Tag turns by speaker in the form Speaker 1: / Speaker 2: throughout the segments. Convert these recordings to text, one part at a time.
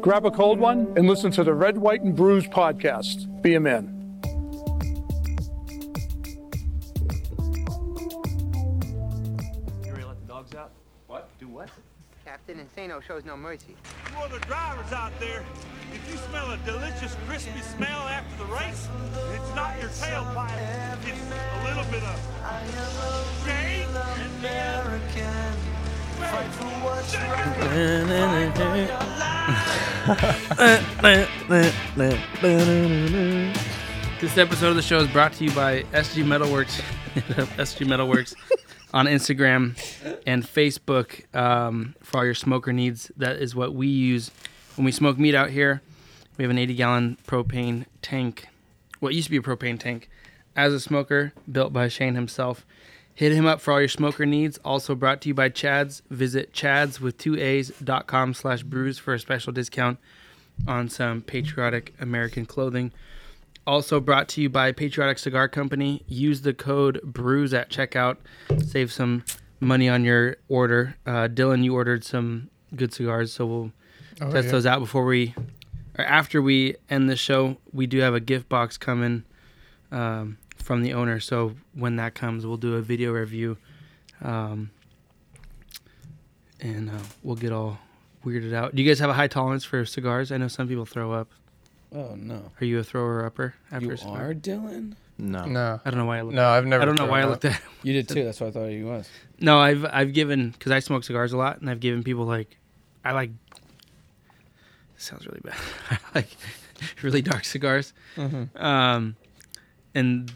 Speaker 1: Grab a cold one and listen to the Red, White, and Brews podcast. Be a man.
Speaker 2: You ready to let the dogs out? What? Do what?
Speaker 3: Captain Insano shows no mercy.
Speaker 4: You other drivers out there, if you smell a delicious crispy smell after the race, it's not your tailpipe. It's a little bit of steak and then fight for what's right.
Speaker 5: This episode of the show is brought to you by SG Metalworks, SG Metalworks on Instagram and Facebook um, for all your smoker needs. That is what we use when we smoke meat out here. We have an 80 gallon propane tank, what used to be a propane tank, as a smoker built by Shane himself. Hit him up for all your smoker needs. Also brought to you by Chad's. Visit Chad's with two A's dot com slash brews for a special discount on some patriotic American clothing. Also brought to you by Patriotic Cigar Company. Use the code BREWS at checkout. Save some money on your order. Uh, Dylan, you ordered some good cigars, so we'll test
Speaker 1: yeah.
Speaker 5: those out before we, or after we end the show. We do have a gift box coming um, from the owner, so when that comes, we'll do a video review, um, and uh, we'll get all weirded out. Do you guys have a high tolerance for cigars? I know some people throw up.
Speaker 6: Oh no,
Speaker 5: Are you a thrower upper after
Speaker 6: you
Speaker 5: a cigar?
Speaker 6: are Dylan.
Speaker 7: No.
Speaker 8: No,
Speaker 5: I don't know why I looked.
Speaker 8: no, I've never.
Speaker 5: I don't know
Speaker 8: thrown
Speaker 5: why I
Speaker 8: up.
Speaker 5: looked at.
Speaker 6: You did too. That's what I thought he was.
Speaker 5: No, I've I've given because I smoke cigars a lot, and I've given people like, I like. Sounds really bad. I like really dark cigars,
Speaker 8: Mm-hmm.
Speaker 5: um, and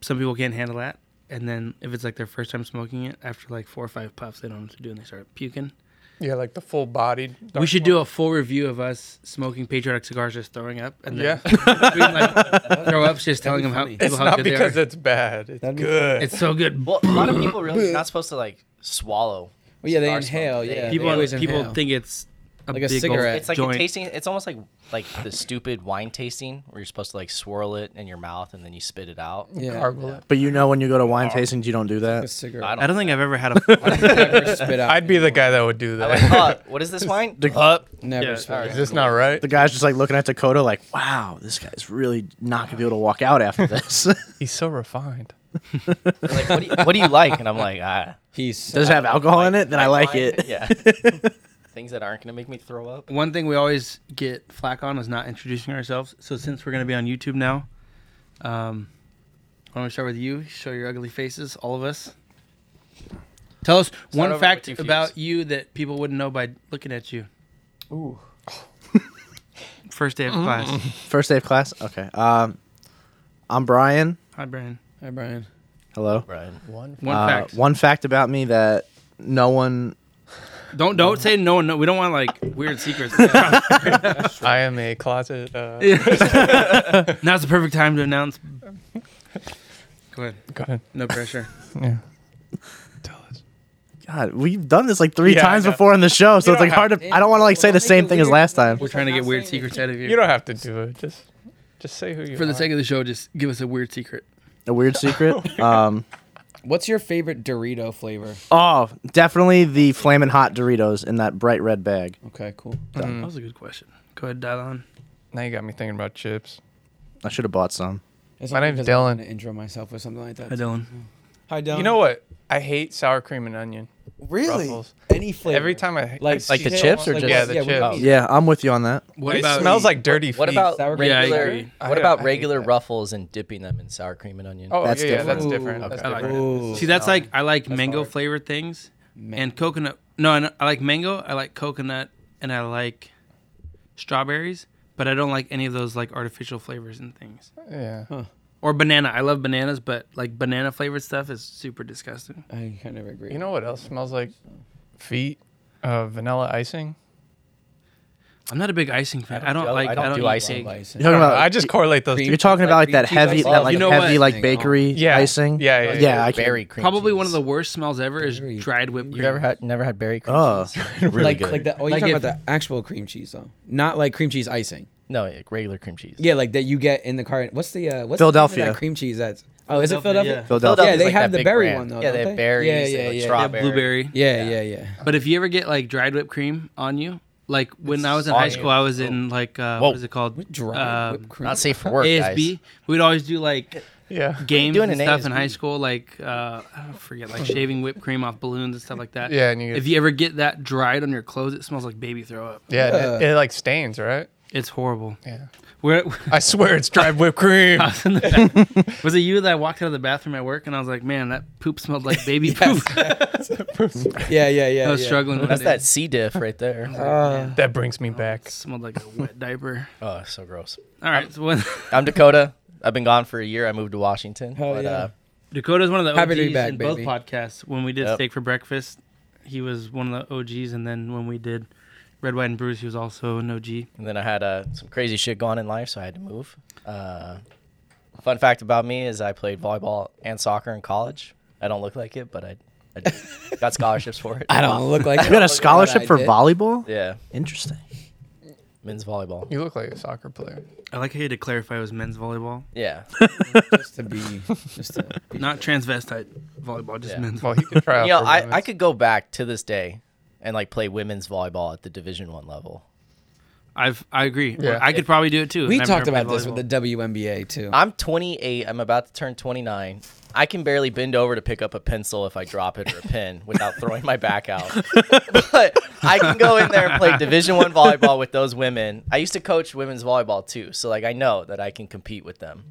Speaker 5: some people can't handle that. And then if it's like their first time smoking it, after like four or five puffs, they don't know what to do, and they start puking.
Speaker 8: Yeah, like the full bodied.
Speaker 5: we should do a full review of us smoking patriotic cigars, just throwing up, and then
Speaker 8: Yeah,
Speaker 5: between, like, throw ups, just telling
Speaker 6: be
Speaker 5: them how
Speaker 6: funny.
Speaker 5: people
Speaker 8: it's
Speaker 5: how
Speaker 8: not
Speaker 5: good they
Speaker 8: because
Speaker 5: are.
Speaker 8: it's bad. It's
Speaker 6: That'd be-
Speaker 8: good.
Speaker 5: It's so good.
Speaker 7: Well, a lot of people really not supposed to like swallow.
Speaker 6: Well, yeah, they
Speaker 7: cigar smoke.
Speaker 6: inhale.
Speaker 7: They-
Speaker 6: Yeah,
Speaker 5: people
Speaker 6: they always
Speaker 5: people
Speaker 6: inhale.
Speaker 5: think it's a
Speaker 6: Like a
Speaker 5: big old
Speaker 6: cigarette.
Speaker 7: It's like
Speaker 5: joint.
Speaker 7: a tasting. It's almost like like the stupid wine tasting where you're supposed to like swirl it in your mouth and then you spit it out.
Speaker 6: Yeah,
Speaker 8: Gargle it.
Speaker 9: But you know when you go to wine tastings, you don't do
Speaker 6: a
Speaker 9: that.
Speaker 6: cigarette.
Speaker 5: I don't think I've ever had a.
Speaker 6: Never spit out.
Speaker 8: I'd be the guy that would do
Speaker 7: I'm like,
Speaker 8: that.
Speaker 7: huh, what is this wine? Huh.
Speaker 6: never
Speaker 5: Yeah,
Speaker 6: spit.
Speaker 8: Is
Speaker 6: out.
Speaker 8: this not right?
Speaker 9: The guy's just like looking at Dakota, like, "Wow, this guy's really not gonna be able to walk out after this."
Speaker 8: He's so refined.
Speaker 7: They're like, what do, you, what do you like? And I'm like, ah,
Speaker 6: He's
Speaker 9: Does it have alcohol in it? Then I like it.
Speaker 7: yeah. Things that aren't gonna make me throw up.
Speaker 5: One thing we always get flack on is not introducing ourselves. So since we're gonna be on YouTube now, um, why don't we start with you? Show your ugly faces, all of us. Tell us one
Speaker 7: over
Speaker 5: fact
Speaker 7: with you,
Speaker 5: about you that people wouldn't know by looking at you.
Speaker 6: Ooh.
Speaker 5: First day of class.
Speaker 9: First day of class. Okay. Um, I'm Brian.
Speaker 5: Hi, Brian.
Speaker 6: Hi, Brian.
Speaker 9: Hello.
Speaker 7: Brian.
Speaker 5: One
Speaker 9: Uh,
Speaker 5: fact.
Speaker 9: One fact about me that no one.
Speaker 5: Don't don't say no. No, we don't want like weird secrets.
Speaker 8: I am a closet. Uh,
Speaker 5: Now's the perfect time to announce. Go ahead.
Speaker 8: Go ahead.
Speaker 5: No pressure.
Speaker 8: Yeah. Tell us.
Speaker 9: God, we've done this like three
Speaker 8: Yeah, I
Speaker 9: times
Speaker 8: know.
Speaker 9: before on the show, so it's like hard to. I don't want to like say the
Speaker 6: Don't make
Speaker 9: same
Speaker 6: it
Speaker 9: thing as
Speaker 6: weird.
Speaker 9: last time.
Speaker 5: We're trying to get weird secrets out of
Speaker 8: You don't have to do it. Just, just say who you
Speaker 5: For
Speaker 8: are.
Speaker 5: the sake of the show, just give us a weird secret.
Speaker 9: A weird secret. Um,
Speaker 6: What's your favorite Dorito flavor?
Speaker 9: oh, definitely the flaming hot Doritos in that bright red bag.
Speaker 6: Okay, cool.
Speaker 5: That was a good question. Go ahead, dial on.
Speaker 8: now you got me thinking about chips.
Speaker 9: I should have bought some.
Speaker 6: It's
Speaker 8: My
Speaker 6: only
Speaker 8: name's
Speaker 6: because I
Speaker 8: Dylan.
Speaker 6: wanted To intro myself with something like that.
Speaker 5: Dylan.
Speaker 6: Hi, Dylan.
Speaker 8: You know what? I hate sour cream and onion.
Speaker 6: Really?
Speaker 8: Ruffles.
Speaker 6: Any flavor?
Speaker 8: Every time I
Speaker 6: Like-
Speaker 8: I
Speaker 6: Like the
Speaker 8: see-
Speaker 9: chips or just-
Speaker 8: yeah the
Speaker 6: Yeah, we-
Speaker 8: chips.
Speaker 9: Yeah, I'm with you on that.
Speaker 5: What
Speaker 8: it
Speaker 5: about
Speaker 8: smells like dirty feet.
Speaker 7: What about
Speaker 6: Sour cream.
Speaker 5: Yeah, I
Speaker 7: regular?
Speaker 5: agree.
Speaker 8: I-
Speaker 7: what about
Speaker 8: I hate
Speaker 7: regular
Speaker 8: that.
Speaker 7: ruffles and dipping them in sour cream and onion?
Speaker 8: Oh
Speaker 9: That's
Speaker 8: yeah, yeah, that's
Speaker 9: different.
Speaker 8: different.
Speaker 6: Ooh.
Speaker 8: That's
Speaker 5: I like
Speaker 8: different.
Speaker 6: Ooh.
Speaker 5: See, that's like I like mango
Speaker 6: hard.
Speaker 5: flavored things
Speaker 6: Man-
Speaker 5: and coconut. No, I, I like mango. I like coconut, and I like strawberries. But I don't like any of those like artificial flavors and things.
Speaker 8: Yeah.
Speaker 5: Or banana. I love bananas, but like banana flavored stuff is super disgusting.
Speaker 6: I kind of agree.
Speaker 8: You know what else smells like feet? Uh, vanilla icing.
Speaker 5: I'm not a big icing fan. I don't, like. I don't, do icing.
Speaker 9: You're talking about.
Speaker 8: I just correlate those.
Speaker 9: You're
Speaker 8: two.
Speaker 9: talking about like that
Speaker 6: cream cheese
Speaker 9: heavy,
Speaker 6: icing.
Speaker 9: that like
Speaker 5: You know
Speaker 9: heavy
Speaker 5: what?
Speaker 9: like bakery
Speaker 8: Yeah.
Speaker 9: icing.
Speaker 8: Yeah, yeah,
Speaker 9: yeah.
Speaker 8: yeah.
Speaker 9: I can,
Speaker 7: berry cream.
Speaker 5: Probably
Speaker 7: cheese.
Speaker 5: one of the worst smells ever is
Speaker 6: Berry
Speaker 5: dried whipped cream.
Speaker 7: You ever had never had berry cream
Speaker 9: Oh.
Speaker 7: cheese? really
Speaker 6: like
Speaker 7: good.
Speaker 6: like that. Oh, you're
Speaker 5: Like
Speaker 6: talking
Speaker 5: if-
Speaker 6: about the actual cream cheese though, not like cream cheese icing.
Speaker 7: No, like regular cream cheese.
Speaker 6: Yeah, like that you get in the car. What's the uh, what's The name
Speaker 9: Philadelphia.
Speaker 6: of that cream cheese that's oh, is it Philadelphia?
Speaker 5: Yeah.
Speaker 9: Philadelphia.
Speaker 6: Yeah, they
Speaker 7: Like
Speaker 6: have
Speaker 7: that
Speaker 6: the
Speaker 7: big
Speaker 6: berry
Speaker 7: brand.
Speaker 6: one though.
Speaker 7: Yeah, they
Speaker 6: don't
Speaker 7: have berries.
Speaker 6: Yeah, yeah, yeah.
Speaker 5: Blueberry.
Speaker 6: Yeah, yeah, yeah.
Speaker 5: But if you ever get like dried whipped cream on you, Like when I was in high school, I was in like uh,
Speaker 7: Whoa.
Speaker 5: what is it called?
Speaker 6: Dry
Speaker 5: Um,
Speaker 6: whipped cream.
Speaker 7: Not safe for work,
Speaker 5: ASB.
Speaker 7: guys.
Speaker 5: We'd always do like
Speaker 8: Yeah.
Speaker 5: games
Speaker 7: doing
Speaker 5: and
Speaker 7: in
Speaker 5: stuff in
Speaker 7: ASB?
Speaker 5: high school, like uh, I don't forget, like shaving whipped cream off balloons and stuff like that.
Speaker 8: Yeah, and you get-
Speaker 5: if you ever get that dried on your clothes, it smells like baby throw up.
Speaker 8: Yeah, and it, it like stains, right?
Speaker 5: It's horrible.
Speaker 8: Yeah.
Speaker 5: Where
Speaker 8: I swear it's dried whipped cream.
Speaker 5: I was in the bath- was it you that walked out of the bathroom at work and I was like, man, that poop smelled like baby poop.
Speaker 6: Yeah, yeah, yeah.
Speaker 5: I was
Speaker 6: yeah.
Speaker 5: struggling with
Speaker 7: That's that C diff right there.
Speaker 6: Uh,
Speaker 8: that brings me back.
Speaker 5: smelled like a wet diaper.
Speaker 7: Oh, so gross.
Speaker 5: All right, so when,
Speaker 7: I'm Dakota. I've been gone for a year. I moved to Washington. uh,
Speaker 6: Hell yeah.
Speaker 5: Dakota's one of the OGs
Speaker 6: Happy to be back,
Speaker 5: in both
Speaker 6: baby.
Speaker 5: podcasts. When we did
Speaker 7: Yep.
Speaker 5: Steak for Breakfast, he was one of the OGs, and then when we did Red, White, and Bruce, he was also an OG.
Speaker 7: And then I had uh, some crazy shit going in life, so I had to move. Uh, fun fact about me is I played volleyball and soccer in college. I don't look like it, but I, I did. got scholarships for it.
Speaker 6: I don't look like
Speaker 9: You got a scholarship for volleyball?
Speaker 7: Yeah,
Speaker 9: Interesting.
Speaker 7: men's volleyball.
Speaker 8: You look like a soccer player.
Speaker 5: I like how you had to clarify it was men's volleyball,
Speaker 7: Yeah,
Speaker 6: just to be. Just to be
Speaker 5: not transvestite volleyball, just
Speaker 7: Yeah.
Speaker 5: men's.
Speaker 8: Well, he could try out.
Speaker 7: you know,
Speaker 8: for
Speaker 7: I,
Speaker 8: women's.
Speaker 7: I could go back to this day and like play women's volleyball at the Division One level.
Speaker 5: I've I agree.
Speaker 8: Yeah.
Speaker 5: I could probably do it too.
Speaker 6: we
Speaker 5: and I've
Speaker 6: talked
Speaker 5: never
Speaker 6: about
Speaker 5: played
Speaker 6: this with
Speaker 5: volleyball.
Speaker 6: the WNBA too.
Speaker 7: I'm 28. I'm about to turn 29. I can barely bend over to pick up a pencil if I drop it or a pen without throwing my back out. but I can go in there and play Division One volleyball with those women. I used to coach women's volleyball too, so like I know that I can compete with them.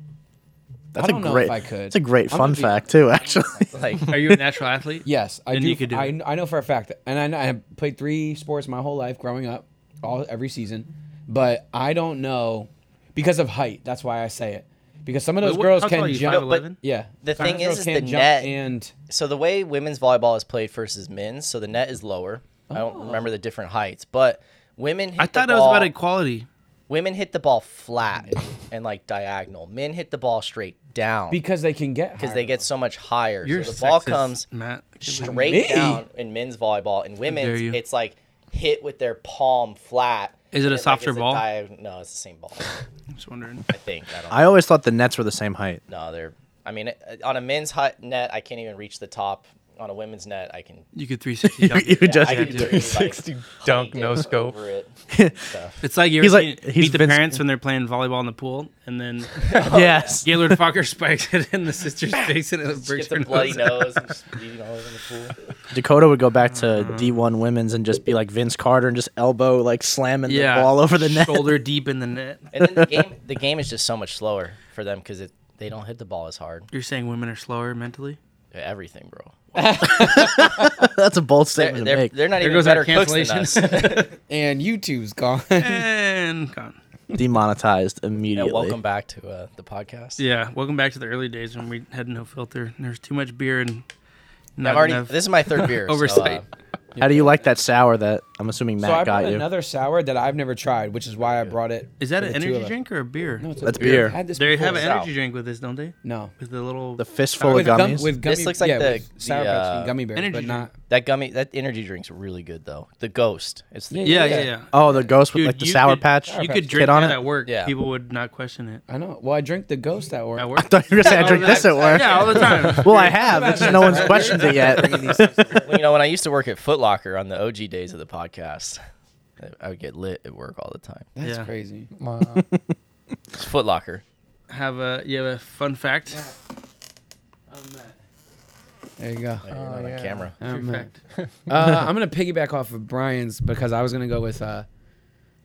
Speaker 9: That's
Speaker 6: don't
Speaker 9: a
Speaker 6: know
Speaker 9: great.
Speaker 6: if I could.
Speaker 9: It's a great fun
Speaker 6: I'm gonna be-
Speaker 9: fact too, actually.
Speaker 7: Like
Speaker 5: Are you a natural athlete?
Speaker 6: Yes, I
Speaker 5: Then
Speaker 6: do.
Speaker 5: you could do
Speaker 6: I,
Speaker 5: it.
Speaker 6: kn- I know for a fact, and I, know, I have played three sports my whole life growing up, all every season. But I don't know because of height. That's why I say it. Because some of those
Speaker 5: Wait, what-
Speaker 6: girls
Speaker 5: how tall are
Speaker 6: can
Speaker 5: you,
Speaker 6: jump.
Speaker 5: 5'11"?
Speaker 6: yeah,
Speaker 7: the
Speaker 6: Some of
Speaker 7: thing
Speaker 6: those girls
Speaker 7: is, is
Speaker 6: can't
Speaker 7: the
Speaker 6: jump
Speaker 7: net.
Speaker 6: and
Speaker 7: so the way women's volleyball is played versus men's, so the net is lower. I
Speaker 5: Oh.
Speaker 7: don't remember the different heights, but women. Hit
Speaker 5: I
Speaker 7: the
Speaker 5: thought it was about
Speaker 7: ball-
Speaker 5: equality.
Speaker 7: women hit the ball flat and like diagonal. Men hit the ball straight down because
Speaker 6: because they can get
Speaker 7: they get so much higher.
Speaker 5: Your
Speaker 7: so the ball
Speaker 5: sexist,
Speaker 7: comes
Speaker 5: Matt. I can't believe-
Speaker 7: straight
Speaker 6: Me?
Speaker 7: down in men's volleyball and
Speaker 5: dare
Speaker 7: women's
Speaker 5: you.
Speaker 7: it's like hit with their palm flat.
Speaker 5: Is it a
Speaker 7: and, like,
Speaker 5: softer
Speaker 7: it's
Speaker 5: ball?
Speaker 7: diag- no, it's the same ball.
Speaker 5: I'm just wondering.
Speaker 7: I think. I don't
Speaker 9: I always thought the nets were the same height.
Speaker 7: know. They're. I mean, it- on a men's hut net, I can't even reach the top. On a women's net, I can.
Speaker 5: You could 360. dunk
Speaker 9: you
Speaker 5: it.
Speaker 9: just-
Speaker 7: I
Speaker 9: Yeah,
Speaker 7: can
Speaker 5: dude.
Speaker 7: literally, like,
Speaker 8: 60 dunk, no
Speaker 7: dip
Speaker 8: scope.
Speaker 7: over it and stuff.
Speaker 5: It's like you
Speaker 9: He's
Speaker 5: ever
Speaker 9: like-
Speaker 5: seen-
Speaker 9: he's
Speaker 5: meet the
Speaker 9: Vince-
Speaker 5: parents when they're playing volleyball in the pool, and then
Speaker 9: yes.
Speaker 5: Gaylord Fokker spikes it in the sister's face and it breaks
Speaker 7: Get
Speaker 5: her
Speaker 7: the bloody
Speaker 5: nose.
Speaker 7: nose and just bleeding all over the pool.
Speaker 9: Dakota would go back to D1 women's and just be like Vince Carter and just elbow like slamming the ball over the net.
Speaker 5: shoulder deep in the net.
Speaker 7: And then the game, the game is just so much slower for them because it they don't hit the ball as hard.
Speaker 5: You're saying women are slower mentally?
Speaker 7: Everything, bro.
Speaker 9: That's a bold
Speaker 7: They're,
Speaker 9: statement to
Speaker 7: they're,
Speaker 9: make.
Speaker 7: they're not even
Speaker 5: goes our
Speaker 7: better cooks than us.
Speaker 5: cancellation.
Speaker 6: and YouTube's gone.
Speaker 5: And gone.
Speaker 9: Demonetized
Speaker 7: Yeah,
Speaker 9: immediately.
Speaker 7: welcome back to uh, the podcast.
Speaker 5: Yeah, welcome back to the early days when we had no filter. There's too much beer and not
Speaker 7: I've already.
Speaker 5: enough.
Speaker 7: This is my third beer. so, uh,
Speaker 5: Oversight.
Speaker 9: How do you like that sour that I'm assuming
Speaker 6: so I
Speaker 9: Matt
Speaker 6: brought
Speaker 9: got you?
Speaker 6: another sour that I've never tried, which is why I brought it.
Speaker 5: is that
Speaker 6: for
Speaker 5: an
Speaker 6: the two of
Speaker 5: energy
Speaker 6: us.
Speaker 5: drink or a beer?
Speaker 6: No, it's a
Speaker 9: That's beer.
Speaker 6: I had this
Speaker 5: they
Speaker 6: before.
Speaker 5: have an
Speaker 7: Sour.
Speaker 5: energy drink with this, don't they?
Speaker 6: No.
Speaker 5: With the little
Speaker 9: the fistful of
Speaker 6: With, gum,
Speaker 9: gummies.
Speaker 6: with gummy,
Speaker 7: This looks like
Speaker 6: yeah,
Speaker 7: the-
Speaker 6: with sour
Speaker 7: the,
Speaker 6: patch
Speaker 7: uh,
Speaker 6: and gummy bears,
Speaker 5: energy
Speaker 6: but
Speaker 5: drink.
Speaker 6: not.
Speaker 7: that gummy, that energy drink's really good though. The Ghost. It's the,
Speaker 5: yeah, yeah, yeah.
Speaker 9: oh, the ghost with
Speaker 5: Dude,
Speaker 9: like the
Speaker 5: you
Speaker 9: sour
Speaker 5: could-
Speaker 9: patch.
Speaker 5: You
Speaker 9: kid
Speaker 5: could drink
Speaker 9: on
Speaker 5: that
Speaker 9: it.
Speaker 5: at work.
Speaker 7: Yeah.
Speaker 5: People would not question it.
Speaker 6: I know. Well, I drink the ghost at work.
Speaker 5: At work.
Speaker 9: Thought you were gonna say I drink this at work.
Speaker 5: Yeah, all the time.
Speaker 9: Well, I have. It's just no one's questioned it yet.
Speaker 6: Bringing these things to-
Speaker 7: Well, you know, when I used to work at Foot Locker on the OG days of the podcast, I- I would get lit at work all the time.
Speaker 6: That's
Speaker 5: Yeah.
Speaker 6: crazy.
Speaker 8: Wow.
Speaker 7: It's Foot Locker.
Speaker 5: Have a you have a fun fact?
Speaker 6: There you go.
Speaker 7: You're not on
Speaker 8: yeah.
Speaker 7: camera.
Speaker 5: True
Speaker 6: man.
Speaker 5: fact.
Speaker 6: Um, uh, I'm gonna piggyback off of Brian's because I was gonna go with uh,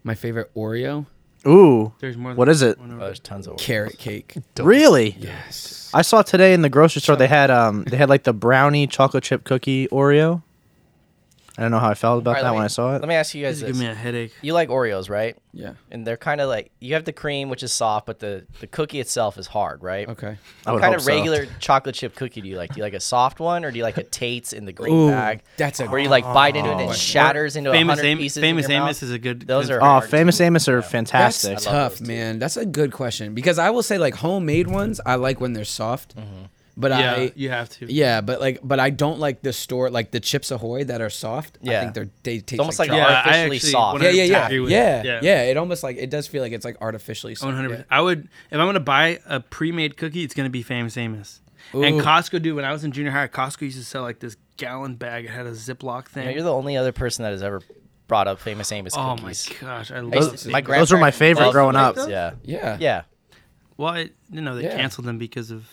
Speaker 6: my favorite Oreo
Speaker 9: Ooh,
Speaker 5: There's more.
Speaker 9: What
Speaker 5: than
Speaker 9: is it?
Speaker 5: one over
Speaker 7: Oh, there's tons of.
Speaker 6: carrot cake.
Speaker 9: really?
Speaker 6: Yes.
Speaker 9: I saw today in the grocery store they had um they had like the brownie chocolate chip cookie Oreo. I don't know how I felt about
Speaker 7: All right,
Speaker 9: that
Speaker 7: let
Speaker 9: when
Speaker 7: me-
Speaker 9: I saw it.
Speaker 7: Let me ask you
Speaker 5: This
Speaker 7: guys
Speaker 5: is giving me
Speaker 7: this.
Speaker 5: a headache.
Speaker 7: You like Oreos, right?
Speaker 6: Yeah.
Speaker 7: and they're kind of like you have the cream which is soft but the the cookie itself is hard right
Speaker 6: Okay.
Speaker 9: I
Speaker 7: what
Speaker 9: would
Speaker 7: kind
Speaker 9: hope
Speaker 7: of
Speaker 9: so.
Speaker 7: regular chocolate chip cookie do you like do you like a soft one or do you like a tate's in the green
Speaker 6: Ooh,
Speaker 7: bag
Speaker 6: that's a
Speaker 7: where you like bite into it and it shatters into a
Speaker 5: Oh. Famous
Speaker 7: hundred
Speaker 5: Am-
Speaker 7: pieces
Speaker 5: Famous
Speaker 7: in your
Speaker 5: Amos
Speaker 7: mouth?
Speaker 5: is a good.
Speaker 7: those are
Speaker 9: Oh,
Speaker 7: hard.
Speaker 9: famous Amos are
Speaker 6: That's
Speaker 9: fantastic.
Speaker 6: tough, man. That's a good question because I will say like homemade ones I like when they're soft, but
Speaker 5: Yeah,
Speaker 6: I
Speaker 5: you have to.
Speaker 6: yeah, but like but I don't like the store like the Chips Ahoy that are soft. I
Speaker 7: Yeah.
Speaker 6: think they're they taste
Speaker 7: almost
Speaker 6: like,
Speaker 7: like
Speaker 6: chocolate.
Speaker 7: Yeah, artificially soft.
Speaker 6: yeah, yeah, yeah,
Speaker 5: agree with
Speaker 6: yeah,
Speaker 5: that.
Speaker 6: yeah, It almost like it does feel like it's like artificially soft.
Speaker 5: One hundred percent.
Speaker 6: yeah.
Speaker 5: I would if I'm gonna buy a pre-made cookie, it's gonna be Famous Amos. And
Speaker 6: Ooh.
Speaker 5: Costco, dude. When I was in junior high, Costco used to sell like this gallon bag. It had a Ziploc
Speaker 7: You know,
Speaker 5: thing.
Speaker 7: you're the only other person that has ever brought up famous Amos
Speaker 5: Oh my
Speaker 7: cookies.
Speaker 5: gosh, I love
Speaker 7: I used
Speaker 5: those.
Speaker 7: to- my
Speaker 9: Those were my
Speaker 7: grandparents
Speaker 9: favorite
Speaker 7: loved
Speaker 9: growing
Speaker 7: them.
Speaker 9: up.
Speaker 7: Yeah,
Speaker 6: Yeah.
Speaker 7: yeah.
Speaker 5: Well, I, you know they
Speaker 6: Yeah.
Speaker 5: canceled them because of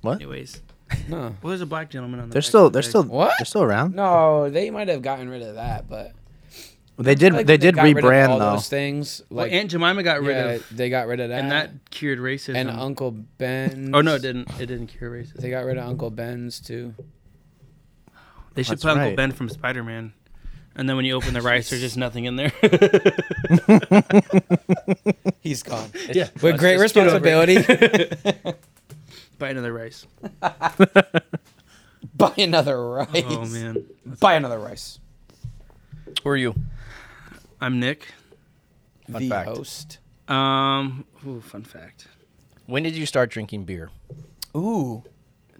Speaker 9: What?
Speaker 5: anyways.
Speaker 6: No.
Speaker 5: Well, there's a black gentleman on the.
Speaker 9: They're
Speaker 5: back
Speaker 9: still
Speaker 5: of the
Speaker 9: they're
Speaker 5: bag.
Speaker 9: still
Speaker 6: What?
Speaker 9: they're still around.
Speaker 6: No, they might have gotten rid of that, but
Speaker 9: They did
Speaker 6: like,
Speaker 9: they did
Speaker 6: got rid of all
Speaker 9: rebrand
Speaker 6: Those
Speaker 9: though.
Speaker 6: things
Speaker 5: Well,
Speaker 6: like
Speaker 5: Aunt Jemima got rid
Speaker 6: yeah,
Speaker 5: of,
Speaker 6: they got rid of that,
Speaker 5: and that cured racism.
Speaker 6: and Uncle Ben.
Speaker 5: oh no, it didn't. It didn't cure racism.
Speaker 6: They got rid of Uncle Ben's too.
Speaker 5: They should
Speaker 9: That's
Speaker 5: put Uncle
Speaker 9: right.
Speaker 5: Ben from Spider Man, and then when you open the rice, there's just nothing in there.
Speaker 6: He's gone.
Speaker 7: yeah.
Speaker 6: With great
Speaker 7: just get over it.
Speaker 6: responsibility,
Speaker 5: Buy another rice.
Speaker 6: buy another rice.
Speaker 5: Oh man,
Speaker 6: buy another rice.
Speaker 7: Who are you?
Speaker 5: I'm Nick.
Speaker 7: Fun
Speaker 6: the
Speaker 7: fact.
Speaker 6: host.
Speaker 5: Um, ooh, fun fact.
Speaker 7: When did you start drinking beer?
Speaker 6: Ooh,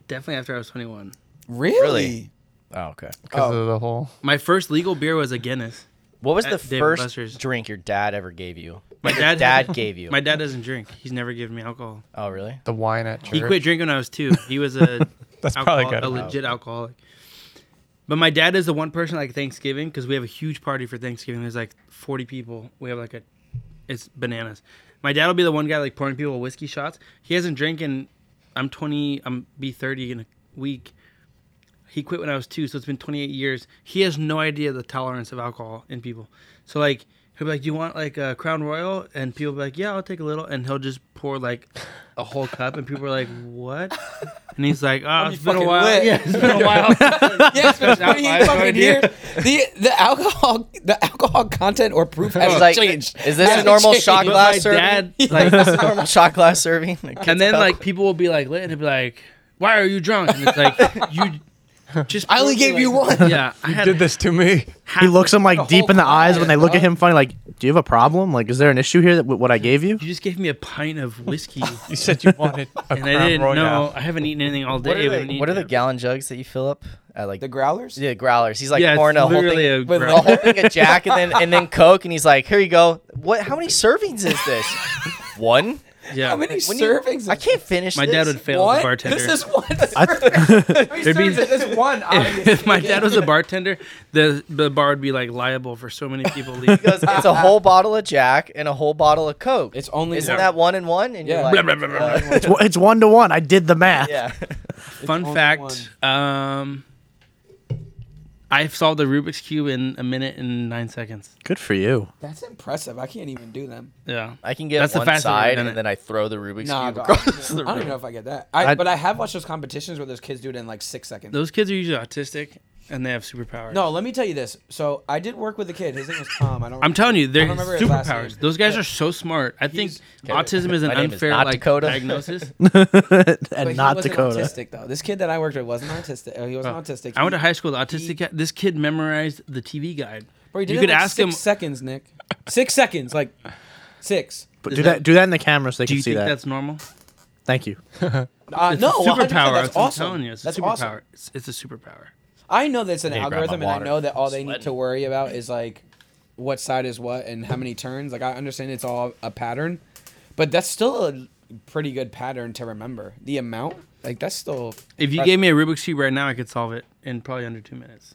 Speaker 5: Definitely after I was 21.
Speaker 6: really?
Speaker 7: Oh, okay.
Speaker 8: because
Speaker 6: Oh.
Speaker 8: of the whole.
Speaker 5: My first legal beer was a Guinness.
Speaker 7: What was
Speaker 5: At
Speaker 7: the
Speaker 5: Dave
Speaker 7: first
Speaker 5: Uh, Buster's.
Speaker 7: drink your dad ever gave you?
Speaker 5: My dad.
Speaker 7: Dad gave you.
Speaker 5: My dad doesn't drink. He's never given me alcohol.
Speaker 7: oh, really?
Speaker 8: The wine at church.
Speaker 5: He quit drinking when I was two. He was a
Speaker 8: That's probably
Speaker 5: alcohol,
Speaker 8: good.
Speaker 5: a legit alcoholic. But my dad is the one person like Thanksgiving because we have a huge party for Thanksgiving. There's like 40 people. We have like a, it's bananas. My dad will be the one guy like pouring people whiskey shots. He hasn't drank in, I'm 20, I'm be 30 in a week. He quit when I was two, so it's been 28 years. He has no idea the tolerance of alcohol in people. So like he'll be like, "Do you want like a Crown Royal?" And people be like, "Yeah, I'll take a little." And he'll just pour like a whole cup, and people are like, "What?" And he's like, "Oh, it's been a
Speaker 6: fucking
Speaker 5: while.
Speaker 6: lit."
Speaker 5: Yeah, it's been a while."
Speaker 6: Yeah, it's been
Speaker 5: Not
Speaker 6: 20
Speaker 5: my
Speaker 6: fucking
Speaker 5: idea.
Speaker 6: years. The the alcohol the alcohol content or proof has
Speaker 7: He's like,
Speaker 6: changed.
Speaker 7: is this a
Speaker 6: Hasn't
Speaker 7: normal
Speaker 6: changed.
Speaker 7: shot
Speaker 5: But my
Speaker 7: glass serving?
Speaker 5: dad,
Speaker 7: like, is this a normal shot glass serving? The kid's
Speaker 5: and then
Speaker 7: cup?
Speaker 5: like people will be like lit, and he'll be like, "Why are you drunk?" And it's like you just.
Speaker 6: I only gave you one.
Speaker 5: Yeah, I had
Speaker 8: did this to me.
Speaker 5: half-
Speaker 9: He looks them
Speaker 6: The
Speaker 9: like deep
Speaker 6: whole
Speaker 9: in the eyes when they
Speaker 6: class,
Speaker 9: look at
Speaker 6: bro.
Speaker 9: him funny. Like, do you have a problem? Like, is there an issue here that with what I gave you?
Speaker 5: You just gave me a pint of whiskey.
Speaker 8: You said you wanted a
Speaker 5: And I
Speaker 8: crown
Speaker 5: didn't know.
Speaker 8: royal.
Speaker 5: I haven't eaten anything all day.
Speaker 7: what
Speaker 5: We
Speaker 7: are,
Speaker 5: haven't
Speaker 7: the, what are
Speaker 5: eaten
Speaker 7: the
Speaker 5: it.
Speaker 7: gallon jugs that you fill up at like
Speaker 6: The growlers.
Speaker 7: yeah, growlers? He's like
Speaker 5: yeah,
Speaker 7: pouring
Speaker 5: it's
Speaker 7: a whole
Speaker 5: literally
Speaker 7: thing,
Speaker 5: a
Speaker 6: with
Speaker 5: ground-
Speaker 7: a whole thing of Jack and then and then Coke, and he's like, "Here you go. What? How many servings is this? One?
Speaker 5: yeah.
Speaker 6: How many
Speaker 7: When you-
Speaker 6: servings?
Speaker 7: I can't finish.
Speaker 5: My
Speaker 7: this.
Speaker 5: dad would fail as
Speaker 6: One?
Speaker 5: a bartender.
Speaker 6: This is one.
Speaker 9: I-
Speaker 5: There'd be-
Speaker 6: this is one.
Speaker 5: if,
Speaker 6: Obviously.
Speaker 5: if my dad was a bartender, the the bar would be like liable for so many people leaving.
Speaker 7: Because it's a whole bottle of Jack and a whole bottle of Coke.
Speaker 6: It's only
Speaker 7: Isn't
Speaker 6: one.
Speaker 7: that one and one? And
Speaker 6: Yeah.
Speaker 7: you're
Speaker 5: Blah,
Speaker 7: like,
Speaker 5: blah, blah,
Speaker 7: "Uh,
Speaker 5: blah.
Speaker 9: It's it's one to one. I did the math.
Speaker 7: yeah.
Speaker 5: Fun
Speaker 6: only
Speaker 5: fact: um, I solved the Rubik's cube in a minute and nine seconds.
Speaker 9: Good for you.
Speaker 6: That's impressive. I can't even do them.
Speaker 5: Yeah,
Speaker 7: I can get
Speaker 5: That's the
Speaker 7: one
Speaker 5: fastest way I've
Speaker 7: side
Speaker 5: done it.
Speaker 7: and then I throw the Rubik's
Speaker 6: Nah,
Speaker 7: cube
Speaker 6: dog.
Speaker 7: across the
Speaker 6: I don't even
Speaker 7: room.
Speaker 6: know if I get that. I,
Speaker 9: I-
Speaker 6: but I have watched those competitions where those kids do it in like six seconds.
Speaker 5: those kids are usually autistic and they have superpowers.
Speaker 6: No, let me tell you this. So I did work with a kid. His name was Tom. I don't.
Speaker 5: I'm telling you,
Speaker 6: I
Speaker 5: they're
Speaker 6: don't remember his last
Speaker 5: superpowers.
Speaker 6: name.
Speaker 5: Those guys
Speaker 6: But-
Speaker 5: are so smart. I think
Speaker 6: He's-
Speaker 5: autism is an
Speaker 7: My name is
Speaker 5: unfair
Speaker 7: not
Speaker 5: like
Speaker 7: Dakota.
Speaker 5: diagnosis.
Speaker 6: but
Speaker 9: and
Speaker 6: he
Speaker 9: not
Speaker 6: wasn't
Speaker 9: Dakota.
Speaker 6: Autistic though. This kid that I worked with wasn't autistic. uh, He wasn't autistic.
Speaker 5: Oh. I went to
Speaker 6: He-
Speaker 5: high school. The autistic guy, this kid memorized the TV guide.
Speaker 6: Bro, he did
Speaker 5: you
Speaker 6: it
Speaker 5: could
Speaker 6: in, like,
Speaker 5: ask
Speaker 6: six
Speaker 5: him.
Speaker 6: Seconds, Nick. Six seconds, like six.
Speaker 9: But
Speaker 5: Is
Speaker 9: do
Speaker 5: that-
Speaker 9: that do that in the camera so they
Speaker 5: Do
Speaker 9: can
Speaker 5: you
Speaker 9: see
Speaker 5: think
Speaker 9: that.
Speaker 5: that's normal?
Speaker 9: Thank you.
Speaker 6: Uh,
Speaker 5: It's
Speaker 6: no,
Speaker 5: a
Speaker 6: 100%,
Speaker 5: superpower.
Speaker 6: That's
Speaker 5: That's what
Speaker 6: awesome.
Speaker 5: I'm telling you. It's a
Speaker 6: that's
Speaker 5: superpower.
Speaker 6: awesome.
Speaker 5: It's, it's a superpower.
Speaker 6: I know that's an
Speaker 7: Hey, grab my
Speaker 6: algorithm, and I
Speaker 7: water.
Speaker 6: know that all they need
Speaker 7: Sweating.
Speaker 6: to worry about is like what side is what and how many turns. Like I understand it's all a pattern, but that's still a pretty good pattern to remember. The amount, like that's still
Speaker 5: If you
Speaker 6: Right.
Speaker 5: gave me a Rubik's cube right now, I could solve it in probably under two minutes.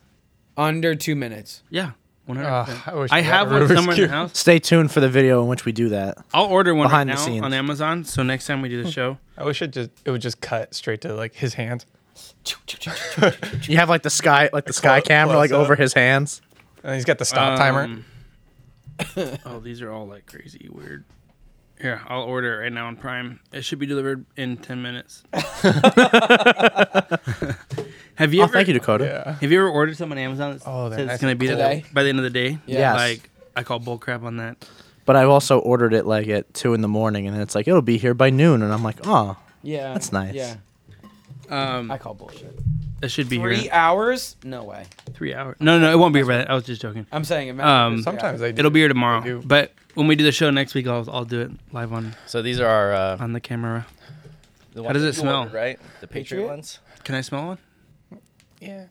Speaker 6: under two minutes.
Speaker 5: Yeah, one hundred
Speaker 8: Ugh, Ah, I
Speaker 5: percent.
Speaker 8: wish
Speaker 5: I
Speaker 8: we had
Speaker 5: have
Speaker 8: a
Speaker 5: one
Speaker 8: Rubik's
Speaker 5: somewhere in
Speaker 8: Cube.
Speaker 5: the house.
Speaker 9: Stay tuned for the video in which we do that.
Speaker 5: I'll order one
Speaker 9: Behind
Speaker 5: right
Speaker 9: the
Speaker 5: now
Speaker 9: scenes.
Speaker 5: on Amazon. So next time we do the show,
Speaker 8: I wish it just it would just cut straight to like his hand.
Speaker 9: You have like the sky like the sky
Speaker 8: clo-
Speaker 9: camera like
Speaker 8: close up.
Speaker 9: over his hands.
Speaker 8: And he's got the stop timer.
Speaker 5: Um, oh, these are all like crazy weird. Here, I'll order it right now on Prime. It should be delivered in ten minutes. have you
Speaker 9: Oh,
Speaker 5: ever?
Speaker 9: thank you, Dakota.
Speaker 8: Yeah.
Speaker 5: Have you ever ordered something on Amazon that
Speaker 8: Oh, they're
Speaker 5: says
Speaker 8: nice
Speaker 5: it's gonna
Speaker 8: and
Speaker 5: be there
Speaker 6: Today?
Speaker 5: by the end of the day?
Speaker 6: Yes.
Speaker 5: Like I call bull crap on that.
Speaker 9: But I've also ordered it like at two in the morning, and it's like it'll be here by noon, and I'm like, oh,
Speaker 6: Yeah,
Speaker 9: That's nice.
Speaker 6: Yeah,
Speaker 5: Um,
Speaker 6: I call bullshit.
Speaker 5: it should be
Speaker 6: Three
Speaker 5: here
Speaker 6: hours? No way.
Speaker 5: in three hours. No, no, it won't be here. by then. I was just joking.
Speaker 6: I'm saying imagine
Speaker 5: Um,
Speaker 6: this, yeah.
Speaker 8: Sometimes I do.
Speaker 5: It'll be here
Speaker 8: I
Speaker 5: tomorrow.
Speaker 8: do.
Speaker 5: But when we do the show next week, I'll I'll do it live on
Speaker 7: So these are our. Uh,
Speaker 5: on the camera.
Speaker 7: the
Speaker 5: How does
Speaker 7: ones
Speaker 5: it
Speaker 7: that you
Speaker 5: smell?
Speaker 7: ordered, right? The Patriot,
Speaker 6: Patriot?
Speaker 7: ones.
Speaker 5: Can I smell one?
Speaker 8: Yeah.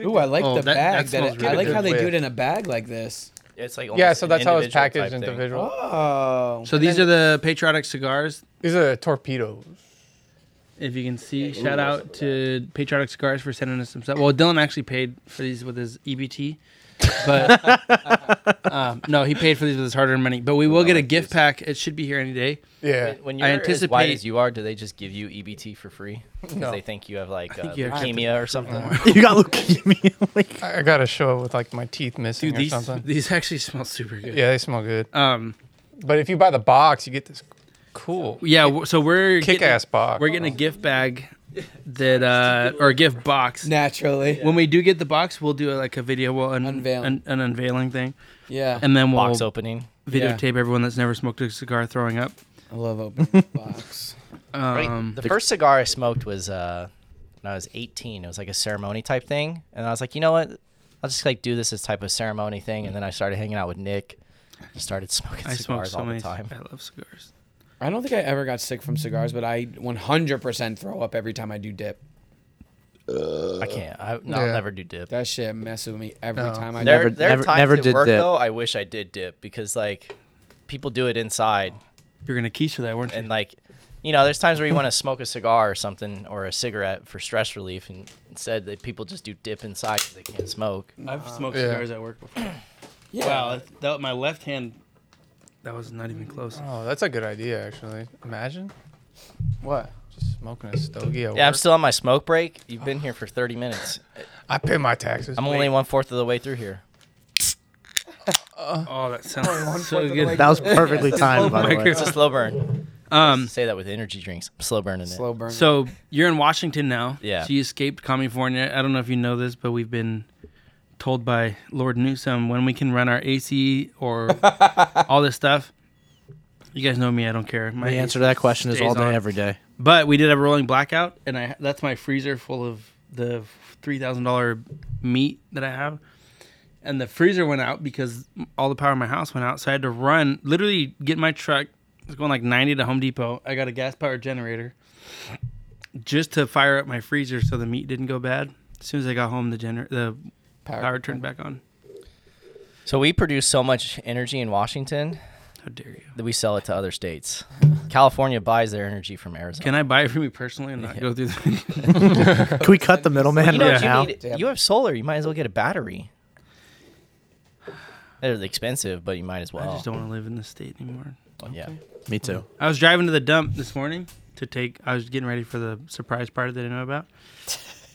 Speaker 6: Ooh, I like
Speaker 5: Oh,
Speaker 6: the
Speaker 5: that-
Speaker 6: bag.
Speaker 5: that
Speaker 6: That
Speaker 5: smells
Speaker 6: it-
Speaker 5: really
Speaker 6: I like how
Speaker 8: good.
Speaker 6: they do
Speaker 8: With-
Speaker 6: it in a bag like this.
Speaker 7: It's like
Speaker 8: Yeah,
Speaker 7: almost
Speaker 8: so
Speaker 7: an
Speaker 8: that's how it's
Speaker 7: individual type
Speaker 8: packaged
Speaker 7: thing.
Speaker 8: individual.
Speaker 6: Oh,
Speaker 5: So these are the patriotic cigars.
Speaker 8: These are torpedoes.
Speaker 5: if you can see. Shout out to Patriotic Cigars for sending us some stuff. Well, Dylan actually paid for these with his EBT, but um, no, he paid for these with his hard-earned money. But we will get a gift pack. It should be here any day.
Speaker 8: Yeah.
Speaker 7: When you're
Speaker 5: I
Speaker 7: as wide
Speaker 5: anticipate-
Speaker 7: as you are, do they just give you EBT for free? Because
Speaker 8: No.
Speaker 7: they think you have like uh,
Speaker 5: you have to-
Speaker 7: leukemia or something.
Speaker 9: you got leukemia. like,
Speaker 8: I I gotta show up with like my teeth missing
Speaker 5: Dude,
Speaker 8: or
Speaker 5: these
Speaker 8: something.
Speaker 5: these actually smell super good.
Speaker 8: yeah, they smell good.
Speaker 5: Um.
Speaker 8: But if you buy the box, you get this cool
Speaker 5: Yeah. w- So we're getting-
Speaker 8: kick-ass box.
Speaker 5: We're getting a gift bag that uh or a gift box.
Speaker 6: Naturally.
Speaker 5: When we do get the box, we'll do like a video, we'll un-
Speaker 6: Unveil.
Speaker 5: an, an unveiling thing,
Speaker 6: Yeah.
Speaker 5: and then we'll
Speaker 7: Box opening.
Speaker 5: videotape everyone that's never smoked a cigar throwing up.
Speaker 6: I love opening box.
Speaker 7: Right?
Speaker 5: Um,
Speaker 7: the first cigar I smoked was uh, when I was 18. It was like a ceremony type thing, and I was like, you know what? I'll just like do this as type of ceremony thing. And then I started hanging out with Nick. I started smoking
Speaker 5: I smoke
Speaker 7: cigars
Speaker 5: so
Speaker 7: all
Speaker 5: many.
Speaker 7: the time.
Speaker 5: I love cigars.
Speaker 6: I don't think I ever got sick from cigars, but I 100% throw up every time I do dip.
Speaker 7: I can't. I, no,
Speaker 8: Yeah.
Speaker 7: I'll never do dip.
Speaker 6: That shit messes with me every
Speaker 8: No.
Speaker 6: time I
Speaker 7: there,
Speaker 9: Never-
Speaker 6: dip.
Speaker 7: there are
Speaker 9: never-
Speaker 7: times
Speaker 9: never
Speaker 7: at
Speaker 9: did
Speaker 7: work
Speaker 9: dip.
Speaker 7: though. I wish I did dip because like people do it inside,
Speaker 5: You're gonna quiche for that, weren't you?
Speaker 7: and like you know, there's times where you want to smoke a cigar or something or a cigarette for stress relief, and instead that people just do dip inside because they can't smoke.
Speaker 5: I've smoked
Speaker 8: Yeah.
Speaker 5: cigars at work before.
Speaker 6: Yeah.
Speaker 5: Wow, that, that my left hand. That was not even close.
Speaker 8: Oh, that's a good idea actually. Imagine
Speaker 6: What?
Speaker 8: just smoking a stogie. At
Speaker 7: Yeah, I'm
Speaker 8: work.
Speaker 7: still on my smoke break. You've been here for 30 minutes.
Speaker 8: I pay my taxes.
Speaker 7: I'm only one fourth of the way through here.
Speaker 5: Oh, that sounds so good. Oh
Speaker 9: that was perfectly timed, by the way.
Speaker 7: It's a slow burn.
Speaker 5: Um,
Speaker 7: Say that with energy drinks. I'm slow burning it.
Speaker 6: Slow burn.
Speaker 5: So you're in Washington now.
Speaker 7: Yeah.
Speaker 5: She escaped California. I don't know if you know this, but we've been told by Lord Newsom when we can run our AC or all this stuff. You guys know me. I don't care. My
Speaker 9: The answer to that question is all day, every day.
Speaker 5: But we did have a rolling blackout, and I that's my freezer full of the three thousand dollar meat that I have, and the freezer went out because all the power in my house went out. So I had to run, literally get my truck. It was going like ninety to Home Depot. I got a gas powered generator just to fire up my freezer so the meat didn't go bad. As soon as I got home, the gener- the
Speaker 6: Power-
Speaker 5: power turned back on.
Speaker 7: So we produce so much energy in Washington
Speaker 5: How dare you?
Speaker 7: that we sell it to other states. California buys their energy from Arizona.
Speaker 5: Can I buy it from you personally and not go through the
Speaker 9: Can we cut the middleman
Speaker 7: you know
Speaker 9: right
Speaker 7: what
Speaker 9: now?
Speaker 7: you need? You have solar. You might as well get a battery. They're expensive, but you might as
Speaker 5: I
Speaker 7: well.
Speaker 5: just don't want to live in this state anymore.
Speaker 7: yeah.
Speaker 9: Me too.
Speaker 5: I was driving to the dump this morning to take. I was getting ready for the surprise party that I didn't know about,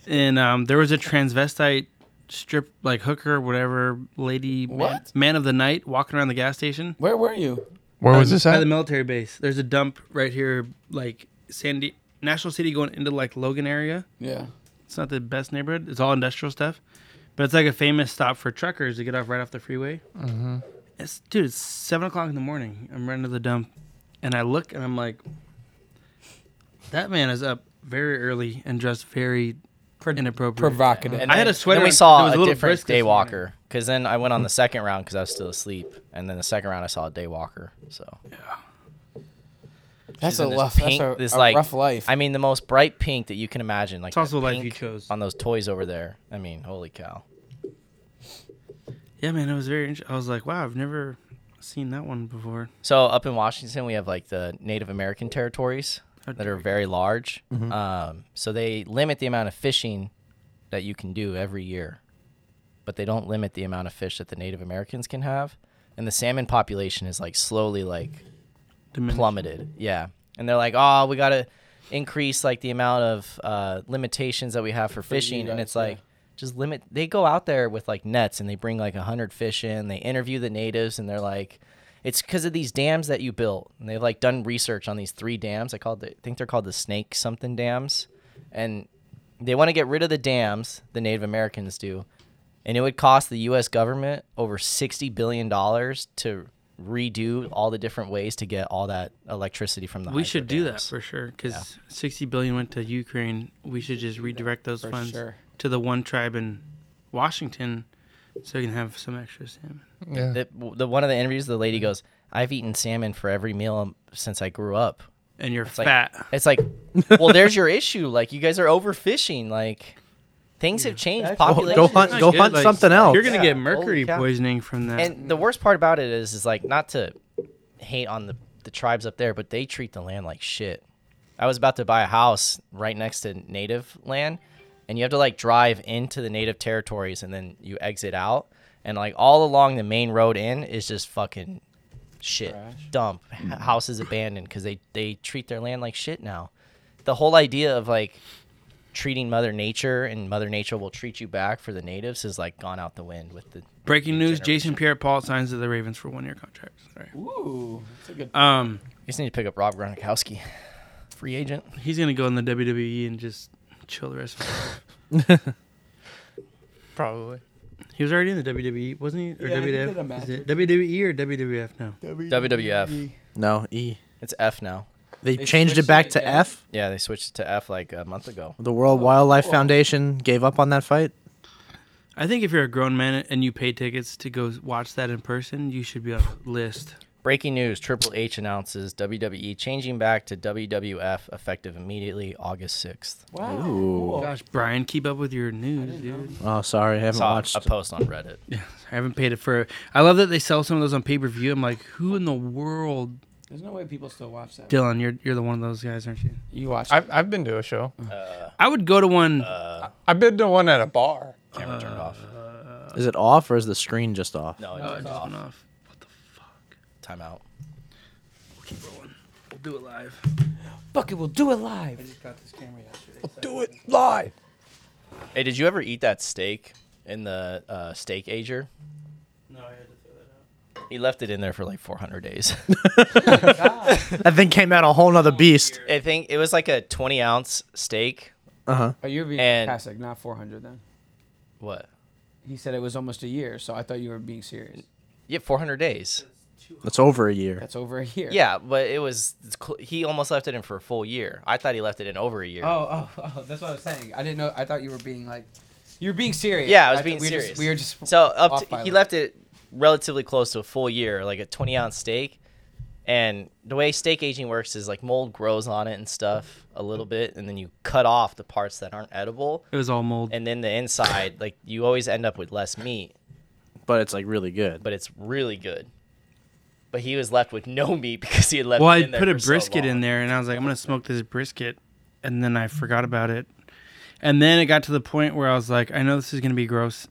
Speaker 5: and um, there was a transvestite strip, like hooker, whatever lady, man- Man,
Speaker 6: What?
Speaker 5: of the night, walking around the gas station.
Speaker 6: Where were you?
Speaker 8: Where was
Speaker 5: Um,
Speaker 8: this
Speaker 5: By
Speaker 8: at?
Speaker 5: the military base. There's a dump right here, like Sandy National City, going into like Logan area.
Speaker 6: Yeah.
Speaker 5: It's not the best neighborhood. It's all industrial stuff, but it's like a famous stop for truckers to get off right off the freeway. Mm-hmm. It's dude, it's seven o'clock in the morning. I'm running to the dump, and I look and I'm like, that man is up very early and dressed very inappropriate.
Speaker 6: Provocative.
Speaker 7: And
Speaker 5: I had
Speaker 7: then-
Speaker 5: a sweater
Speaker 7: Then we
Speaker 5: on- there
Speaker 7: saw
Speaker 5: was a
Speaker 7: a,
Speaker 5: little brisk
Speaker 7: different
Speaker 5: this
Speaker 7: day
Speaker 5: morning.
Speaker 7: walker. Because then I went on the second round because I was still asleep, and then the second round I saw a day walker. So
Speaker 6: that's a
Speaker 7: in this
Speaker 6: rough,
Speaker 7: pink-
Speaker 6: that's a,
Speaker 7: this,
Speaker 6: a
Speaker 7: like-
Speaker 6: rough life.
Speaker 7: I mean, the most bright pink that you can imagine. Like
Speaker 5: It's also
Speaker 7: that
Speaker 5: the life you
Speaker 7: pink
Speaker 5: chose.
Speaker 7: on those toys over there. I mean, holy cow!
Speaker 5: Yeah, man, it was very. Int- I was like, wow, I've never seen that one before.
Speaker 7: So up in Washington, we have like the Native American territories that are very large. Um, so they limit the amount of fishing that you can do every year, but they don't limit the amount of fish that the Native Americans can have. And the salmon population is like slowly like
Speaker 5: Diminished.
Speaker 7: plummeted. Yeah, and they're like, oh, we gotta increase like the amount of uh, limitations that we have for fishing, and
Speaker 6: guys,
Speaker 7: it's like. Just limit. They go out there with like nets and they bring like a hundred fish in. They interview the natives and they're like, it's because of these dams that you built. And they've like done research on these three dams. I called. The, I think they're called the snake something dams, and they want to get rid of the dams. The Native Americans do, and it would cost the U.S. government over sixty billion dollars to redo all the different ways to get all that electricity from the.
Speaker 5: We should do that
Speaker 7: hydrodams.
Speaker 5: for sure because 60 billion went to Ukraine. We should just redirect those funds
Speaker 6: sure.
Speaker 5: to the one tribe in Washington, so you can have some extra salmon.
Speaker 8: yeah.
Speaker 7: The, the one of the interviews, the lady goes, "I've eaten salmon for every meal since I grew up."
Speaker 5: And you're
Speaker 7: like-
Speaker 5: fat.
Speaker 7: It's like, well, there's your issue. Like you guys are overfishing. Like things have changed.
Speaker 9: Go,
Speaker 7: Population.
Speaker 9: go hunt.
Speaker 5: Not
Speaker 9: Go
Speaker 5: good,
Speaker 9: hunt
Speaker 5: like,
Speaker 9: something else.
Speaker 5: You're gonna get mercury
Speaker 7: Holy cow.
Speaker 5: poisoning from that.
Speaker 7: And the worst part about it is, is like not to hate on the the tribes up there, but they treat the land like shit. I was about to buy a house right next to native land, and you have to like drive into the native territories and then you exit out, and like all along the main road in is just fucking shit, dump, h- houses abandoned because they they treat their land like shit now. The whole idea of like treating Mother Nature and Mother Nature will treat you back for the natives has like gone out the wind with the
Speaker 5: Breaking news: Jason Pierre-Paul signs to the Ravens for one-year contract. Sorry.
Speaker 6: Ooh, that's a good.
Speaker 5: Um,
Speaker 7: You just need to pick up Rob Gronkowski, free agent.
Speaker 5: he's gonna go in the WWE and just chill the rest of his life.
Speaker 8: Probably.
Speaker 5: He was already in the WWE, wasn't he? Or
Speaker 6: Yeah, he did a
Speaker 5: WWF?
Speaker 6: match
Speaker 5: Is it WWE or WWF now?
Speaker 7: WWF.
Speaker 9: No, E.
Speaker 7: It's F now.
Speaker 9: They,
Speaker 6: They
Speaker 9: changed it Oh.
Speaker 6: switched
Speaker 9: back
Speaker 6: it
Speaker 9: to
Speaker 6: again.
Speaker 9: F.
Speaker 7: Yeah, they switched to F like a month ago.
Speaker 9: The World Wildlife Foundation gave up on that fight.
Speaker 5: I think if you're a grown man and you pay tickets to go watch that in person, you should be on the list.
Speaker 7: Breaking news: Triple H announces WWE changing back to WWF effective immediately August sixth.
Speaker 6: Wow.
Speaker 9: Ooh.
Speaker 5: Gosh, Brian, keep up with your news, dude.
Speaker 9: Oh, sorry, I haven't
Speaker 7: Saw
Speaker 9: watched.
Speaker 7: a post on Reddit.
Speaker 5: I haven't paid it for. I love that they sell some of those on pay per view. I'm like, who in the world,
Speaker 6: There's no way people still watch that.
Speaker 5: Dylan? You're you're the one of those guys, aren't you?
Speaker 6: You watch.
Speaker 8: I've, I've been to a show.
Speaker 5: I would go to one.
Speaker 8: Mm. I've been to one at a bar.
Speaker 7: Camera turned off.
Speaker 9: Uh, Is it off or is the screen just off?
Speaker 7: No, it
Speaker 5: oh, it
Speaker 7: turned
Speaker 5: just
Speaker 7: off.
Speaker 5: went off.
Speaker 7: Time out.
Speaker 5: We'll keep rolling. We'll do it live.
Speaker 6: Bucket will do it live.
Speaker 5: Got this camera yesterday.
Speaker 6: Do it live.
Speaker 7: Hey, did you ever eat that steak in the uh, steak ager?
Speaker 5: No, I had to throw that out.
Speaker 7: He left it in there for like 400 days.
Speaker 9: That thing came out a whole nother beast.
Speaker 7: I think it was like a 20 ounce steak.
Speaker 6: Oh, you're being
Speaker 7: And-
Speaker 6: sarcastic. Not 400 then.
Speaker 7: What?
Speaker 6: He said it was almost a year, so I thought you were being serious.
Speaker 7: Yeah, 400 days.
Speaker 9: That's over a year.
Speaker 6: That's over a year.
Speaker 7: Yeah, but it was it's cl- he almost left it in for a full year. I thought he left it in over a year.
Speaker 6: Oh, oh, oh, that's what I was saying. I didn't know. I thought you were being like, you were being serious.
Speaker 7: yeah, I was
Speaker 6: thought
Speaker 7: being
Speaker 6: we were
Speaker 7: serious.
Speaker 6: Just, we were just
Speaker 7: so up.
Speaker 6: off
Speaker 7: To,
Speaker 6: by
Speaker 7: he
Speaker 6: like-
Speaker 7: left it relatively close to a full year, like a 20 ounce steak. And the way steak aging works is like mold grows on it and stuff a little bit, and then you cut off the parts that aren't edible,
Speaker 5: It was all mold.
Speaker 7: and then the inside, like you always end up with less meat,
Speaker 9: But it's like really good.
Speaker 7: but it's really good. But he was left with no meat because he had left.
Speaker 5: well,
Speaker 7: it
Speaker 5: I
Speaker 7: in there
Speaker 5: put a
Speaker 7: for so
Speaker 5: brisket in
Speaker 7: long.
Speaker 5: there, and I was like, I'm gonna smoke this brisket, and then I forgot about it, and then it got to the point where I was like, I know this is gonna be gross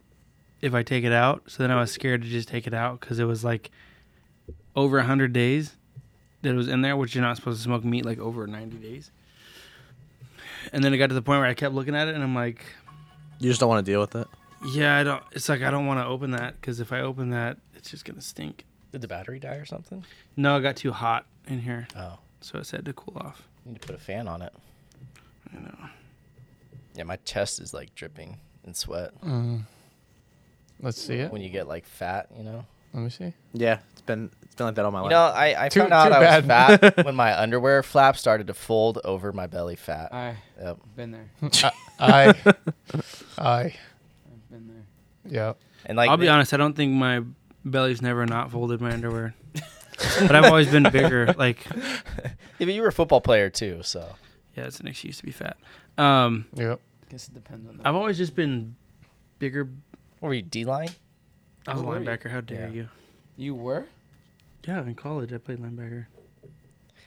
Speaker 5: if I take it out, so then I was scared to just take it out because it was like over hundred days that it was in there, which you're not supposed to smoke meat like over ninety days. And then it got to the point where I kept looking at it, and I'm like,
Speaker 9: You just don't want to deal with it.
Speaker 5: Yeah, I don't. It's like I don't want to open that because if I open that, it's just gonna stink.
Speaker 7: Did the battery die or something?
Speaker 5: No, it got too hot in here,
Speaker 7: Oh.
Speaker 5: so it said to cool off.
Speaker 7: Need to put a fan on it. Yeah, my chest is like dripping in sweat
Speaker 5: Mm.
Speaker 8: Let's see it.
Speaker 7: when you get like fat, you know.
Speaker 8: Let me see.
Speaker 9: Yeah, it's been it's been like that all my life.
Speaker 7: You know, I, I
Speaker 8: Too-
Speaker 7: found out
Speaker 8: too
Speaker 7: I was
Speaker 8: bad.
Speaker 7: fat when my underwear flap started to fold over my belly fat.
Speaker 6: I've
Speaker 7: Yep.
Speaker 6: been there.
Speaker 8: I. I.
Speaker 6: I've been there.
Speaker 8: Yeah.
Speaker 7: And like,
Speaker 5: I'll be
Speaker 7: the-
Speaker 5: honest. I don't think my belly's never not folded my underwear, but I've always been bigger. Like,
Speaker 7: Yeah, but you were a football player too, so
Speaker 5: yeah, it's an excuse to be fat. Um,
Speaker 8: Yep.
Speaker 6: Guess it depends on. The-
Speaker 5: I've always just been bigger.
Speaker 7: what were you D line?
Speaker 5: I was a
Speaker 6: Who were you?
Speaker 5: linebacker. How dare
Speaker 7: Yeah.
Speaker 5: you?
Speaker 6: you were.
Speaker 5: Yeah, in college I played linebacker.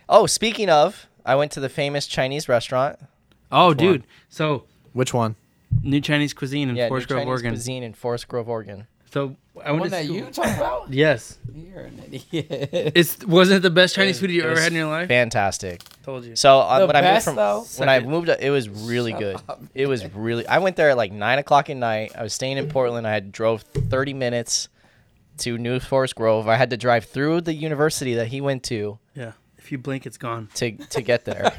Speaker 7: Oh, speaking of, I went to the famous Chinese restaurant.
Speaker 5: Oh, dude. So
Speaker 9: Which one?
Speaker 5: new Chinese cuisine in
Speaker 7: Yeah,
Speaker 5: Forest
Speaker 7: New
Speaker 5: Grove,
Speaker 7: Chinese
Speaker 5: Oregon.
Speaker 7: cuisine in Forest Grove, Oregon.
Speaker 5: So I
Speaker 6: One
Speaker 5: went to
Speaker 6: that
Speaker 5: school.
Speaker 6: you talk about?
Speaker 5: Yes,
Speaker 6: You're an idiot.
Speaker 5: it's wasn't it the best Chinese food you
Speaker 7: It
Speaker 5: ever
Speaker 7: was
Speaker 5: had in your life?
Speaker 7: Fantastic.
Speaker 5: Told you.
Speaker 7: So uh,
Speaker 6: The
Speaker 7: when I moved
Speaker 6: best,
Speaker 7: from
Speaker 6: though?
Speaker 7: when I moved, it was really good. It was really. I went there at like nine o'clock at night. I was staying in Portland. I had drove thirty minutes to New Forest Grove. I had to drive through the university that he went to
Speaker 5: Yeah. If you blink, it's gone.
Speaker 7: to to get there.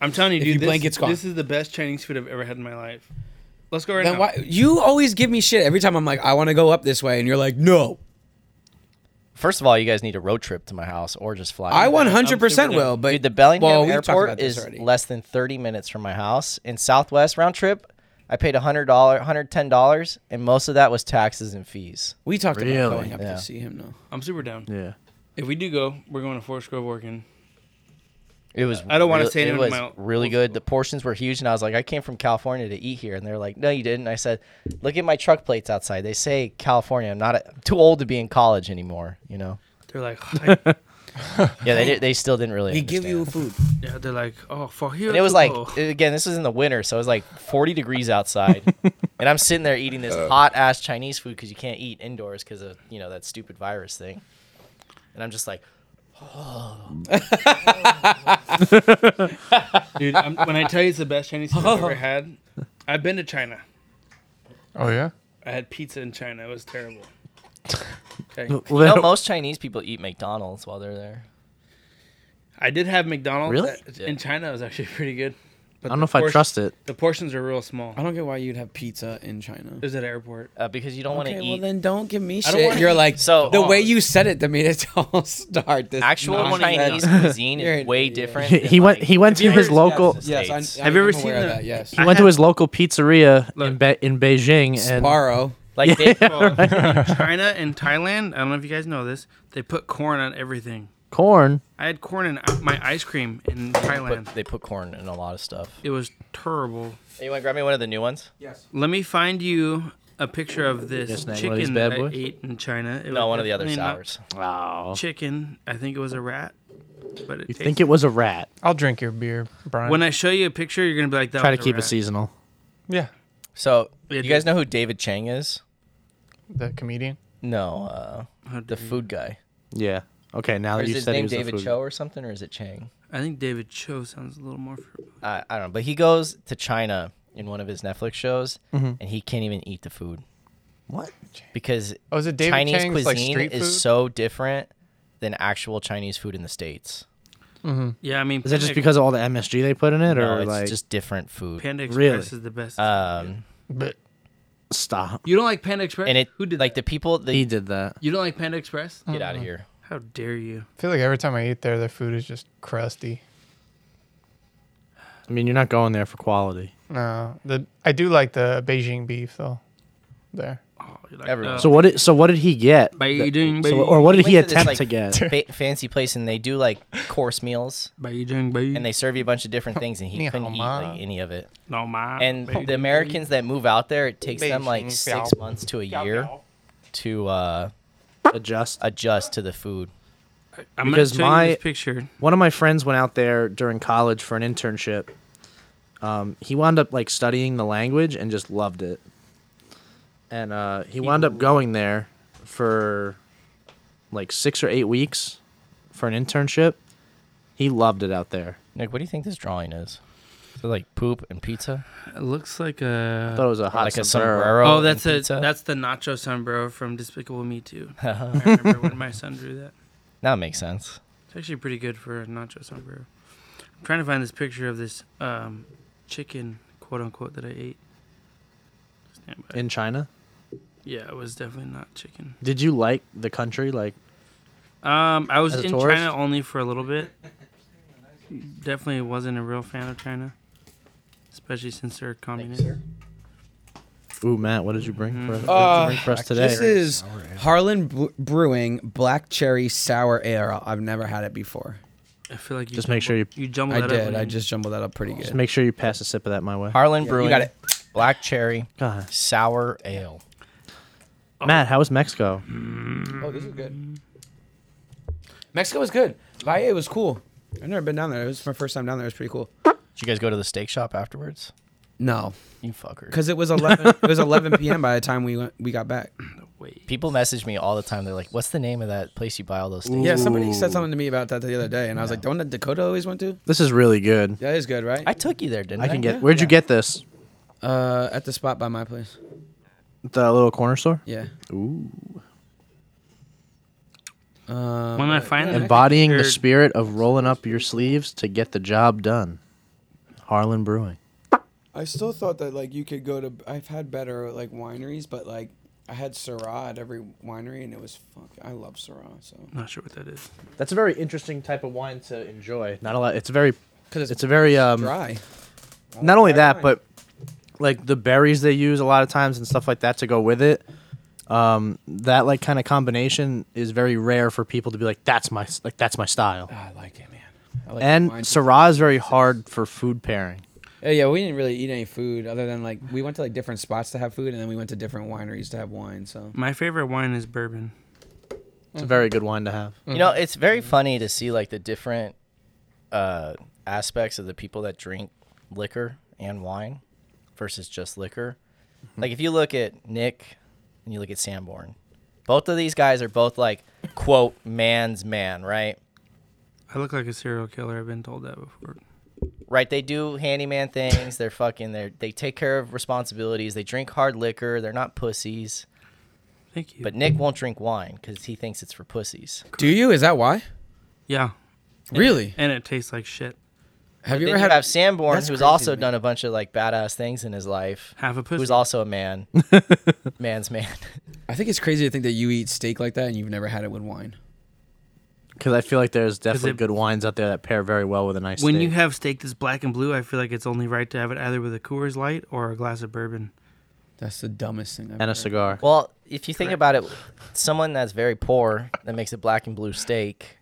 Speaker 5: I'm telling you, dude.
Speaker 6: you
Speaker 5: this,
Speaker 6: blink, it's gone.
Speaker 5: This is the best Chinese food I've ever had in my life. Let's go right
Speaker 6: then
Speaker 5: now.
Speaker 6: why? You always give me shit every time I'm like, I want to go up this way, and you're like, no.
Speaker 7: First of all, you guys need a road trip to my house or just
Speaker 5: Oh,
Speaker 7: fly.
Speaker 6: I
Speaker 7: me.
Speaker 6: 100
Speaker 5: I'm
Speaker 6: percent
Speaker 5: super
Speaker 6: will, but
Speaker 7: Dude, the Bellingham
Speaker 6: well, we've talked about
Speaker 7: Airport
Speaker 6: this
Speaker 7: is
Speaker 6: already.
Speaker 7: less than thirty minutes from my house. In Southwest round trip, I paid hundred dollar, hundred ten dollars, and most of that was taxes and fees.
Speaker 6: We talked
Speaker 9: Really?
Speaker 6: about going up
Speaker 7: Yeah.
Speaker 6: to see him now.
Speaker 5: I'm super down.
Speaker 9: Yeah.
Speaker 5: If we do go, we're going to Forest Grove, Oregon.
Speaker 7: It was.
Speaker 5: I don't wanna
Speaker 7: real-
Speaker 5: say
Speaker 7: it
Speaker 5: anything
Speaker 7: was
Speaker 5: about-
Speaker 7: really good. The portions were huge, and I was like, I came from California to eat here, and they're like, No, you didn't. I said, Look at my truck plates outside. They say California. I'm not. A, I'm too old to be in college anymore. You know.
Speaker 5: They're like, I,
Speaker 7: Yeah, they did, they still didn't really.
Speaker 6: We give you
Speaker 7: understand.
Speaker 6: food.
Speaker 5: Yeah, they're like, oh, for here.
Speaker 7: And it was
Speaker 5: to
Speaker 7: like
Speaker 5: go."
Speaker 7: again, this was in the winter, so it was like 40 degrees outside, and I'm sitting there eating this hot ass Chinese food because you can't eat indoors because of you know that stupid virus thing, and I'm just like,
Speaker 5: dude. I'm, when I tell you it's the best Chinese food I've ever had, I've been to China.
Speaker 8: Oh yeah.
Speaker 5: I had pizza in China. It was terrible.
Speaker 9: Well, they
Speaker 7: you know,
Speaker 9: don't-
Speaker 7: most Chinese people eat McDonald's while they're there.
Speaker 5: I did have McDonald's.
Speaker 9: Really?
Speaker 5: that- in China. It was actually pretty good.
Speaker 9: I
Speaker 5: But
Speaker 9: don't
Speaker 5: the
Speaker 9: know if I
Speaker 5: portion-
Speaker 9: trust it.
Speaker 5: The portions are real small.
Speaker 6: I don't get why you'd have pizza in China.
Speaker 5: It was at an airport.
Speaker 7: Uh, because you don't want to
Speaker 6: Okay,
Speaker 7: eat
Speaker 6: well then don't give me
Speaker 5: don't
Speaker 6: shit.
Speaker 5: wanna oh.
Speaker 6: You're like
Speaker 7: So-
Speaker 6: the way you said it that made it all start this
Speaker 7: actual
Speaker 6: nonsense.
Speaker 7: Chinese cuisine
Speaker 6: You're
Speaker 7: is
Speaker 6: an
Speaker 7: way
Speaker 6: idiot.
Speaker 7: different.
Speaker 9: He,
Speaker 7: than,
Speaker 9: he went.
Speaker 7: like-
Speaker 9: He went to his
Speaker 6: Yes,
Speaker 9: local.
Speaker 6: Yes,
Speaker 7: States.
Speaker 6: I,
Speaker 5: Have you ever seen
Speaker 6: aware of
Speaker 5: the-
Speaker 6: that? Yes,
Speaker 9: He went to his local pizzeria in
Speaker 5: Look.
Speaker 9: Be- in Beijing and
Speaker 6: Sparrow.
Speaker 7: like they,
Speaker 5: Well, in China and Thailand. I don't know if you guys know this. They put corn on everything.
Speaker 9: corn.
Speaker 5: I had corn in uh, my ice cream in Thailand.
Speaker 7: put, they put corn in a lot of stuff.
Speaker 5: It was terrible.
Speaker 7: Hey, you want to grab me one of the new ones?
Speaker 5: Let me find you a picture of this
Speaker 9: Just name one of these
Speaker 5: chicken
Speaker 9: bad
Speaker 5: that I
Speaker 9: boys?
Speaker 5: ate in China. It
Speaker 7: No,
Speaker 5: was
Speaker 7: one of the other
Speaker 5: definitely not
Speaker 7: sours.
Speaker 5: Chicken. I think it was a rat. But it
Speaker 9: Oh. You think it was a rat?
Speaker 8: I'll drink your beer, Brian.
Speaker 5: When I show you a picture, you're gonna be like, "That."
Speaker 9: Try to
Speaker 5: was
Speaker 9: keep
Speaker 5: a
Speaker 9: it
Speaker 5: rat.
Speaker 9: seasonal.
Speaker 8: yeah,
Speaker 7: So,
Speaker 5: Yeah,
Speaker 7: you
Speaker 5: dude.
Speaker 7: guys know who David Chang is?
Speaker 8: the comedian.
Speaker 7: No, uh,
Speaker 5: How
Speaker 7: the
Speaker 5: dare you.
Speaker 7: food guy.
Speaker 9: Yeah. Okay. Now
Speaker 7: Or
Speaker 9: that
Speaker 7: is
Speaker 9: you
Speaker 7: his
Speaker 9: said he
Speaker 7: name
Speaker 9: was
Speaker 7: David
Speaker 9: a food.
Speaker 7: Cho or something, or is it Chang?
Speaker 5: I think David Cho sounds a little more. familiar.
Speaker 7: I, I don't know. But he goes to China in one of his Netflix shows, and he can't even eat the food
Speaker 9: Mm-hmm. What?
Speaker 7: because
Speaker 8: Oh, is it David
Speaker 7: Chinese
Speaker 8: Chang's, like,
Speaker 7: cuisine
Speaker 8: street
Speaker 7: is
Speaker 8: food?
Speaker 7: so different than actual Chinese food in the states.
Speaker 5: yeah, I mean,
Speaker 9: Is that just because of all the MSG they put in it,
Speaker 7: No,
Speaker 9: or
Speaker 7: it's
Speaker 9: like
Speaker 7: just different food.
Speaker 5: Panda Express
Speaker 9: Really?
Speaker 5: is the best?
Speaker 7: um,
Speaker 8: But
Speaker 9: stop?
Speaker 5: you don't like Panda Express?
Speaker 7: and it
Speaker 5: Who did
Speaker 7: like
Speaker 5: that?
Speaker 7: the people that
Speaker 9: He Mm-hmm. did that.
Speaker 5: You don't like Panda Express?
Speaker 7: get out of here.
Speaker 5: How dare you?
Speaker 8: I feel like every time I eat there, their food is just crusty.
Speaker 9: I mean, you're not going there for quality.
Speaker 8: No, the I do like the Beijing beef though. There,
Speaker 5: Oh, you're like,
Speaker 7: Everyone.
Speaker 5: uh,
Speaker 9: So what? Did, so what did he get?
Speaker 5: by
Speaker 9: that-
Speaker 5: you doing, by
Speaker 9: So, or what did
Speaker 7: Went
Speaker 9: he
Speaker 7: to this,
Speaker 9: attempt
Speaker 7: like,
Speaker 9: to get?
Speaker 7: Fa- fancy place, and they do like course meals,
Speaker 5: by you doing, by you,
Speaker 7: and they serve you a bunch of different things, and he
Speaker 8: Ni hao
Speaker 7: couldn't eat
Speaker 8: ma.
Speaker 7: like any of it.
Speaker 5: no ma,
Speaker 7: And
Speaker 5: by you
Speaker 7: the
Speaker 5: doing,
Speaker 7: Americans that move out there, it takes them like
Speaker 8: Beijing
Speaker 7: six
Speaker 8: piao.
Speaker 7: months to a year to uh,
Speaker 9: Adjust.
Speaker 7: adjust to the food.
Speaker 5: I'm gonna
Speaker 9: because
Speaker 5: show
Speaker 9: my-
Speaker 5: you this picture.
Speaker 9: One of my friends went out there during college for an internship. Um, he wound up like studying the language and just loved it. And uh, he wound up going there for like six or eight weeks for an internship. He loved it out there.
Speaker 7: Nick, what do you think this drawing is? Is it like poop and pizza?
Speaker 5: It looks like
Speaker 9: I
Speaker 5: a.
Speaker 9: thought it was a hot
Speaker 7: like a
Speaker 9: sombrero.
Speaker 7: sombrero?
Speaker 5: Oh,
Speaker 7: and
Speaker 5: that's a
Speaker 7: pizza?
Speaker 5: that's the nacho sombrero from Despicable Me Too. I remember when my son drew that.
Speaker 7: that makes sense.
Speaker 5: It's actually pretty good for a nacho sombrero. I'm trying to find this picture of this um, chicken, quote unquote, that I ate. Stand by.
Speaker 9: in China.
Speaker 5: yeah, it was definitely not chicken.
Speaker 9: Did you like the country? Like
Speaker 5: Um, I was
Speaker 9: As a
Speaker 5: in
Speaker 9: tourist?
Speaker 5: China only for a little bit. Definitely wasn't a real fan of China, especially since they're communist.
Speaker 9: Ooh, Matt, what did you bring for us?
Speaker 6: Uh,
Speaker 9: what did you bring for us today?
Speaker 6: This is Harlan Bre- Brewing Black Cherry Sour Ale. I've never had it before.
Speaker 5: I feel like you
Speaker 9: Just make sure
Speaker 5: jumbled- you jumble
Speaker 6: I
Speaker 5: that up.
Speaker 6: did.
Speaker 5: when
Speaker 6: I
Speaker 5: you-
Speaker 6: just jumbled that up pretty
Speaker 9: Just
Speaker 6: good.
Speaker 9: make sure you pass a sip of that my way.
Speaker 7: Harlan Brewing,
Speaker 6: got it.
Speaker 7: black cherry,
Speaker 9: God.
Speaker 7: sour ale.
Speaker 9: Matt, how was Mexico?
Speaker 6: Oh, this is good. Mexico was good. Valle was cool. I've never been down there. It was my first time down there. It was pretty cool.
Speaker 7: Did you guys go to the steak shop afterwards?
Speaker 6: No,
Speaker 7: You fucker.
Speaker 6: because it was eleven. it was eleven p.m. by the time we went, we got back.
Speaker 5: Wait.
Speaker 7: People message me all the time. They're like, "What's the name of that place you buy all those things?"
Speaker 6: Yeah, somebody said something to me about that the other day, and I was like, "The one that Dakota always went to?
Speaker 9: This is really good.
Speaker 6: That is good, right?
Speaker 7: I took you there, didn't I?
Speaker 9: I can get. Where'd you get this?
Speaker 6: uh, at the spot by my place.
Speaker 9: The little corner store.
Speaker 6: Yeah.
Speaker 9: Ooh.
Speaker 6: Um,
Speaker 5: When I find the
Speaker 9: Embodying the
Speaker 5: picture-
Speaker 9: spirit of rolling up your sleeves to get the job done. Harlan Brewing.
Speaker 6: I still thought that like you could go to. I've had better like wineries, but like I had Syrah at every winery, and it was fuck. I love Syrah, so
Speaker 5: Not sure what that is.
Speaker 9: That's a very interesting type of wine to enjoy. Not a lot. It's very.
Speaker 6: because
Speaker 9: It's a very um.
Speaker 6: dry.
Speaker 9: Not only
Speaker 6: dry
Speaker 9: that,
Speaker 6: wine.
Speaker 9: but like the berries they use a lot of times and stuff like that to go with it. Um, that like kind of combination is very rare for people to be like, that's my like that's my style.
Speaker 6: I like it, man. I like
Speaker 9: And
Speaker 6: wine.
Speaker 9: Syrah is very hard for food pairing.
Speaker 6: Yeah, Oh, yeah, we didn't really eat any food other than like we went to like different spots to have food, and then we went to different wineries to have wine. So
Speaker 5: My favorite wine is bourbon.
Speaker 9: It's a very good wine to have.
Speaker 7: You know, it's very funny to see like the different uh, aspects of the people that drink liquor and wine versus just liquor.
Speaker 9: Mm-hmm.
Speaker 7: Like if you look at Nick and you look at Sanborn, both of these guys are both like quote man's man, right?
Speaker 5: I look like a serial killer. I've been told that before.
Speaker 7: Right? They do handyman things. They're fucking. They they take care of responsibilities. They drink hard liquor. They're not pussies.
Speaker 5: Thank you.
Speaker 7: But Nick won't drink wine because he thinks it's for pussies.
Speaker 6: Do you? Is that why?
Speaker 5: yeah,
Speaker 6: Really?
Speaker 5: and it tastes like shit.
Speaker 6: Have
Speaker 7: Then
Speaker 6: you
Speaker 7: you
Speaker 6: ever had?
Speaker 7: have Sanborn,
Speaker 6: That's
Speaker 7: who's
Speaker 6: crazy to
Speaker 7: also
Speaker 6: me.
Speaker 7: done a bunch of like badass things in his life,
Speaker 5: Half a pussy.
Speaker 7: who's also a man, man's man.
Speaker 6: I think it's crazy to think that you eat steak like that and you've never had it with wine.
Speaker 9: Because I feel like there's definitely
Speaker 5: it-
Speaker 9: good wines out there that pair very well with a nice.
Speaker 5: when you
Speaker 9: steak.
Speaker 5: have steak that's black and blue, I feel like it's only right to have it either with a Coors Light or a glass of bourbon.
Speaker 6: That's the dumbest thing. I've
Speaker 9: and a
Speaker 6: heard.
Speaker 9: cigar,
Speaker 7: Well, if you think about it, someone that's very poor that makes a black and blue steak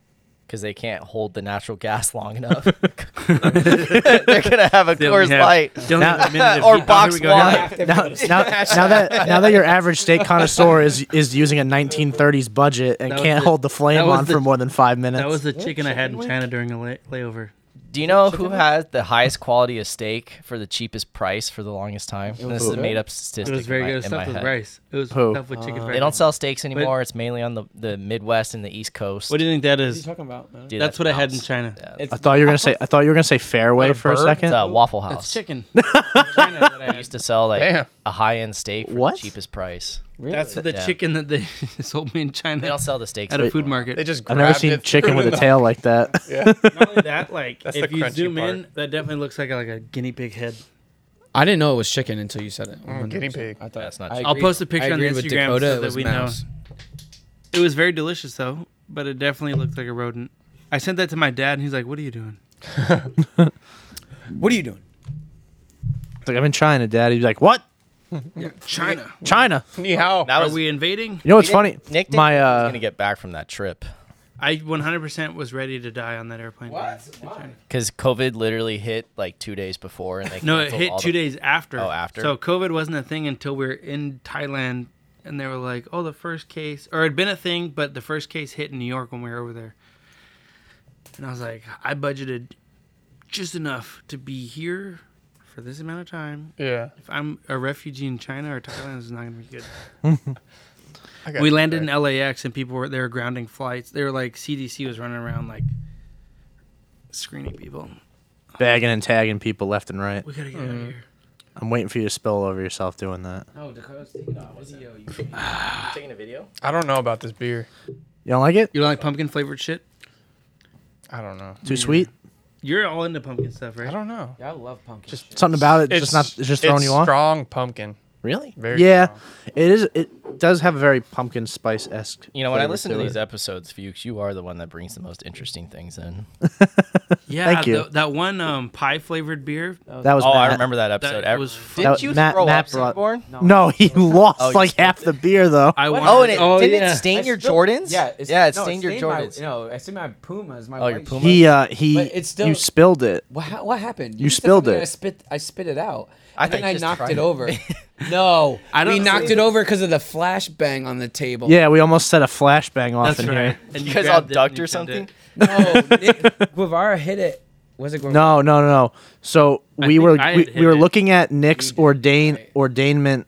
Speaker 7: because they can't hold the natural gas long enough, they're gonna have a
Speaker 5: Then we
Speaker 7: Coors
Speaker 5: have-
Speaker 7: Light.
Speaker 5: Don't have a minute of heat. Oh,
Speaker 7: Or
Speaker 5: here we
Speaker 7: box
Speaker 5: go.
Speaker 7: wine.
Speaker 9: now, now, now that now that your average steak connoisseur is is using a 1930s budget and
Speaker 5: That was
Speaker 9: can't
Speaker 5: the-
Speaker 9: hold the flame
Speaker 5: that was
Speaker 9: on
Speaker 5: the-
Speaker 9: for more than five minutes.
Speaker 5: That was the chicken I had in China during a lay- layover.
Speaker 7: Do you know who has the highest quality of steak for the cheapest price for the longest time? And this is a
Speaker 6: good.
Speaker 7: made up
Speaker 5: It
Speaker 7: statistic.
Speaker 5: was very
Speaker 7: in my,
Speaker 5: good
Speaker 7: in my
Speaker 5: stuffed with
Speaker 7: head. Uh,
Speaker 5: rice. It was
Speaker 9: Who?
Speaker 5: stuffed with chicken fried
Speaker 7: They don't
Speaker 5: rice.
Speaker 7: sell steaks anymore. it's mainly on the, the Midwest and the East Coast.
Speaker 5: What do you think that is?
Speaker 6: talking about? Man?
Speaker 7: Dude,
Speaker 5: That's what I had in
Speaker 7: mouse.
Speaker 5: China.
Speaker 7: Yeah,
Speaker 9: I thought you were gonna say I thought you were gonna say Fairway for a
Speaker 7: Bird?
Speaker 9: second.
Speaker 7: It's a Waffle House.
Speaker 5: That's chicken.
Speaker 7: They used to sell like
Speaker 8: Damn.
Speaker 7: a high-end steak for
Speaker 9: What?
Speaker 7: the cheapest price.
Speaker 5: That's the
Speaker 7: Yeah.
Speaker 5: chicken that they sold me in China
Speaker 7: They don't sell the steaks
Speaker 5: at a
Speaker 7: anymore.
Speaker 5: food market.
Speaker 8: They just
Speaker 9: I've never
Speaker 8: grabbed
Speaker 9: seen
Speaker 8: it,
Speaker 9: chicken
Speaker 8: threw it
Speaker 9: with
Speaker 8: in
Speaker 9: a
Speaker 8: the-
Speaker 9: tail like that.
Speaker 5: Not only that, like
Speaker 8: That's
Speaker 5: if
Speaker 8: the
Speaker 5: you
Speaker 8: crunchy
Speaker 5: zoom in,
Speaker 8: part.
Speaker 5: that definitely looks like like a guinea pig head.
Speaker 6: I didn't know it was chicken until you said it.
Speaker 8: guinea pig.
Speaker 6: I thought
Speaker 7: That's not
Speaker 6: I
Speaker 7: chicken.
Speaker 5: Mm, I'll
Speaker 6: agreed-
Speaker 5: post a
Speaker 6: I
Speaker 5: picture on the
Speaker 6: agreed with
Speaker 5: Instagram
Speaker 6: Dakota,
Speaker 5: so
Speaker 6: it
Speaker 5: that
Speaker 6: was
Speaker 5: we
Speaker 6: mouse.
Speaker 5: know. It was very delicious though, but it definitely looked like a rodent. I sent that to my dad, and he's like, "What are you doing?"
Speaker 6: What are you doing?
Speaker 9: It's like I've been trying to, Dad. He's like, what?
Speaker 5: China.
Speaker 9: China?
Speaker 8: Ni hao.
Speaker 7: That
Speaker 5: Are
Speaker 7: was
Speaker 5: we invading?
Speaker 9: You know what's funny?
Speaker 7: Nick didn't
Speaker 9: My
Speaker 7: think he was
Speaker 9: uh,
Speaker 7: gonna get back from that trip
Speaker 5: I 100% was ready to die on that airplane. What?
Speaker 7: because COVID literally hit like two days before, and they
Speaker 5: No, it
Speaker 7: canceled
Speaker 5: hit
Speaker 7: all
Speaker 5: two
Speaker 7: the-
Speaker 5: days after.
Speaker 7: Oh, after.
Speaker 5: So COVID wasn't a thing until we were in Thailand, and they were like, "Oh, the first case," or it'd been a thing, but the first case hit in New York when we were over there. And I was like, I budgeted just enough to be here for this amount of time.
Speaker 8: Yeah.
Speaker 5: If I'm a refugee in China or Thailand, it's not gonna be good.
Speaker 8: I got
Speaker 5: we
Speaker 8: you
Speaker 5: landed in
Speaker 8: back.
Speaker 5: LAX, and people were they were grounding flights. They were like CDC was running around like screening people.
Speaker 9: bagging and tagging people left and
Speaker 8: Eh.
Speaker 9: right.
Speaker 5: We gotta get out of here.
Speaker 9: I'm waiting for you to spill over yourself doing that.
Speaker 5: No, Oh, Dakota's taking off.
Speaker 7: Taking a video.
Speaker 8: I don't know about this beer.
Speaker 9: You don't like it?
Speaker 5: You don't like pumpkin flavored shit?
Speaker 8: I don't know.
Speaker 9: Too sweet?
Speaker 5: You're all into pumpkin stuff, right?
Speaker 8: I don't know.
Speaker 6: I love pumpkin. Just
Speaker 9: Something about it? Just not? It's just throwing
Speaker 8: it's
Speaker 9: you off?
Speaker 8: Strong pumpkin.
Speaker 9: Really?
Speaker 8: Very
Speaker 9: yeah,
Speaker 8: strong.
Speaker 9: it is. It does have a very pumpkin spice esque.
Speaker 7: You know, when I listen to these episodes, Fuchs, you are the one that brings the most interesting things in.
Speaker 5: yeah,
Speaker 9: Thank you.
Speaker 5: the- that one um, pie flavored beer.
Speaker 9: that was
Speaker 7: oh, I
Speaker 9: Matt.
Speaker 7: remember that episode.
Speaker 5: That
Speaker 7: Ev-
Speaker 5: was fu-
Speaker 7: Did
Speaker 9: That-
Speaker 7: you
Speaker 9: Matt-
Speaker 7: throw
Speaker 9: Matt
Speaker 7: up
Speaker 9: brought-
Speaker 7: Sanborn?
Speaker 9: No, he lost
Speaker 7: Oh, you
Speaker 9: like half the beer though.
Speaker 5: I wanted,
Speaker 7: Oh, and it didn't
Speaker 5: yeah.
Speaker 7: it stain your Jordans.
Speaker 6: Yeah, it's,
Speaker 7: yeah, it
Speaker 6: no,
Speaker 7: stained your
Speaker 6: my-
Speaker 7: Jordans.
Speaker 6: no, I stained my Pumas. My
Speaker 7: Oh, your
Speaker 6: white
Speaker 7: Puma?
Speaker 9: He uh he
Speaker 6: But it's still-
Speaker 9: you spilled it.
Speaker 6: What, ha- what happened?
Speaker 9: You
Speaker 6: said
Speaker 9: spilled
Speaker 6: something,
Speaker 9: it.
Speaker 6: I spit. I spit it out. I
Speaker 7: I
Speaker 6: and
Speaker 7: thought
Speaker 6: then
Speaker 7: you
Speaker 6: I
Speaker 7: just
Speaker 6: knocked
Speaker 7: tried
Speaker 6: it
Speaker 7: it.
Speaker 6: over. no,
Speaker 5: I
Speaker 6: we
Speaker 5: don't
Speaker 6: knocked
Speaker 5: see-
Speaker 6: it over because of the flashbang on the table.
Speaker 9: Yeah, we almost set a flashbang off in
Speaker 5: That's right.
Speaker 9: here.
Speaker 5: And
Speaker 7: You guys all
Speaker 5: grabbed it and
Speaker 7: ducked
Speaker 5: you
Speaker 7: or
Speaker 5: shoved it.
Speaker 7: something?
Speaker 6: No, Nick Guevara hit it. Was it Guevara?
Speaker 9: No, no, no, no. So
Speaker 5: I
Speaker 9: we
Speaker 5: think
Speaker 9: were
Speaker 5: I had
Speaker 9: we,
Speaker 5: hit
Speaker 9: we were
Speaker 5: it.
Speaker 9: looking at Nick's ordain ordainment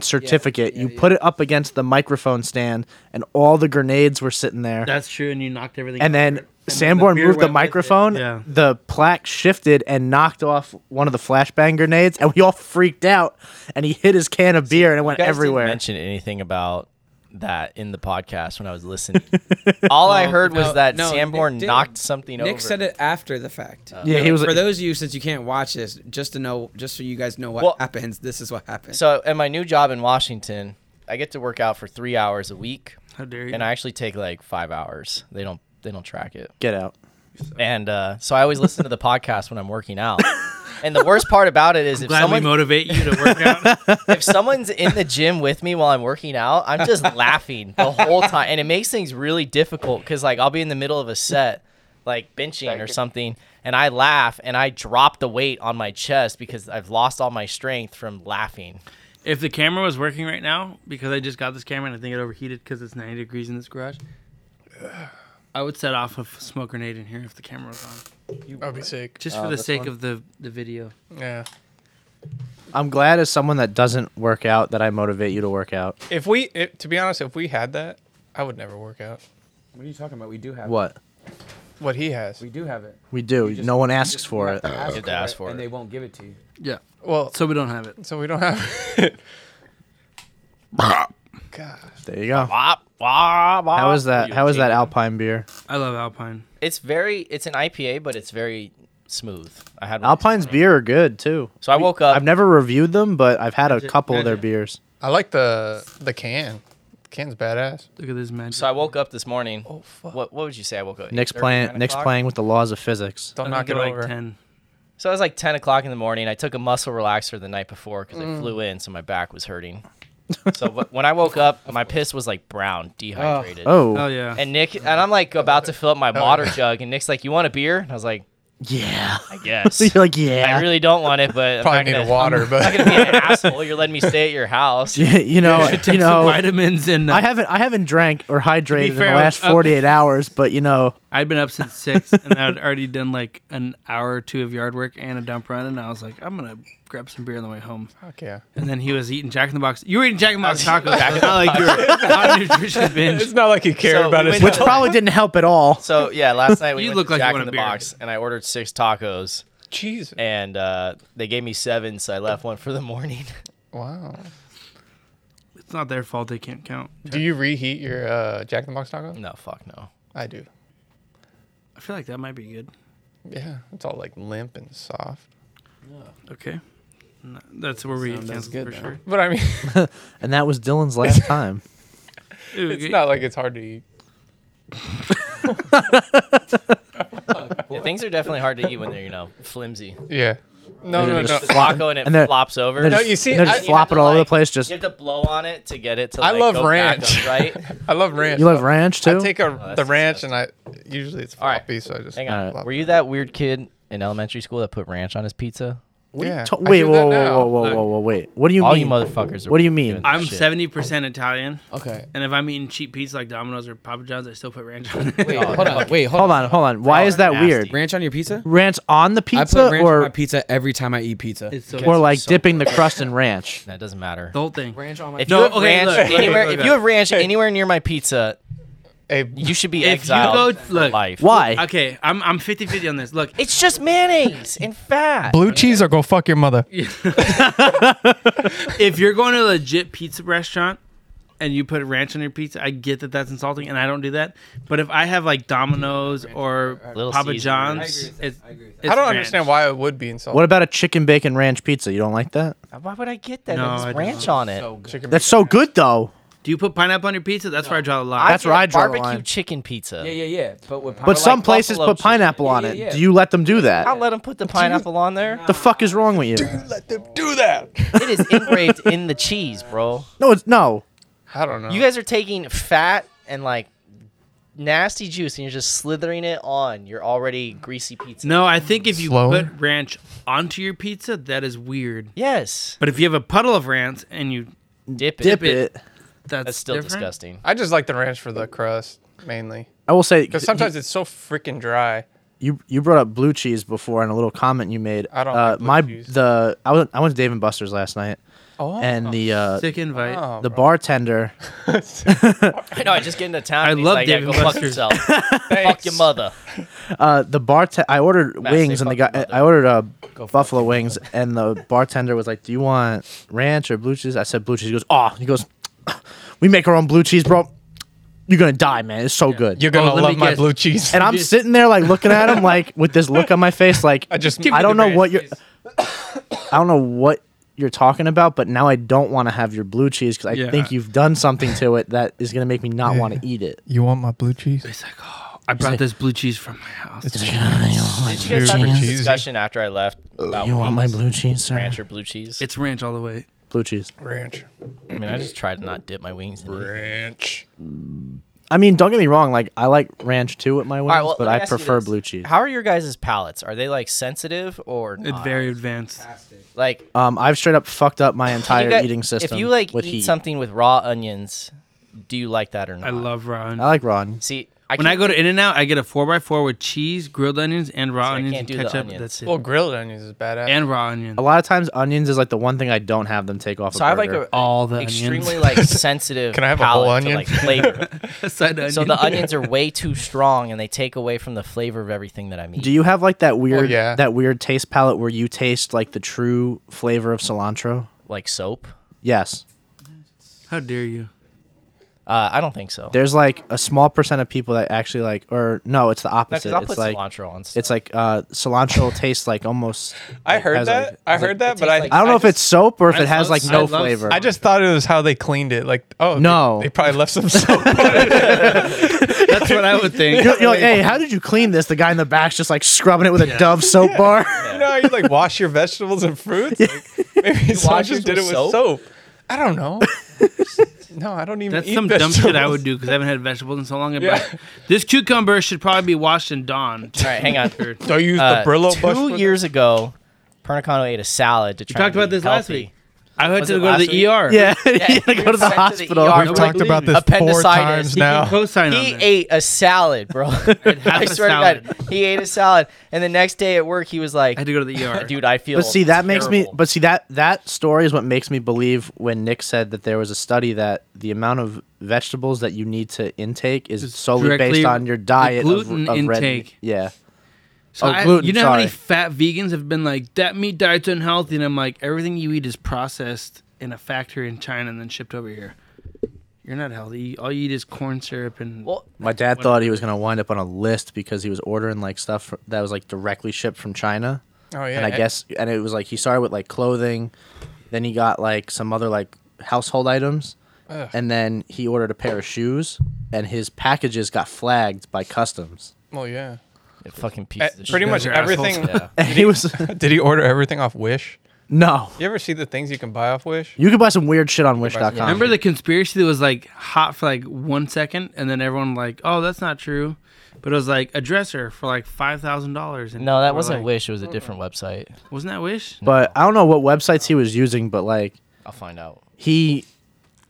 Speaker 9: certificate.
Speaker 6: yeah,
Speaker 9: you
Speaker 6: yeah.
Speaker 9: put it up against the microphone stand, and all the grenades were sitting there.
Speaker 5: That's true, and you knocked everything.
Speaker 9: and
Speaker 5: over
Speaker 9: then
Speaker 5: it.
Speaker 9: Sanborn
Speaker 5: beer
Speaker 9: moved the
Speaker 5: went with it.
Speaker 9: microphone.
Speaker 5: Yeah.
Speaker 9: The plaque shifted and knocked off one of the flashbang grenades, and we all freaked out. And he hit his can of beer, and it went
Speaker 7: guys didn't
Speaker 9: everywhere.
Speaker 7: mention anything about that in the podcast when I was listening. All I heard was
Speaker 6: no,
Speaker 7: that
Speaker 6: no, Nick
Speaker 7: Sanborn
Speaker 6: did.
Speaker 7: knocked something over.
Speaker 6: Nick said it after the fact.
Speaker 9: Yeah, he was
Speaker 6: For
Speaker 9: like-
Speaker 6: those of you, since you can't watch this, just to know, just so you guys know what
Speaker 7: Well-
Speaker 6: happens, this is what happens.
Speaker 7: So at my new job in Washington, I get to work out for three hours a week,
Speaker 5: How dare you?
Speaker 7: and I actually take like five hours. They don't they don't track it,
Speaker 9: Get out.
Speaker 7: and uh, so I always listen to the podcast when I'm working out. And the worst part about it is if
Speaker 5: Glad we
Speaker 7: someone
Speaker 5: motivate you to work out.
Speaker 7: if someone's in the gym with me while I'm working out, I'm just laughing the whole time, and it makes things really difficult because like I'll be in the middle of a set, like benching or something, and I laugh and I drop the weight on my chest because I've lost all my strength from laughing.
Speaker 5: if the camera was working right now, because I just got this camera and I think it overheated because it's 90 degrees in this garage, I would set off a f- smoke grenade in here if the camera was on,
Speaker 8: I'll be sick.
Speaker 5: just
Speaker 9: Uh,
Speaker 5: for the
Speaker 9: this
Speaker 5: sake
Speaker 9: one?
Speaker 5: of the the video.
Speaker 8: Yeah.
Speaker 9: I'm glad as someone that doesn't work out that I motivate you to work out.
Speaker 8: If we, if, to be honest, if we had that, I would never work out.
Speaker 6: What are you talking about? We do have it.
Speaker 9: What?
Speaker 8: What he has.
Speaker 6: We do have it.
Speaker 9: We do.
Speaker 6: You just-
Speaker 9: no one
Speaker 6: you
Speaker 9: asks
Speaker 6: just-
Speaker 9: for
Speaker 6: you
Speaker 9: it.
Speaker 6: have to ask
Speaker 7: You have to ask for
Speaker 6: and
Speaker 7: it.
Speaker 6: they won't give it to you.
Speaker 5: Yeah.
Speaker 8: Well, so,
Speaker 5: So we don't have it.
Speaker 8: so we don't have it. God.
Speaker 9: There you go.
Speaker 7: Wop, wop, wop.
Speaker 9: How is that?
Speaker 7: You
Speaker 9: How is that
Speaker 7: take-
Speaker 9: Alpine beer?
Speaker 5: I love Alpine.
Speaker 7: It's very. It's an IPA, but it's very smooth. I had one-
Speaker 9: Alpine's beer are good too.
Speaker 7: So I woke up.
Speaker 9: I've never reviewed them, but I've had a
Speaker 5: Gotcha,
Speaker 9: couple of their
Speaker 5: gotcha.
Speaker 9: beers.
Speaker 8: I like the the can. can's badass.
Speaker 5: Look at this magic.
Speaker 7: So I woke up this morning.
Speaker 8: Oh fuck.
Speaker 7: What What would you say? I woke up.
Speaker 9: Nick's
Speaker 7: 8:30,
Speaker 9: playing.
Speaker 7: 9
Speaker 9: Nick's
Speaker 7: o'clock?
Speaker 9: playing with the laws of physics.
Speaker 8: Don't
Speaker 5: I
Speaker 8: knock
Speaker 5: think
Speaker 8: it
Speaker 5: like
Speaker 8: over.
Speaker 5: Ten.
Speaker 7: So it was like 10 o'clock in the morning. I took a muscle relaxer the night before because
Speaker 5: Mm.
Speaker 7: I flew in, so my back was hurting. so wh- when I woke up, my piss was like brown, dehydrated.
Speaker 9: Oh,
Speaker 5: Oh yeah. Oh,
Speaker 7: And Nick and I'm like about to fill up my water jug, and Nick's like, "You want a beer?" And I was like,
Speaker 9: yeah.
Speaker 7: "I guess."
Speaker 9: So you're like, yeah.
Speaker 7: I really don't want it, but
Speaker 8: Probably
Speaker 7: I'm
Speaker 8: need
Speaker 7: not
Speaker 8: a
Speaker 7: gonna,
Speaker 8: water,
Speaker 7: I'm
Speaker 8: but
Speaker 7: not gonna be an asshole. You're letting me stay at your house.
Speaker 9: you know, you
Speaker 5: Take some
Speaker 9: know.
Speaker 5: vitamins and uh,
Speaker 9: I haven't I haven't drank or hydrated in the
Speaker 5: fair,
Speaker 9: last
Speaker 5: uh,
Speaker 9: 48 hours, but you know,
Speaker 5: I'd been up since six, and I'd already done like an hour or two of yard work and a dump run, and I was like, I'm gonna grab some beer on the way home.
Speaker 8: fuck yeah.
Speaker 5: And then he was eating Jack in the Box. You were eating Jack in the Box tacos. It's not like you were on a nutrition binge.
Speaker 8: It's not like he cared
Speaker 7: So
Speaker 8: about
Speaker 7: we
Speaker 8: his.
Speaker 7: went
Speaker 9: which probably didn't help at all.
Speaker 7: So yeah, last night we
Speaker 5: You
Speaker 7: went
Speaker 5: look
Speaker 7: to
Speaker 5: like you
Speaker 7: Jack
Speaker 5: want
Speaker 7: in
Speaker 5: a
Speaker 7: the
Speaker 5: beer.
Speaker 7: Box, and I ordered six tacos,
Speaker 8: cheese.
Speaker 7: and uh, they gave me seven, so I left one for the morning.
Speaker 8: Wow.
Speaker 5: It's not their fault. They can't count.
Speaker 8: Do you reheat your uh, Jack in the Box taco?
Speaker 7: no, fuck no.
Speaker 8: I do.
Speaker 5: I feel like that might be good.
Speaker 8: Yeah, it's all like limp and soft.
Speaker 5: Okay. No, that's where we get
Speaker 6: Sounds
Speaker 5: canceled
Speaker 6: good,
Speaker 5: for
Speaker 6: though.
Speaker 5: sure.
Speaker 8: But I mean,
Speaker 9: And that was Dylan's last time.
Speaker 5: Ooh,
Speaker 8: it's
Speaker 5: get-
Speaker 8: not like it's hard to eat.
Speaker 7: Yeah, things are definitely hard to eat when they're you know flimsy.
Speaker 8: Yeah. No, no, no.
Speaker 9: just
Speaker 7: Flaco and it
Speaker 9: And they're-
Speaker 7: flops over.
Speaker 9: They're
Speaker 8: No,
Speaker 9: just,
Speaker 8: you see,
Speaker 9: they're
Speaker 8: I-
Speaker 9: just
Speaker 8: you
Speaker 9: flopping all over the place. Just
Speaker 7: You have to blow on it to get it to.
Speaker 8: I
Speaker 7: Like,
Speaker 8: love
Speaker 7: go back
Speaker 8: ranch.
Speaker 7: up, right?
Speaker 8: I love ranch.
Speaker 9: you love
Speaker 8: though.
Speaker 9: ranch too.
Speaker 8: I take a,
Speaker 7: that's
Speaker 8: the ranch and I usually it's
Speaker 7: All right.
Speaker 8: floppy, so I just
Speaker 7: Hang
Speaker 9: All
Speaker 7: on.
Speaker 9: right.
Speaker 7: Were you that weird kid in elementary school that put ranch on his pizza?
Speaker 9: What are you
Speaker 8: Yeah,
Speaker 9: ta-
Speaker 8: I
Speaker 9: wait,
Speaker 8: do
Speaker 9: whoa,
Speaker 8: that
Speaker 9: whoa,
Speaker 8: now.
Speaker 9: whoa, whoa,
Speaker 5: Look.
Speaker 9: whoa, whoa, wait. What do you
Speaker 7: All
Speaker 9: mean?
Speaker 7: you motherfuckers. Are
Speaker 9: What do you mean?
Speaker 7: doing that
Speaker 5: I'm
Speaker 7: shit.
Speaker 5: seventy percent Italian,
Speaker 6: Okay.
Speaker 5: and if I'm eating cheap pizza like Domino's or Papa John's, I still put ranch on it.
Speaker 6: Wait, hold on. Wait, hold,
Speaker 9: hold on, hold on. Why is that
Speaker 7: nasty.
Speaker 9: weird?
Speaker 6: Ranch on your pizza?
Speaker 9: Ranch on the
Speaker 6: I
Speaker 9: pizza,
Speaker 6: put ranch on my
Speaker 9: or
Speaker 6: pizza every time I eat pizza.
Speaker 5: It's so
Speaker 9: or like
Speaker 7: so
Speaker 9: dipping the crust in ranch?
Speaker 7: That doesn't matter.
Speaker 5: the whole thing.
Speaker 6: ranch on my
Speaker 7: If
Speaker 5: No,
Speaker 7: you have
Speaker 5: okay,
Speaker 7: ranch
Speaker 5: look, look,
Speaker 7: anywhere,
Speaker 5: look,
Speaker 7: if you
Speaker 5: look.
Speaker 7: have ranch anywhere near my pizza,
Speaker 8: Hey,
Speaker 7: you should be
Speaker 5: If you
Speaker 7: exiled
Speaker 5: go-
Speaker 7: for
Speaker 5: look.
Speaker 7: life.
Speaker 9: Why?
Speaker 5: Okay, I'm I'm 50-50 on this. Look,
Speaker 7: It's just mayonnaise and fat.
Speaker 8: blue cheese or go fuck your mother.
Speaker 5: if you're going to a legit pizza restaurant and you put ranch on your pizza, I get that that's insulting, and I don't do that. But if I have like Domino's or
Speaker 7: Little
Speaker 5: Papa
Speaker 7: Caesars.
Speaker 5: John's, it's, it's
Speaker 8: I don't
Speaker 5: ranch.
Speaker 8: understand why it would be insulting.
Speaker 9: What about a chicken bacon ranch pizza? You don't like that?
Speaker 7: Why would I get that?
Speaker 5: No, I
Speaker 7: There's
Speaker 5: don't
Speaker 7: ranch on it.
Speaker 8: Chicken
Speaker 9: That's so good though.
Speaker 5: Do you put pineapple on your pizza? That's where I draw the line.
Speaker 9: That's where
Speaker 7: get
Speaker 9: I draw the
Speaker 7: barbecue
Speaker 9: line.
Speaker 7: chicken pizza.
Speaker 6: yeah, yeah, yeah. But with
Speaker 9: But
Speaker 7: like
Speaker 9: some places
Speaker 7: buffalo
Speaker 9: put pineapple
Speaker 6: chicken.
Speaker 9: on
Speaker 6: Yeah,
Speaker 9: it.
Speaker 6: yeah, yeah.
Speaker 9: Do you let them do
Speaker 7: I'll
Speaker 9: that?
Speaker 7: let them put the pineapple on there.
Speaker 9: The fuck is wrong with you?
Speaker 8: do that.
Speaker 7: It is engraved in the cheese, bro.
Speaker 9: No, it's no.
Speaker 8: I don't know.
Speaker 7: You guys are taking fat and like nasty juice and you're just slithering it on your already greasy pizza.
Speaker 5: No, I think if you
Speaker 8: Slower?
Speaker 5: put ranch onto your pizza, that is weird.
Speaker 7: Yes.
Speaker 5: But if you have a puddle of ranch and you
Speaker 7: Dip it.
Speaker 9: Dip it.
Speaker 5: it. that's,
Speaker 7: That's still
Speaker 5: different.
Speaker 7: disgusting.
Speaker 8: I just like the ranch for the crust mainly
Speaker 9: I will say
Speaker 8: because sometimes it's so freaking dry.
Speaker 9: you you brought up blue cheese before and a little comment you made.
Speaker 8: I don't
Speaker 9: Uh,
Speaker 8: like blue
Speaker 9: my
Speaker 8: cheese.
Speaker 9: the I was I went to Dave and Buster's last night,
Speaker 8: Oh,
Speaker 9: and the uh,
Speaker 5: Sick invite.
Speaker 8: Oh,
Speaker 9: the bartender
Speaker 7: I know. I just get into town.
Speaker 5: I
Speaker 7: and he's
Speaker 5: love
Speaker 7: like, yeah,
Speaker 5: Dave
Speaker 7: Go
Speaker 5: and
Speaker 7: fuck
Speaker 5: Buster's.
Speaker 7: yourself. fuck your mother.
Speaker 9: uh, the bartender I ordered
Speaker 7: Matt,
Speaker 9: wings
Speaker 7: say
Speaker 9: and the
Speaker 7: fuck
Speaker 9: guy
Speaker 7: your
Speaker 9: I ordered uh, buffalo wings and the bartender was like, "Do you want ranch or blue cheese?" I said blue cheese. He goes, "Oh," he goes, "We make our own blue cheese, bro. You're gonna die, man. It's so good."
Speaker 8: you're gonna
Speaker 5: Oh, let me
Speaker 8: love my
Speaker 5: guess.
Speaker 8: blue cheese.
Speaker 9: and I'm
Speaker 5: Just-
Speaker 9: sitting there like looking at him like with this look on my face like
Speaker 8: I just give
Speaker 9: I
Speaker 8: me
Speaker 9: don't
Speaker 8: the
Speaker 9: know
Speaker 8: ranch,
Speaker 9: what you're I don't know what you're talking about, but now I don't want to have your blue cheese because I
Speaker 5: Yeah.
Speaker 9: think you've done something to it that is gonna make me not want to eat it.
Speaker 8: you want my blue cheese?
Speaker 5: It's like, oh, I brought this blue cheese from my house.
Speaker 7: Did you guys have
Speaker 8: Super
Speaker 7: this
Speaker 8: cheesy.
Speaker 7: discussion after I left about
Speaker 9: You want my
Speaker 7: wings,
Speaker 9: blue cheese, sir?
Speaker 7: ranch or blue cheese?
Speaker 5: It's ranch all the way.
Speaker 9: Blue cheese.
Speaker 8: Ranch.
Speaker 7: I mean, I just try to not dip my wings. In it. All
Speaker 8: Ranch.
Speaker 9: I mean, don't get me wrong. Like I like ranch too with my wings,
Speaker 7: right, well,
Speaker 9: but
Speaker 7: let me
Speaker 9: I
Speaker 7: ask you
Speaker 9: prefer
Speaker 7: this.
Speaker 9: blue cheese.
Speaker 7: How are your guys' palates? Are they like sensitive or
Speaker 5: It's
Speaker 7: not?
Speaker 5: very advanced.
Speaker 7: like
Speaker 9: Um, I've straight up fucked up my
Speaker 7: you
Speaker 9: entire
Speaker 7: got-
Speaker 9: eating system.
Speaker 7: If you like
Speaker 9: with
Speaker 7: eat
Speaker 9: heat.
Speaker 7: something with raw onions, do you like that or not?
Speaker 5: I love raw.
Speaker 9: I like raw. onions.
Speaker 7: See, I
Speaker 5: When I
Speaker 7: can't-
Speaker 5: go to In and Out, I get a four x four with cheese, grilled onions, and raw
Speaker 7: I
Speaker 5: onions
Speaker 7: can't
Speaker 5: and
Speaker 7: do the
Speaker 5: ketchup.
Speaker 7: onions.
Speaker 5: That's it.
Speaker 8: Well, grilled onions is badass.
Speaker 5: and raw onions.
Speaker 9: A lot of times, onions is like the one thing I don't have them take off.
Speaker 7: so
Speaker 9: a
Speaker 7: I have like
Speaker 9: burger.
Speaker 7: a
Speaker 5: All the
Speaker 7: extremely
Speaker 5: onions.
Speaker 7: like sensitive.
Speaker 8: Can I have a whole
Speaker 7: palate to,
Speaker 8: onion?
Speaker 7: like, flavor.
Speaker 5: Side onion.
Speaker 7: so the onions are way too strong, and they take away from the flavor of everything that I'm eating.
Speaker 9: Do you have like that weird
Speaker 8: yeah.
Speaker 9: that weird taste palette where you taste like the true flavor of cilantro?
Speaker 7: like soap?
Speaker 9: Yes.
Speaker 5: How dare you?
Speaker 7: Uh, I don't think so.
Speaker 9: There's like a small percent of people that actually like or no, it's the
Speaker 7: Because
Speaker 9: opposite.
Speaker 7: I'll
Speaker 9: it's
Speaker 7: put
Speaker 9: like
Speaker 7: cilantro on. Stuff.
Speaker 9: it's like uh cilantro tastes like almost
Speaker 8: I heard
Speaker 9: has, like-
Speaker 8: that. I heard that, but
Speaker 7: tastes
Speaker 8: I
Speaker 7: like-
Speaker 9: I don't know if
Speaker 8: just-
Speaker 9: it's soap or if
Speaker 5: I
Speaker 9: it has
Speaker 5: love-
Speaker 9: like
Speaker 5: I
Speaker 9: no
Speaker 5: love-
Speaker 9: flavor.
Speaker 8: I just thought it was how they cleaned it. Like, oh they-
Speaker 9: No.
Speaker 8: they, probably left some soap. on it.
Speaker 5: That's what I would think.
Speaker 9: you're, you're like, hey, how did you clean this? The guy in the back's just like scrubbing it with a Dove soap bar.
Speaker 8: you know, how you like wash your vegetables and fruits. Like, maybe someone
Speaker 7: wash
Speaker 8: just
Speaker 7: yours
Speaker 8: did it
Speaker 7: with
Speaker 8: with
Speaker 7: soap?
Speaker 8: soap. I don't know. no, I don't even.
Speaker 5: That's
Speaker 8: eat
Speaker 5: some
Speaker 8: vegetables.
Speaker 5: dumb shit I would do because I haven't had vegetables in so long.
Speaker 8: Yeah.
Speaker 5: But This cucumber should probably be washed and dawned.
Speaker 7: All right, hang on.
Speaker 5: Sure.
Speaker 8: Do I use
Speaker 7: Uh,
Speaker 8: the Brillo brush? for
Speaker 7: two
Speaker 8: that?
Speaker 7: years ago, Pernicano ate a salad to try.
Speaker 5: talked
Speaker 7: and be
Speaker 5: about this last
Speaker 7: healthy.
Speaker 5: week. I had
Speaker 7: Was
Speaker 5: to
Speaker 7: it
Speaker 5: go to
Speaker 7: last
Speaker 5: the
Speaker 7: week?
Speaker 5: ER.
Speaker 9: yeah, you gotta
Speaker 7: you're
Speaker 9: go to the
Speaker 7: sent to
Speaker 9: hospital.
Speaker 7: the ER.
Speaker 8: We've
Speaker 5: Nobody
Speaker 8: talked about
Speaker 5: believes
Speaker 8: this four
Speaker 7: Appendicitis.
Speaker 8: times
Speaker 7: He
Speaker 5: Now,
Speaker 8: now.
Speaker 5: co-sign on
Speaker 7: He
Speaker 5: this.
Speaker 7: ate a salad, bro. I
Speaker 5: a
Speaker 7: swear to
Speaker 5: salad.
Speaker 7: God, he ate a salad, and the next day at work, he was like,
Speaker 5: I had to go to the ER.
Speaker 7: "Dude, I feel."
Speaker 9: But see, that makes me.
Speaker 7: terrible.
Speaker 9: But see that that story is what makes me believe when Nick said that there was a study that the amount of vegetables that you need to intake is solely
Speaker 5: directly
Speaker 9: based on your
Speaker 5: the
Speaker 9: diet. of-
Speaker 5: gluten
Speaker 9: of, red meat.
Speaker 5: intake.
Speaker 9: yeah.
Speaker 5: So
Speaker 9: Oh,
Speaker 5: I-
Speaker 9: gluten,
Speaker 5: you know how many
Speaker 9: sorry.
Speaker 5: fat vegans have been like that meat diet's unhealthy, and I'm like, everything you eat is processed in a factory in China and then shipped over here. You're not healthy. All you eat is corn syrup and
Speaker 7: well,
Speaker 9: My dad thought he was gonna wind up on a list because he was ordering like stuff fr- that was like directly shipped from China,
Speaker 8: Oh yeah.
Speaker 9: and I guess and it was like he started with like clothing, then he got like some other like household items, and then he ordered a pair of shoes, and his packages got flagged by customs.
Speaker 8: Well, yeah.
Speaker 7: fucking piece
Speaker 8: Eh,
Speaker 7: of shit.
Speaker 8: Pretty much
Speaker 5: Those are assholes.
Speaker 8: everything.
Speaker 9: And he was
Speaker 8: Did he order everything off Wish?
Speaker 9: no.
Speaker 8: You ever see the things you can buy off Wish?
Speaker 9: You could buy some weird shit on
Speaker 8: some-
Speaker 9: Wish.com.
Speaker 8: Yeah.
Speaker 5: Remember the conspiracy that was like hot for like one second, and then everyone like, "Oh, that's not true," but it was like a dresser for like five thousand dollars.
Speaker 7: No, that wasn't Wish. It was a different website.
Speaker 5: Wasn't that Wish?
Speaker 9: but I don't know what websites he was using, but like
Speaker 7: I'll find out.
Speaker 9: he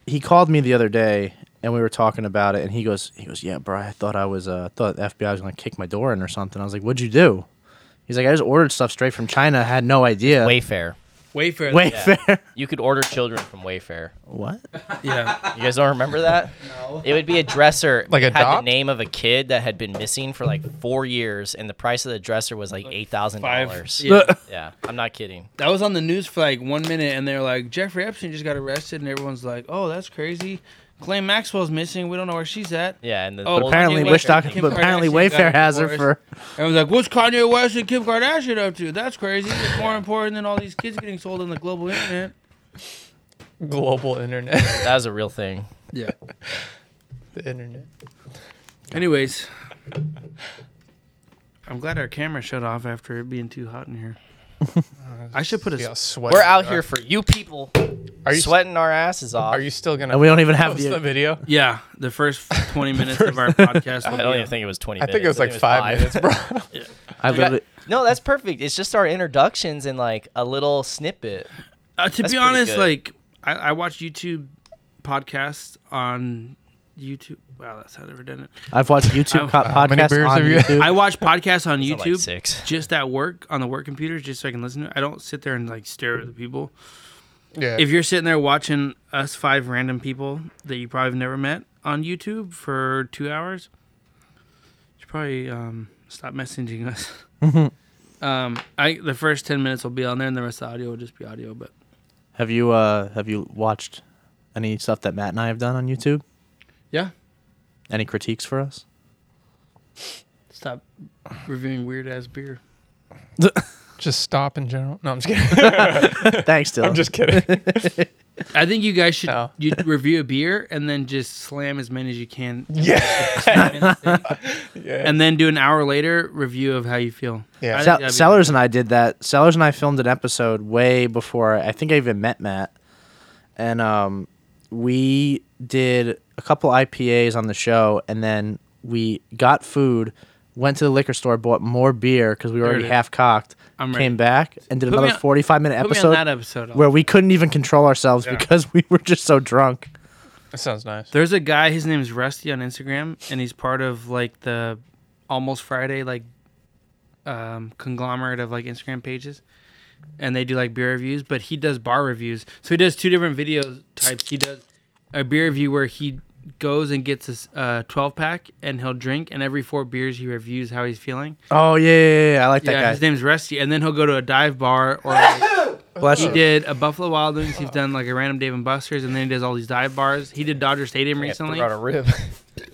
Speaker 9: he called me the other day and we were talking about it and he goes he goes, "Yeah, bro, I thought I was uh I thought the FBI was going to kick my door in or something." I was like, "What'd you do?" He's like, "I just ordered stuff straight from China. I had no idea."
Speaker 7: Wayfair.
Speaker 5: Wayfair.
Speaker 9: Wayfair.
Speaker 7: You could order children from Wayfair.
Speaker 9: what?
Speaker 5: Yeah.
Speaker 7: You guys don't remember that? No. It would be a dresser.
Speaker 8: Like
Speaker 7: it had the
Speaker 8: adopt?
Speaker 7: name of a kid that had been missing for like four years, and the price of the dresser was like eight thousand dollars.
Speaker 5: Yeah.
Speaker 7: Yeah, I'm not kidding.
Speaker 5: that was on the news for like one minute, and they're like, Jeffrey Epstein just got arrested, and everyone's like, "Oh, that's crazy." Clay Maxwell's missing. We don't know where she's at.
Speaker 7: Yeah, and the
Speaker 5: Oh,
Speaker 7: well,
Speaker 9: Apparently
Speaker 5: Kanye
Speaker 9: Wish.
Speaker 5: West
Speaker 9: Doc,
Speaker 5: and Kim
Speaker 9: but apparently
Speaker 5: Kardashian got
Speaker 9: Wayfair has her
Speaker 5: divorced.
Speaker 9: for
Speaker 5: And I was like, "What's Kanye West and Kim Kardashian up to? That's crazy. It's more important than all these kids getting sold on the global internet."
Speaker 8: Global internet.
Speaker 7: that was a real thing.
Speaker 5: Yeah.
Speaker 8: the internet.
Speaker 5: Anyways, I'm glad our camera shut off after it being too hot in here. I should put a.
Speaker 8: See how
Speaker 5: s-
Speaker 8: sweaty
Speaker 7: We're
Speaker 8: you
Speaker 7: out
Speaker 8: are.
Speaker 7: here for you people,
Speaker 8: Are you
Speaker 7: sweating our asses off.
Speaker 8: Are you still gonna?
Speaker 9: and we don't even have
Speaker 8: post the
Speaker 9: the
Speaker 8: video.
Speaker 5: Yeah, the first 20 minutes of our podcast.
Speaker 7: I don't even think it was 20
Speaker 8: I
Speaker 7: minutes.
Speaker 8: think it was like five, minutes, bro.
Speaker 9: I literally
Speaker 7: no, that's perfect. It's just our introductions and like a little snippet.
Speaker 5: Uh, to
Speaker 7: That's
Speaker 5: be
Speaker 7: pretty
Speaker 5: honest,
Speaker 7: good.
Speaker 5: like I, I watch YouTube podcasts on YouTube. Wow, that's how redundant.
Speaker 9: I've watched YouTube
Speaker 5: I've-
Speaker 9: co-
Speaker 8: many
Speaker 9: podcasts
Speaker 8: beers
Speaker 9: on
Speaker 8: have you-
Speaker 9: YouTube.
Speaker 5: I watch podcasts on
Speaker 7: Not, like,
Speaker 5: YouTube
Speaker 7: six.
Speaker 5: just at work on the work computer, just so I can listen to. it. I don't sit there and like stare at the people.
Speaker 8: yeah.
Speaker 5: If you're sitting there watching us five random people that you probably have never met on YouTube for two hours, you should probably um, stop messaging us. um, I the first ten minutes will be on there, and the rest of the audio will just be audio. But
Speaker 9: have you uh have you watched any stuff that Matt and I have done on YouTube?
Speaker 5: yeah,
Speaker 9: Any critiques for us?
Speaker 5: stop reviewing weird ass beer.
Speaker 8: just stop in general. No, I'm just kidding.
Speaker 9: Thanks, Dylan.
Speaker 8: I'm just kidding.
Speaker 5: I think you guys should
Speaker 8: No.
Speaker 5: you review a beer and then just slam as many as you can,
Speaker 8: yeah.
Speaker 5: and then do an hour later review of how you feel. I
Speaker 8: Yeah.
Speaker 5: think
Speaker 9: Sell-
Speaker 5: that'd be-
Speaker 9: Sellers and I did that. Sellers and I filmed an episode way before I think I even met Matt, and um, we did a couple IPAs on the show, and then we got food, went to the liquor store, bought more beer because we were
Speaker 5: There
Speaker 9: already
Speaker 5: it is.
Speaker 9: half cocked.
Speaker 5: I'm ready.
Speaker 9: Came back and did
Speaker 5: Put me
Speaker 9: another
Speaker 5: on-
Speaker 9: 45 minute
Speaker 5: Put me on
Speaker 9: episode
Speaker 5: that uh, episode.
Speaker 9: where we couldn't even control ourselves because we were just so drunk.
Speaker 8: That sounds nice.
Speaker 5: There's a guy, his name's Rusty on Instagram, and he's part of like the Almost Friday like um, conglomerate of like Instagram pages, and they do like beer reviews. But he does bar reviews, so he does two different video types. He does a beer review where he goes and gets a uh, 12 pack, and he'll drink, and every four beers he reviews how he's feeling.
Speaker 9: Oh yeah, yeah, yeah. I like that
Speaker 5: yeah,
Speaker 9: guy.
Speaker 5: his name's Rusty, and then he'll go to a dive bar or. Like,
Speaker 9: Bless
Speaker 5: he
Speaker 9: you.
Speaker 5: did a Buffalo Wild Wings. He's done like a random Dave and Buster's, and then he does all these dive bars. He did Dodger Stadium
Speaker 7: Yeah,
Speaker 5: recently.
Speaker 7: throw out a rib.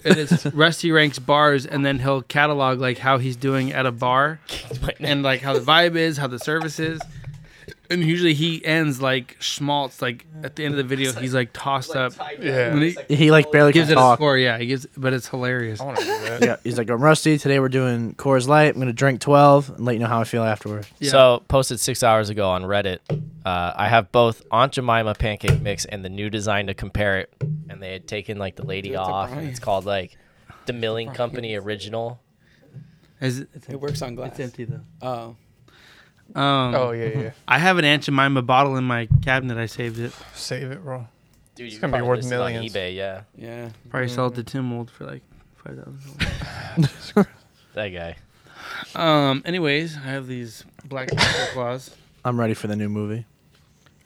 Speaker 5: and it's Rusty ranks bars, and then he'll catalog like how he's doing at a bar, and like how the vibe is, how the service is. And usually he ends like schmaltz. Like at the end of the video, he's like tossed up,
Speaker 8: Yeah.
Speaker 5: and he
Speaker 9: He like barely
Speaker 5: gives
Speaker 9: can
Speaker 5: it a
Speaker 9: talk.
Speaker 5: score. Yeah, he gives, but it's hilarious.
Speaker 8: I want to do that.
Speaker 9: Yeah, he's like, I'm rusty. Today we're doing Coors Light. I'm gonna drink 12 and let you know how I feel afterwards.
Speaker 5: Yeah.
Speaker 7: So posted six hours ago on Reddit. Uh, I have both Aunt Jemima pancake mix and the new design to compare it, and they had taken like the lady
Speaker 6: it to
Speaker 7: off, and
Speaker 6: Brian.
Speaker 7: it's called like the Milling Company Original.
Speaker 5: Is it-
Speaker 6: It works on glass.
Speaker 5: It's empty though.
Speaker 6: Oh,
Speaker 5: Um,
Speaker 8: Oh yeah, yeah.
Speaker 5: I have an Aunt Jemima bottle in my cabinet. I saved it.
Speaker 8: Save it, bro.
Speaker 7: Dude, you
Speaker 8: gonna be
Speaker 7: probably
Speaker 8: worth
Speaker 7: list it on
Speaker 8: millions.
Speaker 7: eBay, yeah,
Speaker 6: yeah.
Speaker 5: Probably sold to Tim Old for like five thousand.
Speaker 7: that guy.
Speaker 5: Um. Anyways, I have these black panther claws.
Speaker 9: I'm ready for the new movie.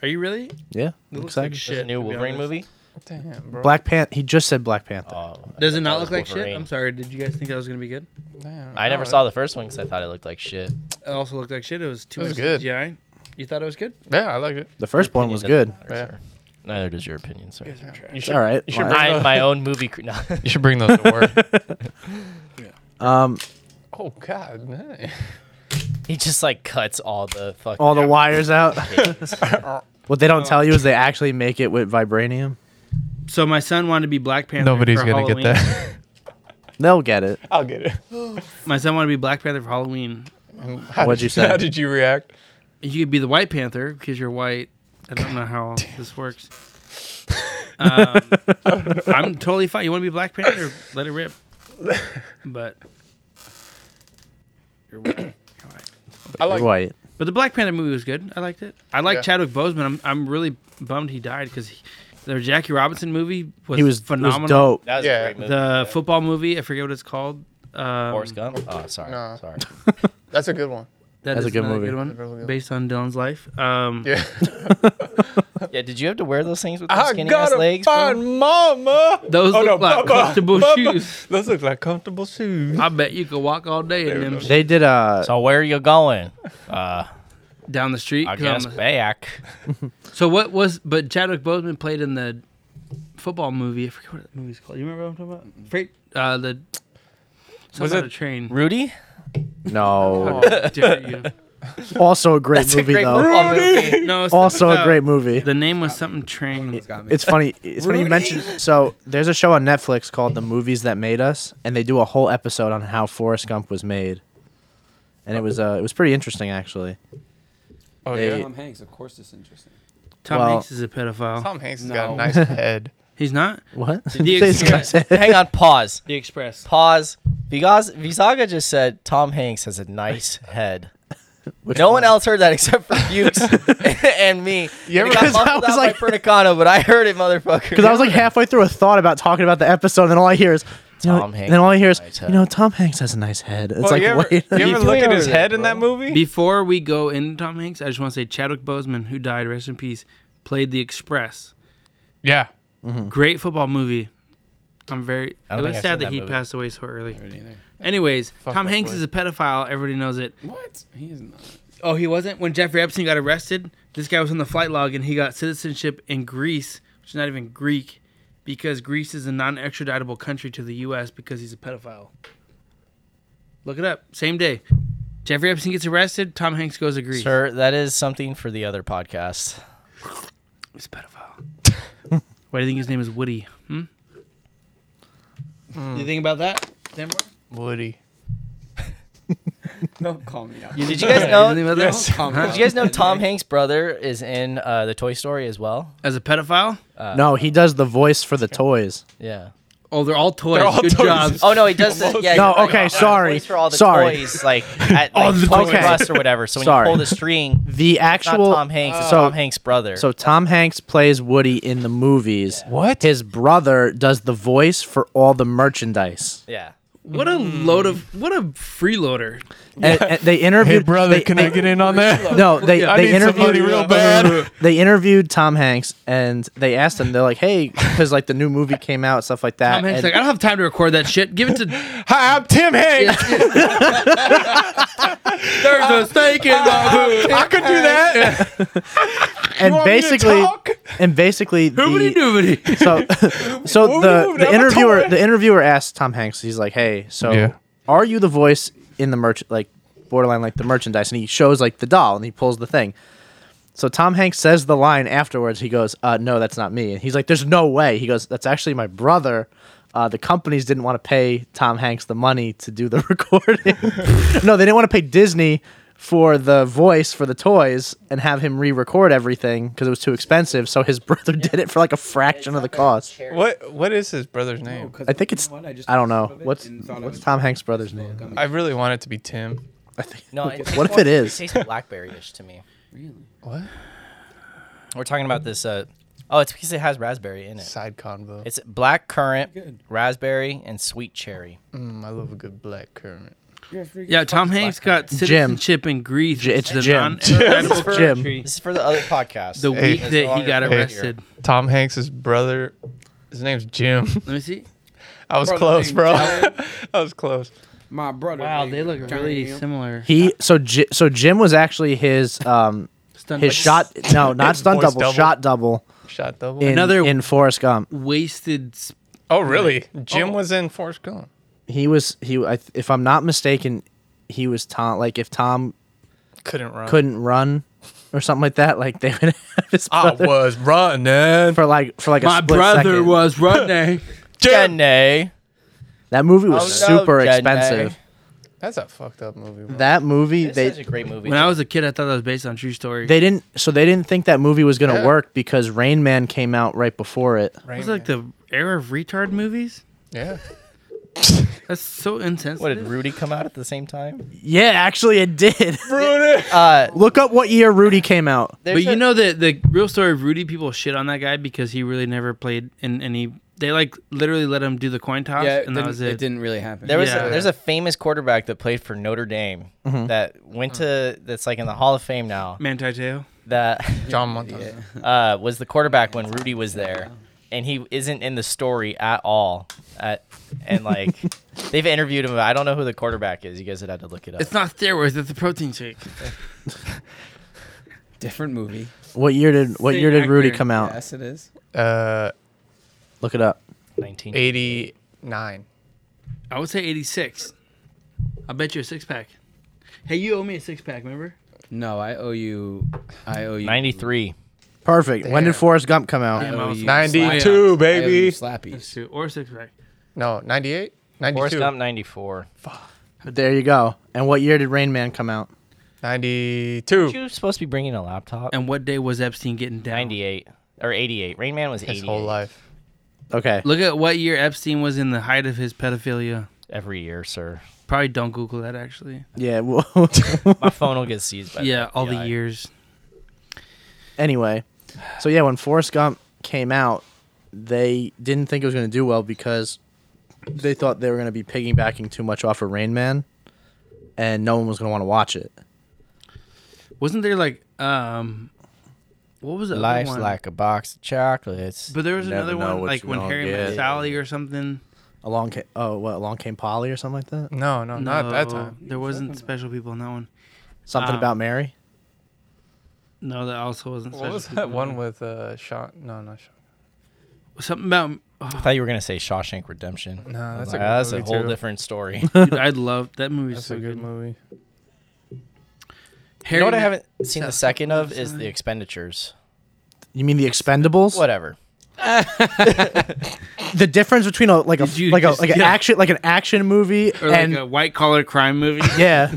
Speaker 5: Are you really?
Speaker 9: Yeah,
Speaker 5: It looks
Speaker 9: excited.
Speaker 5: like shit.
Speaker 7: There's a new
Speaker 5: to be
Speaker 7: Wolverine
Speaker 5: honest.
Speaker 7: movie.
Speaker 8: Damn, bro.
Speaker 9: Black Panther. He just said Black Panther.
Speaker 7: Oh, I
Speaker 5: Does
Speaker 7: thought
Speaker 5: it not
Speaker 7: that
Speaker 5: look
Speaker 7: was
Speaker 5: like shit?
Speaker 7: Wolverine.
Speaker 5: I'm sorry. Did you guys think that was gonna be good?
Speaker 8: Damn.
Speaker 7: I never
Speaker 8: Oh,
Speaker 7: saw the first one because I thought it looked like shit.
Speaker 5: It also looked like shit. It was too
Speaker 8: It was
Speaker 5: much
Speaker 8: good.
Speaker 5: CGI. You thought it was good?
Speaker 8: Yeah, I like it.
Speaker 9: The first one
Speaker 7: Opinion
Speaker 9: was
Speaker 7: doesn't
Speaker 9: good.
Speaker 7: matter, sir. Neither does your opinion, sir.
Speaker 8: You
Speaker 9: It's all right.
Speaker 8: you should
Speaker 9: Why?
Speaker 7: I'm my own movie. Cre- no.
Speaker 8: You should bring those to work.
Speaker 9: Um,
Speaker 8: oh God, man.
Speaker 7: he just like cuts all the fucking.
Speaker 9: all the wires out. what they don't tell you is they actually make it with vibranium.
Speaker 5: So my son wanted to be Black Panther.
Speaker 8: Nobody's
Speaker 5: for
Speaker 8: gonna
Speaker 5: Halloween.
Speaker 8: get that.
Speaker 9: They'll get it.
Speaker 8: I'll get it.
Speaker 5: My son wanted to be Black Panther for Halloween.
Speaker 8: How
Speaker 9: What'd
Speaker 8: did
Speaker 9: you say?
Speaker 8: How did you react?
Speaker 5: You could be the White Panther because you're white. I don't know how this works. Um, I'm totally fine. You want to be Black Panther? Let it rip. But
Speaker 8: I like.
Speaker 9: You're white.
Speaker 5: But the Black Panther movie was good. I liked it. I like
Speaker 8: Yeah.
Speaker 5: Chadwick Boseman. I'm I'm really bummed he died because their Jackie Robinson movie was,
Speaker 9: He was phenomenal.
Speaker 5: phenomenal.
Speaker 9: Was dope.
Speaker 7: That was
Speaker 8: Yeah.
Speaker 7: a great movie.
Speaker 5: The football movie, I forget what it's called. Um,
Speaker 7: Forrest Gump. Oh, sorry,
Speaker 8: Nah.
Speaker 7: sorry.
Speaker 8: That's a good one.
Speaker 5: that
Speaker 9: That's
Speaker 5: is
Speaker 9: a good
Speaker 5: another
Speaker 9: movie.
Speaker 5: good one,
Speaker 8: Really good.
Speaker 5: based on Dylan's life. Um,
Speaker 8: Yeah.
Speaker 7: Yeah, did you have to wear those things with those
Speaker 8: I
Speaker 7: skinny ass
Speaker 8: gotta
Speaker 7: legs? bro?
Speaker 8: find mama.
Speaker 5: Those
Speaker 8: Oh,
Speaker 5: look
Speaker 8: no,
Speaker 5: like
Speaker 8: Bubba,
Speaker 5: comfortable
Speaker 8: Bubba.
Speaker 5: shoes.
Speaker 8: Those look like comfortable shoes.
Speaker 5: I bet you could walk all day in them sh-
Speaker 9: They did uh
Speaker 7: So where are you going? Uh,
Speaker 5: down the street.
Speaker 7: I
Speaker 5: 'cause I'm
Speaker 7: guess
Speaker 5: a-
Speaker 7: back.
Speaker 5: So what was? But Chadwick Boseman played in the football movie. I forget what that movie's called. You remember what I'm talking about? Freight. Uh, the.
Speaker 8: Was
Speaker 5: Was it
Speaker 8: it-
Speaker 5: a train?
Speaker 7: Rudy?
Speaker 9: no.
Speaker 5: Dare you.
Speaker 9: also a great
Speaker 7: That's
Speaker 9: movie
Speaker 7: a great
Speaker 9: though.
Speaker 7: football movie.
Speaker 5: No, it's
Speaker 9: Also
Speaker 5: no.
Speaker 9: a great movie.
Speaker 5: The name was something train.
Speaker 6: It's got me.
Speaker 9: It's funny. It's funny you mentioned. So there's a show on Netflix called "The Movies That Made Us," and they do a whole episode on how Forrest Gump was made, and it was uh, it was pretty interesting actually.
Speaker 8: Oh
Speaker 9: They-
Speaker 8: yeah.
Speaker 6: Tom Hanks, of course, it's interesting.
Speaker 5: Tom
Speaker 9: Well-
Speaker 5: Hanks is a pedophile.
Speaker 8: Tom Hanks has got
Speaker 6: No.
Speaker 8: a nice head.
Speaker 5: He's not.
Speaker 9: What?
Speaker 5: The
Speaker 9: This guy
Speaker 5: Express.
Speaker 9: said-
Speaker 7: Hang on, pause.
Speaker 5: The Express.
Speaker 7: Pause. Because Visaga just said Tom Hanks has a nice head.
Speaker 9: Which
Speaker 7: no one else heard that except for Hughes and me.
Speaker 8: You ever-
Speaker 7: And it
Speaker 9: 'Cause
Speaker 7: got
Speaker 9: I
Speaker 7: muffled
Speaker 9: was
Speaker 7: out
Speaker 9: like-
Speaker 7: by Pernicano, but I heard it, motherfucker.
Speaker 9: Because I was like halfway through a thought about talking about the episode, and then all I hear is you know,
Speaker 7: Tom Hanks
Speaker 9: And then all I hear is
Speaker 7: has a nice
Speaker 9: you
Speaker 7: head.
Speaker 9: know Tom Hanks has a nice head. It's
Speaker 8: Oh,
Speaker 9: like
Speaker 8: you ever,
Speaker 9: wait.
Speaker 8: you ever
Speaker 7: You
Speaker 8: look at
Speaker 7: over
Speaker 8: his
Speaker 7: there,
Speaker 8: head in that movie?
Speaker 5: Before we go into Tom Hanks, I just want to say Chadwick Boseman, who died, rest in peace, played The Express.
Speaker 7: Mm-hmm.
Speaker 8: yeah.
Speaker 5: Great football movie. I'm very.
Speaker 7: I
Speaker 5: It
Speaker 7: don't
Speaker 5: was
Speaker 7: think I've seen
Speaker 5: sad that
Speaker 7: that
Speaker 5: he
Speaker 7: movie.
Speaker 5: passed away so early. Anyways, Tom
Speaker 8: that
Speaker 5: Hanks
Speaker 8: boy.
Speaker 5: is a pedophile. Everybody knows it.
Speaker 6: What? He is not.
Speaker 5: Oh, he wasn't when Jeffrey Epstein got arrested. This guy was on the flight log and he got citizenship in Greece, which is not even Greek, because Greece is a non-extraditable country to the U.S. because he's a pedophile. Look it up. Same day, Jeffrey Epstein gets arrested. Tom Hanks goes to Greece.
Speaker 7: Sir, that is something for the other podcast.
Speaker 5: He's a pedophile. Why do you think his name is Woody? Hmm? You think about that? Denver?
Speaker 8: Woody.
Speaker 6: Don't call me out.
Speaker 7: Did you guys know?
Speaker 5: You think about that?
Speaker 6: Don't call me
Speaker 5: Huh?
Speaker 6: out.
Speaker 7: Did you guys know Tom Hanks' brother is in uh, the Toy Story as well?
Speaker 5: As a pedophile?
Speaker 9: Oh, no, he does the voice for the toys.
Speaker 7: Yeah.
Speaker 5: Oh, they're all toys.
Speaker 6: They're all
Speaker 5: Good
Speaker 6: toys.
Speaker 5: job.
Speaker 7: Oh no, he does. This, yeah,
Speaker 9: No,
Speaker 7: you're right.
Speaker 9: okay,
Speaker 7: He
Speaker 9: sorry,
Speaker 7: Toys for all the
Speaker 9: sorry.
Speaker 7: toys, like at
Speaker 5: All
Speaker 7: like,
Speaker 5: the
Speaker 7: Toys R
Speaker 9: toys.
Speaker 7: Us or whatever. So when
Speaker 9: Sorry.
Speaker 7: you pull the string,
Speaker 9: The
Speaker 7: it's not
Speaker 9: actual
Speaker 7: Tom Hanks, it's
Speaker 9: so
Speaker 7: Tom Hanks' brother.
Speaker 9: so Tom Hanks plays Woody in the movies.
Speaker 6: What?
Speaker 9: His brother does the voice for all the merchandise.
Speaker 7: yeah,
Speaker 5: What a load of what a freeloader.
Speaker 9: And, and they interviewed.
Speaker 8: Hey, brother,
Speaker 9: they-
Speaker 8: can
Speaker 9: they-
Speaker 8: I get in on that?
Speaker 9: No, they
Speaker 8: I
Speaker 9: they
Speaker 8: need
Speaker 9: interviewed
Speaker 8: somebody real bad.
Speaker 9: they interviewed Tom Hanks and they asked him. They're like, "Hey, because like the new movie came out, stuff like that."
Speaker 5: Tom Hanks
Speaker 9: and-
Speaker 5: like, I don't have time to record that shit. Give it to
Speaker 8: Hi, I'm Tim Hanks.
Speaker 5: There's a snake in my boot.
Speaker 8: I could do that.
Speaker 9: and
Speaker 8: want me to
Speaker 9: basically,
Speaker 8: talk?
Speaker 9: and basically, the,
Speaker 5: Hoobity doobity.
Speaker 9: so so
Speaker 8: Whoa,
Speaker 9: the, the
Speaker 8: I'm a
Speaker 9: interviewer
Speaker 8: toy.
Speaker 9: the interviewer asked Tom Hanks. He's like, "Hey, so
Speaker 8: Yeah.
Speaker 9: are you the voice in the merch like borderline like the merchandise?" And he shows like the doll and he pulls the thing. So Tom Hanks says the line afterwards. He goes, uh, "No, that's not me." And he's like, "There's no way." He goes, "That's actually my brother." Uh, the companies didn't want to pay Tom Hanks the money to do the recording. no, they didn't want to pay Disney for the voice for the toys and have him re-record everything because it was too expensive. So his brother did it for like a fraction of the cost.
Speaker 8: What What is his brother's name?
Speaker 9: I think it's. I, don't know. What's what's Tom Hanks' brother's name?
Speaker 8: I really want it to be Tim.
Speaker 9: I think.
Speaker 7: no. It,
Speaker 9: What if it is?
Speaker 7: It tastes blackberry-ish to me.
Speaker 8: What?
Speaker 7: We're talking about this. Uh, oh, it's because it has raspberry in it.
Speaker 8: Side convo.
Speaker 7: It's black currant, raspberry, and sweet cherry.
Speaker 8: Mm, I love a good black currant.
Speaker 5: Yeah, Tom Hanks got citizenship in Greece.
Speaker 9: J- it's
Speaker 5: the
Speaker 9: Jim.
Speaker 5: non-edible
Speaker 9: It's Jim.
Speaker 5: country
Speaker 7: This is for the other podcast.
Speaker 5: Mm-hmm. The
Speaker 8: Hey.
Speaker 5: week
Speaker 7: It's
Speaker 5: that he
Speaker 7: longer
Speaker 5: got
Speaker 7: than a year.
Speaker 5: arrested.
Speaker 8: Tom Hanks's brother. His name's Jim.
Speaker 5: Let me see.
Speaker 8: I was
Speaker 6: Brother
Speaker 8: close,
Speaker 6: named
Speaker 8: bro.
Speaker 6: Jim.
Speaker 8: I was close.
Speaker 6: My brother.
Speaker 5: Wow,
Speaker 6: named
Speaker 5: they look
Speaker 6: Johnny
Speaker 5: really
Speaker 6: Neal.
Speaker 5: similar.
Speaker 9: He so J, so Jim was actually his um
Speaker 5: Stunt
Speaker 9: his
Speaker 5: double.
Speaker 9: shot no not
Speaker 8: His
Speaker 9: stunt
Speaker 8: voice
Speaker 9: double,
Speaker 8: double.
Speaker 9: shot double
Speaker 8: Shot double.
Speaker 9: in
Speaker 5: Another-
Speaker 9: in Forrest Gump.
Speaker 5: wasted. Sp-
Speaker 8: oh, really? Jim was in Forrest Gump.
Speaker 9: He was he I, if I'm not mistaken, he was Tom like if Tom
Speaker 8: Couldn't run.
Speaker 9: couldn't run or something like that like they would have his
Speaker 8: I
Speaker 9: brother
Speaker 8: was running.
Speaker 9: for like for like a
Speaker 5: my
Speaker 9: split
Speaker 5: brother
Speaker 9: second.
Speaker 5: was running.
Speaker 7: Jenny.
Speaker 9: that movie was
Speaker 7: Oh, no,
Speaker 9: super
Speaker 7: Jed
Speaker 9: expensive.
Speaker 8: That's a fucked up movie. Bro.
Speaker 9: That movie
Speaker 7: This
Speaker 9: they
Speaker 7: is a great movie.
Speaker 5: when I was a kid, I thought that was based on true story.
Speaker 9: they didn't so they didn't think that movie was gonna
Speaker 8: Yeah.
Speaker 9: work because Rain Man came out right before it.
Speaker 5: it
Speaker 8: Rain
Speaker 5: was like
Speaker 8: Man.
Speaker 5: the era of retard movies.
Speaker 8: yeah.
Speaker 5: That's so intense.
Speaker 7: what did Rudy come out at the same time?
Speaker 9: Yeah, actually it did.
Speaker 7: Uh,
Speaker 9: Look up what year Rudy came out.
Speaker 5: But you know that the real story of Rudy, people shit on that guy because he really never played in any. They like literally let him do the coin toss,
Speaker 6: Yeah, it
Speaker 5: and that
Speaker 6: didn't-
Speaker 5: was it.
Speaker 6: it didn't really happen.
Speaker 7: There was
Speaker 5: Yeah.
Speaker 7: a, there's a famous quarterback that played for Notre Dame
Speaker 9: Mm-hmm.
Speaker 7: that went to that's like in the Hall of Fame now.
Speaker 5: Manti Te'o.
Speaker 7: That
Speaker 8: John Montana.
Speaker 7: uh, was the quarterback when Rudy was there, and he isn't in the story at all. At, and like they've interviewed him. I don't know who the quarterback is. You guys would have to look it up.
Speaker 5: It's not steroids. It's a protein shake.
Speaker 6: different movie.
Speaker 9: What year did what
Speaker 5: Same
Speaker 9: year did Rudy
Speaker 5: actor.
Speaker 9: come out?
Speaker 6: Yes, it is.
Speaker 8: Uh,
Speaker 9: Look it up.
Speaker 7: 19.
Speaker 8: 89.
Speaker 5: I would say 86. I bet you a six pack. Hey, you owe me a six pack. Remember?
Speaker 6: No, I owe you. I owe you.
Speaker 7: 93.
Speaker 9: Perfect. When did
Speaker 8: Damn.
Speaker 9: Forrest Gump come out?
Speaker 5: Damn.
Speaker 6: I owe you
Speaker 8: 92,
Speaker 6: slappy. I owe you
Speaker 8: baby.
Speaker 5: Let's
Speaker 6: Slappies.
Speaker 5: do- Or a six pack.
Speaker 8: No, 98?
Speaker 7: Forrest
Speaker 8: 92.
Speaker 7: Gump 94.
Speaker 9: There you go. And what year did Rain Man come out?
Speaker 8: 92.
Speaker 7: You were supposed to be bringing a laptop.
Speaker 5: And what day was Epstein getting down?
Speaker 7: 98 or 88. Rain Man was 88.
Speaker 8: His whole life.
Speaker 9: Okay.
Speaker 5: Look at what year Epstein was in the height of his pedophilia.
Speaker 7: Every year, sir.
Speaker 5: Probably don't Google that actually.
Speaker 9: Yeah. well,
Speaker 7: My phone will get seized by
Speaker 5: yeah, all
Speaker 7: FBI.
Speaker 5: the years.
Speaker 9: anyway, so yeah, when Forrest Gump came out, they didn't think it was going to do well because they thought they were going to be piggybacking too much off of Rain Man, and no one was going to want to watch it.
Speaker 5: Wasn't there like um, what was the other
Speaker 7: Life's
Speaker 5: one?
Speaker 7: like a box of chocolates.
Speaker 5: But there was
Speaker 9: Never
Speaker 5: another
Speaker 9: know
Speaker 5: one
Speaker 9: what
Speaker 5: like
Speaker 9: you
Speaker 5: when
Speaker 9: gonna
Speaker 5: Harry
Speaker 9: get.
Speaker 5: met Sally or something.
Speaker 9: Along, ca- oh, what? Along came Polly or something like that.
Speaker 8: No, no, not at that
Speaker 5: No,
Speaker 8: time.
Speaker 5: There wasn't special people in that one.
Speaker 9: Something
Speaker 5: Um,
Speaker 9: about Mary.
Speaker 5: No, that also wasn't.
Speaker 8: What
Speaker 5: special
Speaker 8: was
Speaker 5: people
Speaker 8: that
Speaker 5: in
Speaker 8: one with uh, Sean? No, not Sean.
Speaker 5: Something about. oh,
Speaker 7: I thought you were gonna say Shawshank Redemption. No,
Speaker 8: that's a good
Speaker 7: that's a
Speaker 8: movie,
Speaker 7: whole
Speaker 8: too.
Speaker 7: different story.
Speaker 5: Dude, I'd love that movie.
Speaker 8: That's
Speaker 5: so
Speaker 8: a good movie.
Speaker 5: Harry
Speaker 7: you know what I
Speaker 5: met-
Speaker 7: haven't seen the second of is The Expenditures.
Speaker 9: You mean the Expendables?
Speaker 7: Whatever.
Speaker 9: the difference between a like a
Speaker 5: Did you
Speaker 9: like a
Speaker 5: just-
Speaker 9: like an
Speaker 5: yeah.
Speaker 9: action like an action movie
Speaker 5: or like
Speaker 9: and
Speaker 5: a white collar crime movie.
Speaker 9: yeah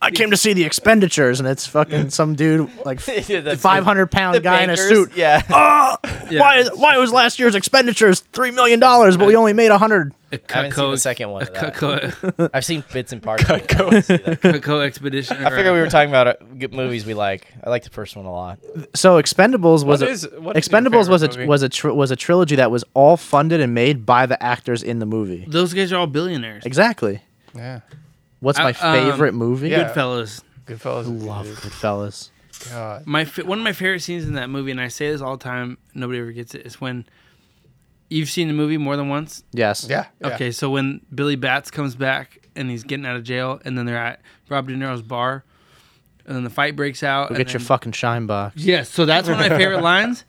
Speaker 9: I came to see the expenditures, and it's fucking some dude like
Speaker 7: Yeah, that's
Speaker 9: five hundred pound
Speaker 7: the
Speaker 9: guy
Speaker 7: bankers,
Speaker 9: in a suit. Ah!
Speaker 7: Yeah.
Speaker 5: Yeah.
Speaker 9: Why? Why was last year's expenditures three million dollars, but we only made a hundred?
Speaker 5: A
Speaker 7: I haven't seen the second one.
Speaker 5: A
Speaker 7: Of that.
Speaker 5: Coco,
Speaker 7: I've seen bits and parts. of it. I wanna see that.
Speaker 5: Coco expedition.
Speaker 7: I figured we were talking about uh, good movies we like. I like the first one a lot.
Speaker 9: So Expendables was
Speaker 8: What
Speaker 9: a,
Speaker 8: is- what is your
Speaker 9: Expendables was
Speaker 8: favorite
Speaker 9: a
Speaker 8: movie?
Speaker 9: was a tr- was a trilogy that was all funded and made by the actors in the movie.
Speaker 5: Those guys are all billionaires.
Speaker 9: Exactly.
Speaker 8: Yeah.
Speaker 9: What's
Speaker 5: I-
Speaker 9: my
Speaker 5: um,
Speaker 9: favorite movie?
Speaker 8: yeah.
Speaker 5: Goodfellas.
Speaker 8: Goodfellas. Love.
Speaker 9: Goodfellas.
Speaker 8: God.
Speaker 5: My fa- one of my favorite scenes in that movie, and I say this all the time. Nobody ever gets it. Is when you've seen the movie more than once.
Speaker 9: Yes.
Speaker 8: Yeah. yeah.
Speaker 5: Okay, so when Billy Bats comes back and he's getting out of jail, and then they're at Rob De Niro's bar, and then the fight breaks out.
Speaker 9: Go
Speaker 5: and
Speaker 9: get your
Speaker 5: then-
Speaker 9: fucking shine box.
Speaker 5: Yes, so that's one of my favorite lines.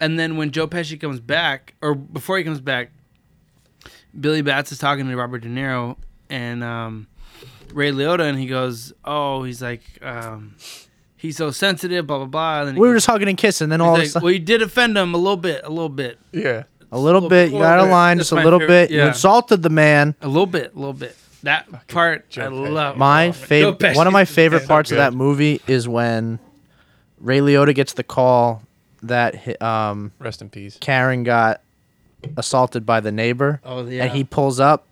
Speaker 5: And then when Joe Pesci comes back, or before he comes back, Billy Batts is talking to Robert De Niro and um, Ray Liotta, and he goes, "Oh, he's like, um, he's so sensitive, blah blah blah." And then he
Speaker 9: We were
Speaker 5: goes-
Speaker 9: just hugging and kissing, then all
Speaker 5: he's
Speaker 9: of a
Speaker 5: like,
Speaker 9: sudden,
Speaker 5: "Well, you did offend him a little bit, a little bit,
Speaker 8: Yeah.
Speaker 9: a little
Speaker 5: well,
Speaker 9: bit, you
Speaker 5: well,
Speaker 9: got a
Speaker 5: that's
Speaker 9: line, just a
Speaker 5: my
Speaker 9: little
Speaker 5: favorite-
Speaker 9: bit. You
Speaker 5: yeah.
Speaker 9: insulted the man.
Speaker 5: a little bit, a little bit." That part I
Speaker 8: Pesci.
Speaker 5: love.
Speaker 9: My
Speaker 5: Pesci's
Speaker 9: favorite, one of my
Speaker 5: is
Speaker 9: favorite
Speaker 8: so
Speaker 9: parts of
Speaker 8: good.
Speaker 9: that movie is when Ray Liotta gets the call that hi- um,
Speaker 8: Rest in peace.
Speaker 9: Karen got assaulted by the neighbor.
Speaker 5: Oh, yeah.
Speaker 9: And he pulls up,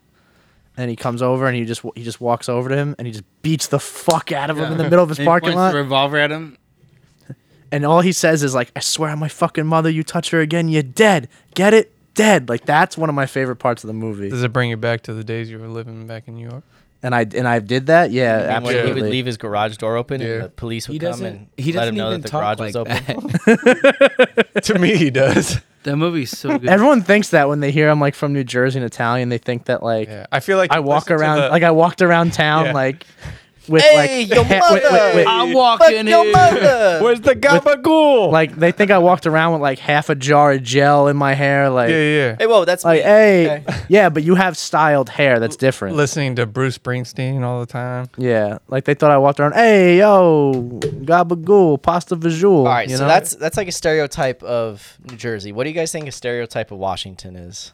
Speaker 9: and he comes over, and he just he just walks over to him, and he just beats the fuck out of him in the middle of his
Speaker 5: And he
Speaker 9: parking
Speaker 5: points
Speaker 9: lot.
Speaker 5: The revolver at him.
Speaker 9: and all he says is like, "I swear on my fucking mother, you touch her again, you're dead. Get it, dead." Like that's one of my favorite parts of the movie.
Speaker 8: Does it bring you back to the days you were living back in New York?
Speaker 9: And I and I did that. Yeah,
Speaker 7: And when
Speaker 9: absolutely.
Speaker 7: he would leave his garage door open,
Speaker 8: Yeah.
Speaker 7: and the police would
Speaker 6: He
Speaker 7: come
Speaker 6: doesn't.
Speaker 7: and
Speaker 6: He
Speaker 7: let
Speaker 6: doesn't
Speaker 7: him know
Speaker 6: even
Speaker 7: that the
Speaker 6: talk
Speaker 7: garage
Speaker 6: like
Speaker 7: was open.
Speaker 6: that.
Speaker 8: to me, he does.
Speaker 5: That movie's so good.
Speaker 9: Everyone thinks that when they hear I'm like from New Jersey and Italian, they think that like
Speaker 8: Yeah. I feel like
Speaker 9: I
Speaker 8: you
Speaker 9: walk
Speaker 8: listen to
Speaker 9: around
Speaker 8: the-
Speaker 9: like I walked around town
Speaker 8: Yeah.
Speaker 9: like with
Speaker 7: Hey,
Speaker 9: like
Speaker 7: your
Speaker 9: he-
Speaker 7: mother!
Speaker 5: I'm walking
Speaker 7: your
Speaker 5: in.
Speaker 7: mother.
Speaker 8: Where's the gabagool?
Speaker 9: like they think I walked around with like half a jar of gel in my hair like
Speaker 8: yeah, yeah.
Speaker 7: hey, whoa, that's
Speaker 9: like
Speaker 7: me.
Speaker 9: hey yeah, but you have styled hair that's different.
Speaker 8: Listening to Bruce Springsteen all the time.
Speaker 9: Yeah, like they thought I walked around. Hey, yo, gabagool, pasta visual.
Speaker 7: All right,
Speaker 9: you
Speaker 7: so
Speaker 9: know?
Speaker 7: that's that's like a stereotype of New Jersey. What do you guys think a stereotype of Washington is?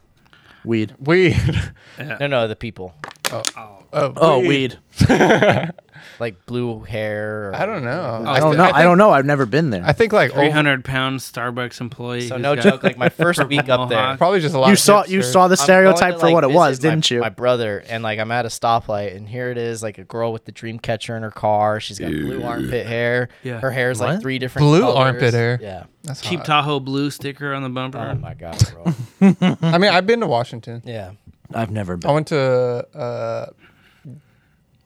Speaker 9: weed.
Speaker 8: Weed. Uh,
Speaker 7: No, no, the people
Speaker 9: Oh, weed.
Speaker 7: like blue hair. Or,
Speaker 8: I don't know.
Speaker 9: I don't know. I, don't know. I've never been there.
Speaker 8: I think like
Speaker 5: Three
Speaker 8: over,
Speaker 5: hundred pound Starbucks employee.
Speaker 7: So
Speaker 5: who's
Speaker 7: no
Speaker 5: got-
Speaker 7: joke. Like my first week up there,
Speaker 5: Mohawk.
Speaker 8: probably just a lot.
Speaker 9: you
Speaker 8: of
Speaker 9: saw you
Speaker 8: hipsters.
Speaker 9: saw the
Speaker 7: I'm going
Speaker 9: stereotype
Speaker 7: to,
Speaker 9: for
Speaker 7: like,
Speaker 9: what it was,
Speaker 7: visit my-
Speaker 9: didn't you?
Speaker 7: My brother and like I'm at a stoplight and here it is, like a girl with the dream catcher in her car. She's got blue armpit hair.
Speaker 5: Yeah.
Speaker 7: Her hair's
Speaker 9: What?
Speaker 7: like three different
Speaker 8: Blue
Speaker 7: colors.
Speaker 8: armpit hair?
Speaker 7: Yeah.
Speaker 8: That's
Speaker 5: cheap
Speaker 8: hot.
Speaker 5: Tahoe blue sticker on the bumper.
Speaker 7: Oh my god, bro.
Speaker 8: I mean, I've been to Washington.
Speaker 7: yeah.
Speaker 9: I've never
Speaker 8: I
Speaker 9: been.
Speaker 8: went to uh,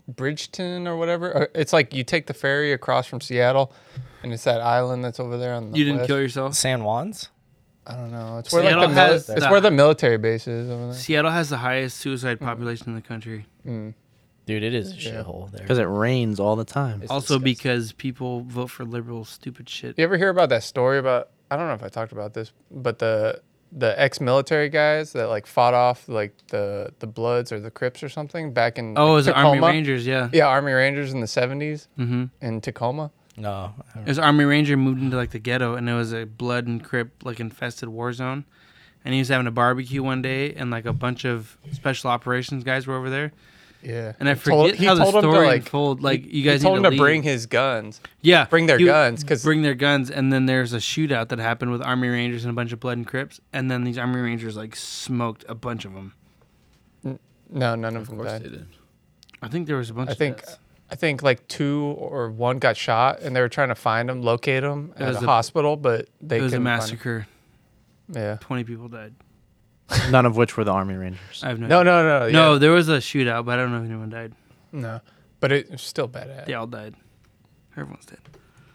Speaker 8: Bridgeton or whatever. Or It's like you take the ferry across from Seattle, and it's that island that's over there on the.
Speaker 5: you didn't
Speaker 8: west.
Speaker 5: kill yourself.
Speaker 7: San Juan's.
Speaker 8: I don't know. It's where like
Speaker 5: Seattle
Speaker 8: the mili-
Speaker 5: has
Speaker 8: it's
Speaker 5: the-
Speaker 8: where the military base is. Over there.
Speaker 5: Seattle has the highest suicide population in the country.
Speaker 7: Dude, it is a shithole there.
Speaker 9: because it rains all the time.
Speaker 5: also because people vote for liberal stupid shit.
Speaker 8: You ever hear about that story about? I don't know if I talked about this, but the the ex-military guys that like fought off like the the Bloods or the Crips or something back in
Speaker 5: Oh, it
Speaker 8: like,
Speaker 5: was the Army
Speaker 8: Tacoma.
Speaker 5: Rangers, yeah. Mm-hmm.
Speaker 8: Yeah, Army Rangers in the 70s in Tacoma.
Speaker 7: No. I don't-
Speaker 5: It was Army Ranger moved into like the ghetto and it was a blood and crip like infested war zone. And he was having a barbecue one day and like a bunch of special operations guys were over there.
Speaker 8: Yeah.
Speaker 5: And I
Speaker 8: He told-
Speaker 5: forget
Speaker 8: he
Speaker 5: how the
Speaker 8: told 'em
Speaker 5: story unfold,
Speaker 8: he-
Speaker 5: like, you
Speaker 8: he
Speaker 5: guys need
Speaker 8: told him
Speaker 5: to
Speaker 8: to bring
Speaker 5: leave.
Speaker 8: his guns.
Speaker 5: Yeah.
Speaker 8: Bring their
Speaker 5: he-
Speaker 8: guns, 'cause-
Speaker 5: bring their guns and then there's a shootout that happened with Army Rangers and a bunch of blood and crips and then these Army Rangers like smoked a bunch of them.
Speaker 8: No, none of, them
Speaker 10: course they
Speaker 8: died.
Speaker 10: did.
Speaker 5: I think there was a bunch
Speaker 8: I
Speaker 5: of
Speaker 8: think
Speaker 5: deaths.
Speaker 8: I think like two or one got shot and they were trying to find him, locate him at
Speaker 5: was
Speaker 8: a,
Speaker 5: a-
Speaker 8: hospital, but they
Speaker 5: it was a
Speaker 8: couldn't find him.
Speaker 5: massacre.
Speaker 8: Yeah.
Speaker 5: 20 people died.
Speaker 9: None of which were the Army Rangers.
Speaker 5: I have no
Speaker 8: No, no, no. yeah.
Speaker 5: No, there was a shootout, but I don't know if anyone died.
Speaker 8: No. But it, it's still badass.
Speaker 5: They all died. Everyone's dead.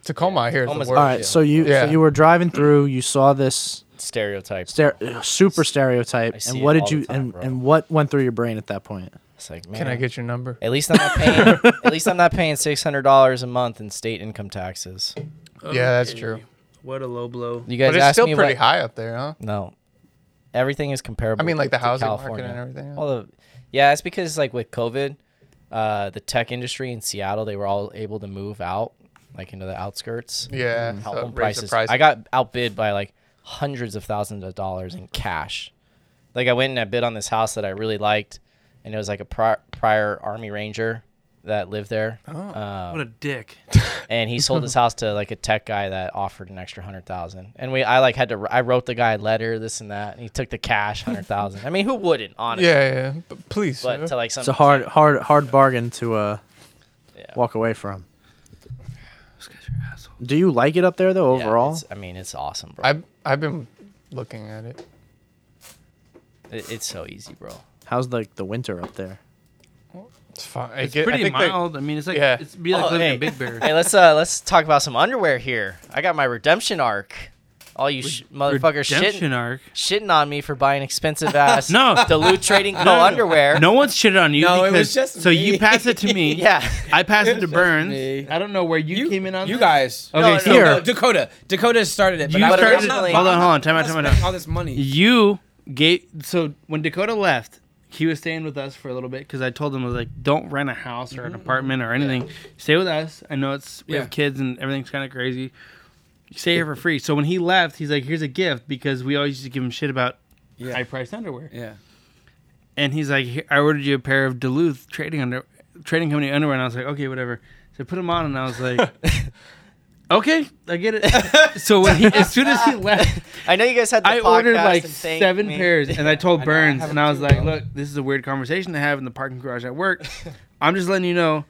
Speaker 8: Tacoma's I hear is the
Speaker 7: Tacoma's
Speaker 8: worst.
Speaker 9: All right, so you
Speaker 8: Yeah.
Speaker 9: so you were driving through. You saw this
Speaker 7: Stereotype.
Speaker 9: stere- ugh, super stereotype,
Speaker 7: I see
Speaker 9: and
Speaker 7: it
Speaker 9: what
Speaker 7: all
Speaker 9: did
Speaker 7: the
Speaker 9: you
Speaker 7: time,
Speaker 9: and,
Speaker 7: bro.
Speaker 9: and what went through your brain at that point?
Speaker 7: It's like, man.
Speaker 8: Can I get your number?
Speaker 7: At least I'm not paying. at least I'm not paying six hundred dollars a month in state income taxes.
Speaker 8: Yeah, that's true.
Speaker 5: What a low blow.
Speaker 7: You guys
Speaker 8: But it's
Speaker 7: asked
Speaker 8: still
Speaker 7: me
Speaker 8: pretty
Speaker 7: what,
Speaker 8: high up there, huh?
Speaker 7: No, everything is comparable.
Speaker 8: I mean, like the
Speaker 7: to
Speaker 8: housing market
Speaker 7: California.
Speaker 8: and everything.
Speaker 7: All the, yeah, it's because like with COVID, uh, the tech industry in Seattle, they were all able to move out like into the outskirts.
Speaker 8: Yeah,
Speaker 7: How
Speaker 8: so
Speaker 7: home
Speaker 8: raise the
Speaker 7: prices.
Speaker 8: price.
Speaker 7: I got outbid by like hundreds of thousands of dollars in cash. Like I went and I bid on this house that I really liked, and it was like a pri- prior Army Ranger that lived there. Uh,
Speaker 5: What a dick.
Speaker 7: and he sold his house to like a tech guy that offered an extra hundred thousand. And we, I like had to, I wrote the guy a letter, this and that, and he took the cash, hundred thousand. I mean, who wouldn't, honestly?
Speaker 8: Yeah, yeah. yeah. But please.
Speaker 7: But
Speaker 8: sir.
Speaker 7: to like some,
Speaker 9: It's a hard, hard, hard bargain to uh,
Speaker 7: Yeah.
Speaker 9: walk away from.
Speaker 5: Those guys are assholes.
Speaker 9: Do you like it up there though?
Speaker 7: yeah,
Speaker 9: Overall,
Speaker 7: it's- I mean, it's awesome, bro.
Speaker 8: I've I've been looking at it.
Speaker 7: It- it's so easy, bro.
Speaker 9: how's like the winter up there?
Speaker 8: It's fine.
Speaker 5: It's pretty mild. I mean, it's like
Speaker 8: yeah.
Speaker 5: it's be like
Speaker 7: Oh,
Speaker 5: living
Speaker 7: hey.
Speaker 5: in Big Bear.
Speaker 7: Hey, let's uh, let's talk about some underwear here. I got my redemption arc. All you sh- motherfuckers
Speaker 5: Redemption
Speaker 7: shitting,
Speaker 5: arc.
Speaker 7: shitting on me for buying expensive ass
Speaker 5: No.
Speaker 7: Duluth Trading Co.
Speaker 5: no.
Speaker 7: underwear.
Speaker 5: No one's shitted on you.
Speaker 6: No, it
Speaker 5: because,
Speaker 6: was just
Speaker 5: so you
Speaker 6: me.
Speaker 5: pass it to me.
Speaker 7: Yeah.
Speaker 5: I pass it to Burns.
Speaker 6: me.
Speaker 5: I don't know where you, came in on
Speaker 6: you
Speaker 5: that.
Speaker 6: guys.
Speaker 5: Okay,
Speaker 7: No, no,
Speaker 5: so
Speaker 9: Here.
Speaker 6: No, Dakota. Dakota started it. But
Speaker 5: you
Speaker 6: I was-
Speaker 5: started.
Speaker 6: I'm not-
Speaker 7: originally-
Speaker 5: hold on, hold on. Time out,
Speaker 6: I'm
Speaker 5: time
Speaker 6: not
Speaker 5: out, time
Speaker 6: spending all
Speaker 5: out.
Speaker 6: this money.
Speaker 5: You gave. So when Dakota left, he was staying with us for a little bit because I told him I was like, don't rent a house or an apartment or anything. Stay with us. I know it's we
Speaker 6: Mm-hmm, Yeah.
Speaker 5: have kids and everything's kind of crazy. Stay here for free. So when he left, he's like, here's a gift because we always used to give him shit about
Speaker 6: Yeah.
Speaker 5: high priced underwear.
Speaker 6: Yeah.
Speaker 5: and he's like, "Here, I ordered you a pair of Duluth trading under trading company underwear, and I was like, okay, whatever. So I put them on, and I was like, okay, I get it. so when he, as soon as he left,
Speaker 7: I know you guys had the
Speaker 5: I ordered
Speaker 7: podcast
Speaker 5: like
Speaker 7: and thanked
Speaker 5: seven
Speaker 7: me.
Speaker 5: pairs, and I told
Speaker 6: I know, I
Speaker 5: Burns,
Speaker 6: have
Speaker 5: and
Speaker 6: them
Speaker 5: I was
Speaker 6: too,
Speaker 5: like,
Speaker 6: bro.
Speaker 5: look, this is a weird conversation to have in the parking garage at work. I'm just letting you know,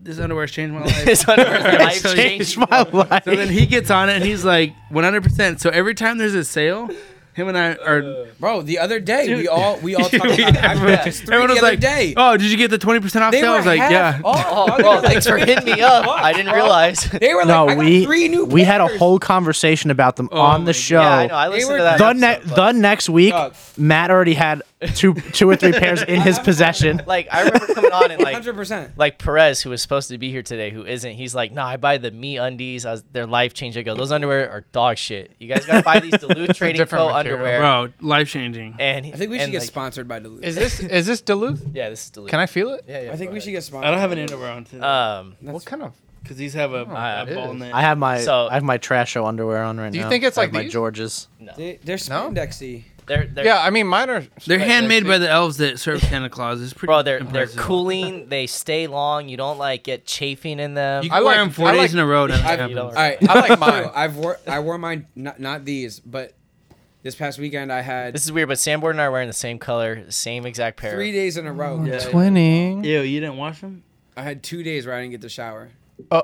Speaker 5: this underwear's changed my life.
Speaker 7: His underwear life
Speaker 5: So-
Speaker 7: changed.
Speaker 9: life.
Speaker 5: So then he gets on it, and he's like, 100%. So every time there's a sale, him and I are
Speaker 6: Bro, the other day we all we all talked Uh, about
Speaker 5: Yeah,
Speaker 6: it. I
Speaker 5: everyone-
Speaker 6: purchased three
Speaker 5: everyone
Speaker 6: the
Speaker 5: was
Speaker 6: other
Speaker 5: like,
Speaker 6: day.
Speaker 5: "Oh, did you get the twenty percent off
Speaker 6: They
Speaker 5: sale?" I
Speaker 6: were
Speaker 5: was like,
Speaker 6: half
Speaker 5: "Yeah."
Speaker 6: off.
Speaker 7: Oh, bro, thanks for hitting me up. I didn't realize.
Speaker 6: They were like,
Speaker 9: no,
Speaker 6: I got
Speaker 9: we
Speaker 6: three new
Speaker 9: we had a
Speaker 6: pairs.
Speaker 9: whole conversation about them on
Speaker 5: my
Speaker 9: the
Speaker 5: God.
Speaker 9: show.
Speaker 7: Oh yeah, I know. I listened
Speaker 6: were-
Speaker 7: to that.
Speaker 9: the, ne-
Speaker 7: episode, but-
Speaker 9: the next week,
Speaker 6: Dog.
Speaker 9: Matt already had two two or three pairs in his possession.
Speaker 7: like I remember coming on and like
Speaker 6: 100%.
Speaker 7: like Perez, who was supposed to be here today, who isn't, he's like, nah, I buy the me undies. I was, they're life changing. I go, those underwear are dog shit. You guys gotta buy these Duluth Trading
Speaker 8: Different
Speaker 7: Co.
Speaker 8: material.
Speaker 7: underwear.
Speaker 5: bro, life changing.
Speaker 7: And
Speaker 6: I think we should
Speaker 7: and
Speaker 6: get
Speaker 7: like-
Speaker 6: sponsored by Duluth.
Speaker 8: Is this is this Duluth?
Speaker 7: Yeah, this is Duluth.
Speaker 8: Can I feel it?
Speaker 7: Yeah, yeah.
Speaker 6: I think
Speaker 7: go
Speaker 6: we should
Speaker 7: ahead.
Speaker 6: get sponsored.
Speaker 5: I don't have an underwear on today
Speaker 6: Uh,
Speaker 7: Um,
Speaker 8: What kind of?
Speaker 5: because these have a, a
Speaker 7: it
Speaker 5: ball
Speaker 8: is.
Speaker 5: in Oh, it.
Speaker 9: I have my
Speaker 7: So-
Speaker 9: I have my trash show underwear on right now.
Speaker 8: you think it's
Speaker 9: I have
Speaker 8: like
Speaker 9: my
Speaker 8: these?
Speaker 9: Georges?
Speaker 6: They, they're spandexy.
Speaker 7: they're, they're,
Speaker 8: Yeah, I mean mine are.
Speaker 5: They're
Speaker 8: like,
Speaker 5: handmade by
Speaker 8: actually-
Speaker 5: the elves that serve Santa Claus. It's pretty.
Speaker 7: bro, they're
Speaker 5: impressive.
Speaker 7: they're cooling. They stay long. You don't like get chafing in them.
Speaker 5: You
Speaker 8: I
Speaker 5: can wear
Speaker 8: like-
Speaker 5: them four
Speaker 8: I
Speaker 5: days
Speaker 8: like-
Speaker 5: in a row. nothing
Speaker 6: I've-
Speaker 5: happens.
Speaker 7: All
Speaker 6: All right, I like mine. I've wore I wore mine not not these, but this past weekend I had
Speaker 7: this is weird, but Sanborn and I are wearing the same color, same exact pair.
Speaker 6: three days in a
Speaker 9: Oh,
Speaker 6: row.
Speaker 5: Yeah.
Speaker 6: but
Speaker 8: Winning.
Speaker 5: Ew, you didn't wash them?
Speaker 6: I had two days where I didn't get the shower.
Speaker 8: Oh,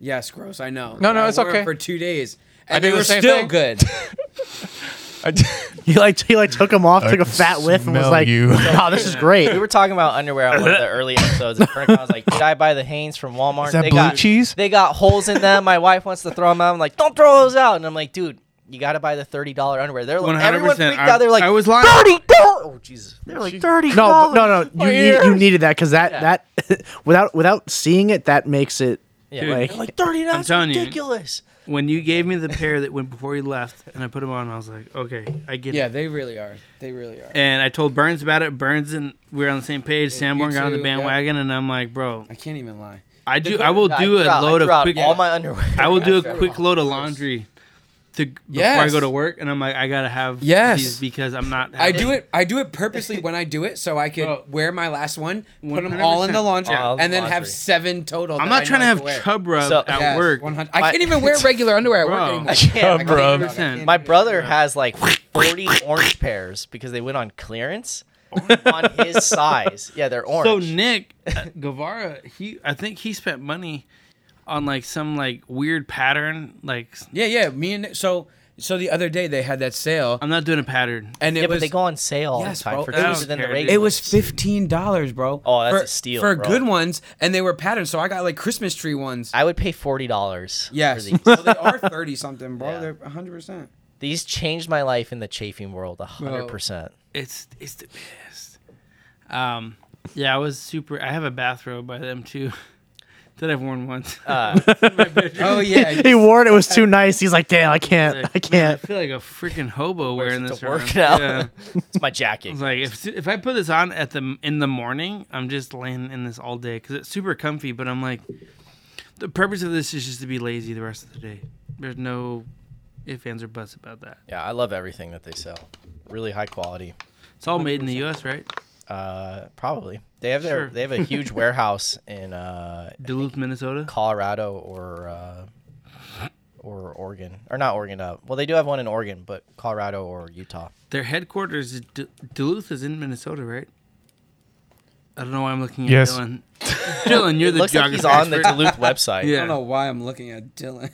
Speaker 6: Yes, gross. I know.
Speaker 8: No, no,
Speaker 6: I
Speaker 8: it's
Speaker 6: wore it
Speaker 8: okay.
Speaker 6: For two days, and
Speaker 8: do
Speaker 6: they
Speaker 8: the
Speaker 6: were
Speaker 8: same
Speaker 6: still
Speaker 8: thing.
Speaker 6: good.
Speaker 8: I d-
Speaker 9: He like he like took them off, took a fat whiff, and was
Speaker 8: smell
Speaker 9: like,
Speaker 8: you.
Speaker 9: "Wow, this is
Speaker 7: We
Speaker 9: great."
Speaker 7: were talking about underwear on one of the early episodes. And Frank, I was like, "Did I buy the Hanes from Walmart?
Speaker 8: Is that
Speaker 7: they
Speaker 8: blue
Speaker 7: got,
Speaker 8: cheese?
Speaker 7: They got holes in them. My wife wants to throw them out. I'm like, "Don't throw those out!" And I'm like, "Dude, you got to buy the thirty dollar underwear." They're like, everyone
Speaker 5: 100%.
Speaker 7: freaked out. They're like,
Speaker 5: I was lying.
Speaker 7: thirty dollars." Oh Jesus! They're like thirty.
Speaker 9: No, but- no, no. You need, you
Speaker 7: ears.
Speaker 9: needed that because that that without without seeing it, that makes it
Speaker 7: Yeah.
Speaker 9: like
Speaker 7: They're like thirty dollars.
Speaker 5: telling you.
Speaker 7: Ridiculous.
Speaker 5: When you gave me the pair that went before you left, and I put them on, I was like, okay, I get
Speaker 6: yeah,
Speaker 5: it.
Speaker 6: they really are. They really are.
Speaker 5: And I told Burns about it. Burns and we were on the same page. Sanborn got on the
Speaker 6: too, yeah.
Speaker 5: bandwagon, and I'm like, bro,
Speaker 6: I can't even lie.
Speaker 5: I do. I will
Speaker 7: I
Speaker 5: do a
Speaker 7: threw out- I
Speaker 5: load
Speaker 7: threw
Speaker 5: of
Speaker 7: out
Speaker 5: quick.
Speaker 7: all my underwear.
Speaker 5: I will do a
Speaker 6: Fair
Speaker 5: quick
Speaker 6: enough.
Speaker 5: load of laundry to before I
Speaker 6: Yes.
Speaker 5: go to work, and I'm like, I gotta have
Speaker 6: Yes.
Speaker 5: these because I'm not.
Speaker 6: I do it. I do it purposely when I do it, so I could
Speaker 5: Bro.
Speaker 6: wear my last one, put them all in the
Speaker 5: 100%.
Speaker 6: laundry,
Speaker 7: Yeah.
Speaker 6: and then have
Speaker 7: Laundry.
Speaker 6: seven total.
Speaker 5: I'm
Speaker 6: that
Speaker 5: not
Speaker 6: I
Speaker 5: trying to
Speaker 6: know I
Speaker 5: have
Speaker 6: can wear.
Speaker 5: chub rub
Speaker 7: So-
Speaker 5: at
Speaker 6: Yes,
Speaker 5: work.
Speaker 6: 100 I
Speaker 7: My-
Speaker 6: can't even wear regular underwear at
Speaker 5: Bro.
Speaker 6: work anymore.
Speaker 7: I can't. I
Speaker 8: bro.
Speaker 7: can't.
Speaker 5: 100%.
Speaker 7: My brother has like 40 orange pairs because they went on clearance on his size. Yeah, they're
Speaker 5: So
Speaker 7: orange.
Speaker 5: Nick uh, Guevara, he I think he spent money on like some like weird pattern. Like
Speaker 6: Yeah, yeah. Me and so so the other day they had that sale,
Speaker 5: I'm not doing a pattern.
Speaker 6: and it
Speaker 7: yeah,
Speaker 6: was
Speaker 7: but they go on sale all
Speaker 6: Yes,
Speaker 7: the time
Speaker 6: bro.
Speaker 7: for
Speaker 6: That
Speaker 5: was
Speaker 7: cheaper than the
Speaker 5: terrible.
Speaker 7: regular.
Speaker 6: it was fifteen dollars, bro.
Speaker 7: Oh, that's
Speaker 6: for,
Speaker 7: a steal,
Speaker 6: for
Speaker 7: bro.
Speaker 6: good ones, and they were patterns. So I got like Christmas tree ones.
Speaker 7: I would pay forty dollars.
Speaker 6: yes, so they are thirty something, bro.
Speaker 7: Yeah.
Speaker 6: They're one hundred percent.
Speaker 7: These changed my life in the chafing world a hundred
Speaker 6: Bro.
Speaker 7: percent.
Speaker 5: It's it's the best. Um, yeah, I was super. I have a bathrobe by them too. That I've worn once.
Speaker 7: Uh,
Speaker 6: Oh yeah,
Speaker 9: he wore it. It was too nice. He's like, "Damn, I can't, I
Speaker 5: Like, man, I
Speaker 9: can't."
Speaker 5: feel like a freaking hobo wearing
Speaker 7: it
Speaker 5: this
Speaker 7: to work
Speaker 5: around.
Speaker 7: now?
Speaker 5: Yeah.
Speaker 7: It's my jacket.
Speaker 5: It's like if if I put this on at the in the morning, I'm just laying in this all day because it's super comfy. But I'm like, the purpose of this is just to be lazy the rest of the day. There's no ifs ands or buts about that.
Speaker 7: yeah, I love everything that they sell. Really high quality.
Speaker 5: It's all made in the U.S., right?
Speaker 7: Uh, probably. They have their
Speaker 5: Sure.
Speaker 7: they have a huge warehouse in uh,
Speaker 5: Duluth, Minnesota.
Speaker 7: Colorado or uh, or Oregon or not Oregon. Uh, well, they do have one in Oregon, but Colorado or Utah.
Speaker 5: Their headquarters, is D- Duluth, is in Minnesota, right? I don't know why I'm looking at
Speaker 8: Yes.
Speaker 5: Dylan. Dylan, you're the
Speaker 7: Looks like
Speaker 5: geography
Speaker 7: he's on the
Speaker 5: expert.
Speaker 7: Duluth website.
Speaker 5: Yeah.
Speaker 6: I don't know why I'm looking at Dylan.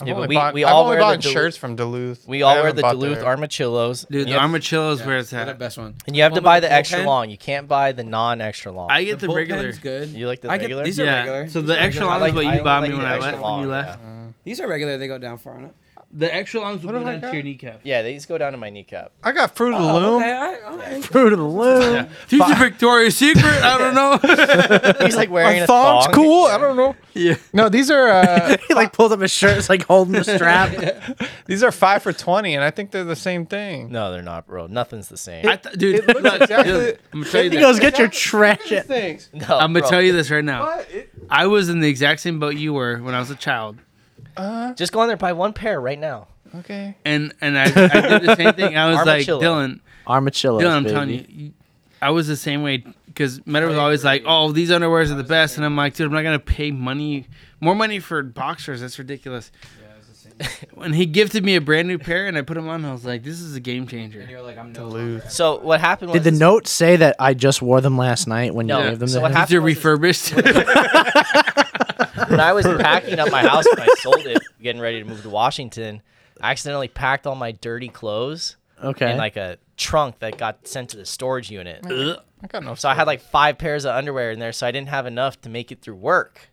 Speaker 8: I've
Speaker 7: Yeah, but
Speaker 8: only
Speaker 7: we-
Speaker 8: bought,
Speaker 7: we
Speaker 8: I've
Speaker 7: all
Speaker 8: only
Speaker 7: wear the
Speaker 8: bought
Speaker 7: Duluth-
Speaker 8: shirts from Duluth.
Speaker 7: We
Speaker 8: I
Speaker 7: all wear
Speaker 8: haven't
Speaker 7: the
Speaker 8: bought
Speaker 7: Duluth
Speaker 8: their-
Speaker 7: armachillos.
Speaker 5: Dude,
Speaker 7: and
Speaker 5: the
Speaker 7: you have-
Speaker 5: armadillo is where it's
Speaker 6: They're the
Speaker 5: at.
Speaker 6: best one.
Speaker 7: and you have to
Speaker 6: One
Speaker 7: buy
Speaker 6: with
Speaker 7: the extra
Speaker 6: bullpen.
Speaker 7: long. You can't buy the non-extra long.
Speaker 5: I get the,
Speaker 6: bullpen's
Speaker 5: regular.
Speaker 6: Good.
Speaker 7: You like the
Speaker 6: I get-
Speaker 7: regular?
Speaker 6: These are
Speaker 5: Yeah.
Speaker 6: regular.
Speaker 5: So
Speaker 6: These
Speaker 5: the
Speaker 6: are
Speaker 5: extra
Speaker 6: regular.
Speaker 5: long
Speaker 7: like-
Speaker 5: is what
Speaker 7: I
Speaker 5: you
Speaker 7: only
Speaker 5: bought
Speaker 7: like
Speaker 5: me
Speaker 7: the
Speaker 5: when I
Speaker 7: extra
Speaker 5: left. When
Speaker 7: long,
Speaker 5: you
Speaker 7: yeah.
Speaker 5: left.
Speaker 6: These are regular. They go down far enough.
Speaker 5: The extra longs will
Speaker 8: do
Speaker 5: go
Speaker 8: I
Speaker 5: down
Speaker 8: got?
Speaker 5: to your kneecap.
Speaker 7: Yeah, these go down to my kneecap.
Speaker 8: I got Fruit
Speaker 7: Oh,
Speaker 8: of the Loom.
Speaker 6: Okay, I, I,
Speaker 9: Fruit of the loom.
Speaker 5: These are Victoria's Secret. I don't know.
Speaker 7: He's like wearing
Speaker 8: My
Speaker 7: a
Speaker 8: thong's
Speaker 7: thong.
Speaker 8: cool. I don't know.
Speaker 5: yeah.
Speaker 8: No, these are uh,
Speaker 9: He like pulled up his shirt, it's like holding the strap.
Speaker 8: these are five for twenty, and I think they're the same thing.
Speaker 7: No, they're not, bro. Nothing's the same.
Speaker 5: I th- dude,
Speaker 8: looks
Speaker 5: look,
Speaker 8: exactly-
Speaker 5: dude, I'm gonna tell you
Speaker 9: he
Speaker 5: this.
Speaker 9: goes, get your trash.
Speaker 8: These
Speaker 9: out."
Speaker 8: things.
Speaker 7: no,
Speaker 5: I'm gonna
Speaker 7: bro.
Speaker 5: tell you this right now.
Speaker 8: What? It-
Speaker 5: I was in the exact same boat you were when I was a child,
Speaker 7: Just go on there, buy one pair right now.
Speaker 8: Okay.
Speaker 5: and and I, I did the same thing. I was like,
Speaker 7: Armadillo.
Speaker 5: Dylan,
Speaker 9: Armadillo.
Speaker 5: Dylan, I'm telling you, you- I was the same way because Meta was always like, "Oh, these underwears are the best," and I'm like, "Dude, I'm not gonna pay money, more money for boxers. That's ridiculous." When he gifted me a brand new pair and I put them on, I was like, "This is a game changer."
Speaker 6: you're like, I'm no.
Speaker 8: Duluth.
Speaker 7: So what happened was
Speaker 9: Did the note say that I just wore them last night when
Speaker 7: No.
Speaker 9: you gave them
Speaker 7: So
Speaker 9: to
Speaker 7: what
Speaker 9: him?
Speaker 7: happened-
Speaker 5: These are refurbished.
Speaker 7: when I was packing up my house when I sold it, getting ready to move to Washington, I accidentally packed all my dirty clothes
Speaker 9: Okay.
Speaker 7: in like a trunk that got sent to the storage unit.
Speaker 8: I got no.
Speaker 7: So I had like five pairs of underwear in there, so I didn't have enough to make it through work.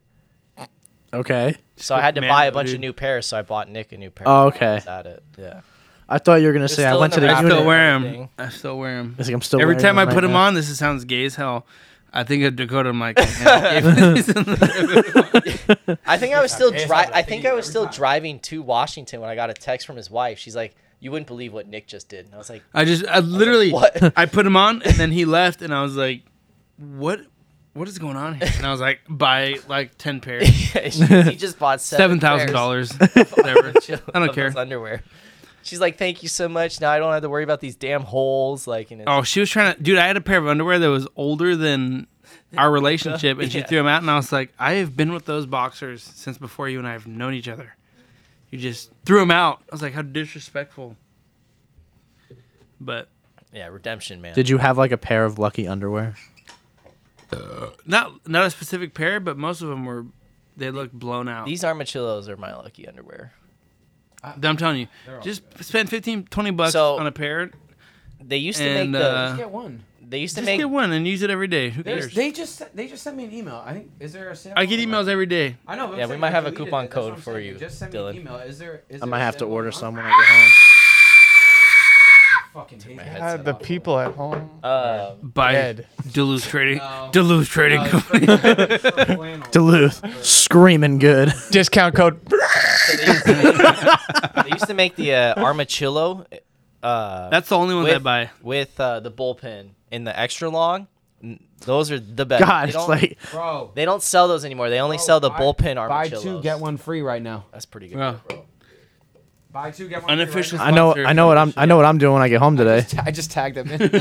Speaker 9: okay.
Speaker 7: So I had to
Speaker 5: Man,
Speaker 7: buy a bunch
Speaker 5: dude.
Speaker 7: of new pairs. So I bought Nick a new pair.
Speaker 9: Oh, okay.
Speaker 7: Is that it? Yeah.
Speaker 9: I thought you were gonna
Speaker 7: It's
Speaker 9: say I
Speaker 7: still
Speaker 9: went to
Speaker 7: in
Speaker 9: the
Speaker 7: the wrapper.
Speaker 5: still
Speaker 9: unit.
Speaker 5: wear them.
Speaker 7: Thing.
Speaker 5: I still wear them.
Speaker 9: It's like I'm still
Speaker 5: Every
Speaker 9: wearing
Speaker 5: time I
Speaker 9: them
Speaker 5: put
Speaker 9: right
Speaker 5: them
Speaker 9: now.
Speaker 5: on, this is, sounds gay as hell. I think of Dakota. I'm like, "Man,
Speaker 7: I think I was still dri- I think I was still driving to Washington when I got a text from his wife. She's like, "You wouldn't believe what Nick just did." And I was like,
Speaker 5: I just, I literally,
Speaker 7: "What?"
Speaker 5: I put him on, and then he left, and I was like, what, what is going on here? And I was like, buy like ten pairs,
Speaker 7: he just bought
Speaker 5: seven
Speaker 7: seven
Speaker 5: thousand
Speaker 7: pairs.
Speaker 5: dollars, whatever. I don't
Speaker 7: of
Speaker 5: care.
Speaker 7: his Underwear. She's like, "Thank you so much. Now I don't have to worry about these damn holes." Like, and it's,
Speaker 5: Oh, she was trying to, dude. I had a pair of underwear that was older than our relationship, and she
Speaker 7: Yeah.
Speaker 5: threw them out, and I was like, I have been with those boxers since before you and I have known each other. You just threw them out. I was like, how disrespectful. But
Speaker 7: yeah, redemption, man.
Speaker 9: Did you have like a pair of lucky underwear?
Speaker 5: not not a specific pair, but most of them were. They looked blown out.
Speaker 7: these armachillos are my lucky underwear.
Speaker 5: I'm telling you, just spend 15, 20 bucks
Speaker 7: So-
Speaker 5: on a pair.
Speaker 7: They used to
Speaker 5: And
Speaker 7: make
Speaker 5: uh,
Speaker 7: the.
Speaker 6: Get one.
Speaker 7: They used to
Speaker 5: just
Speaker 7: make.
Speaker 5: get one and use it every day. Who
Speaker 6: There's,
Speaker 5: cares?
Speaker 6: they just sent- they just sent me an email. I think is there a sale?
Speaker 5: I get
Speaker 6: on it?
Speaker 5: emails every day.
Speaker 6: I know. but I'm
Speaker 7: Yeah, we
Speaker 6: saying
Speaker 7: might
Speaker 6: I
Speaker 7: have a
Speaker 6: deleted it.
Speaker 7: coupon
Speaker 6: That's what
Speaker 7: code
Speaker 6: I'm
Speaker 7: for
Speaker 6: saying.
Speaker 7: you,
Speaker 6: Just send me
Speaker 7: Dylan.
Speaker 6: an email. Is there? Is
Speaker 9: I
Speaker 6: there
Speaker 9: might
Speaker 6: a
Speaker 9: have to
Speaker 6: sale
Speaker 9: order
Speaker 6: on it?
Speaker 9: some when I get home.
Speaker 6: I fucking hate that.
Speaker 7: headset
Speaker 8: the people at home.
Speaker 7: Uh,
Speaker 5: By
Speaker 8: Ed.
Speaker 5: Duluth Trading.
Speaker 6: No.
Speaker 5: Duluth Trading
Speaker 6: No, it's
Speaker 5: Company.
Speaker 6: flannel.
Speaker 9: Duluth, screaming good.
Speaker 8: Discount code.
Speaker 7: so they, used to make, they used to make the uh, armachillo. Uh,
Speaker 5: That's the only one that I
Speaker 7: with,
Speaker 5: buy.
Speaker 7: with uh, the bullpen and the extra long. N- Those are the best.
Speaker 9: God,
Speaker 7: they
Speaker 9: it's
Speaker 7: don't,
Speaker 9: like
Speaker 6: Bro.
Speaker 7: they don't sell those anymore. They only sell
Speaker 6: Oh,
Speaker 7: the
Speaker 6: Buy-
Speaker 7: bullpen
Speaker 6: Buy
Speaker 7: armachillos.
Speaker 6: two, get one free right now.
Speaker 7: That's pretty good,
Speaker 5: Bro.
Speaker 7: bro.
Speaker 6: Buy two, get one
Speaker 5: Unofficial.
Speaker 6: free
Speaker 9: I know
Speaker 5: sponsor.
Speaker 9: I know what I'm I know what I'm doing when I get home today.
Speaker 6: right now. I just tagged him in. tagged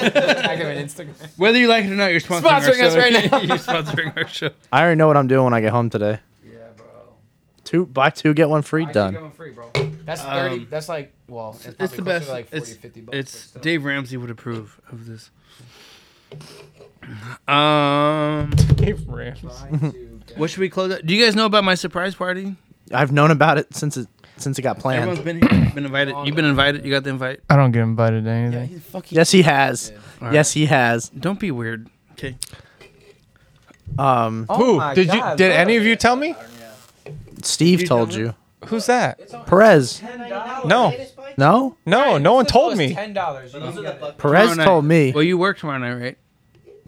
Speaker 6: him in Instagram.
Speaker 5: Whether you like it or not, you're sponsoring,
Speaker 6: Sponsoring
Speaker 5: our
Speaker 6: us
Speaker 5: show.
Speaker 6: right now.
Speaker 5: you're sponsoring our show.
Speaker 9: I already know what I'm doing when I get home today.
Speaker 6: Yeah, bro.
Speaker 9: Two buy two get one free.
Speaker 6: Buy two, get
Speaker 9: Done.
Speaker 6: one free, bro. That's thirty.
Speaker 5: Um,
Speaker 6: that's like well, it's,
Speaker 5: It's
Speaker 6: probably
Speaker 5: the
Speaker 6: closer to
Speaker 5: best.
Speaker 6: Like 40,
Speaker 5: it's
Speaker 6: 50 bucks, but
Speaker 5: it's
Speaker 6: still.
Speaker 5: Dave Ramsey would approve of this. Um,
Speaker 6: Buy two, get-
Speaker 5: what should we close out? Do you guys know about my surprise party?
Speaker 9: I've known about it since it since it got
Speaker 5: Everyone's
Speaker 9: planned.
Speaker 5: been here, been invited. You've been invited. You got the invite.
Speaker 8: I don't get invited to anything.
Speaker 6: He's fucking.
Speaker 9: Yes, he has. Yes, he has.
Speaker 5: Don't be weird. Okay.
Speaker 9: Um,
Speaker 6: Oh
Speaker 8: Who
Speaker 6: my
Speaker 8: did
Speaker 6: God,
Speaker 8: you? Did
Speaker 6: look.
Speaker 8: any of you tell me?
Speaker 9: Steve
Speaker 5: you
Speaker 9: told
Speaker 5: tell
Speaker 9: you.
Speaker 8: Who's that?
Speaker 9: Perez.
Speaker 8: No,
Speaker 9: No,
Speaker 8: no, no one told me.
Speaker 6: Ten dollars. You can get it.
Speaker 9: Perez
Speaker 5: Tomorrow night.
Speaker 9: told me.
Speaker 5: Well, you work tomorrow night, right?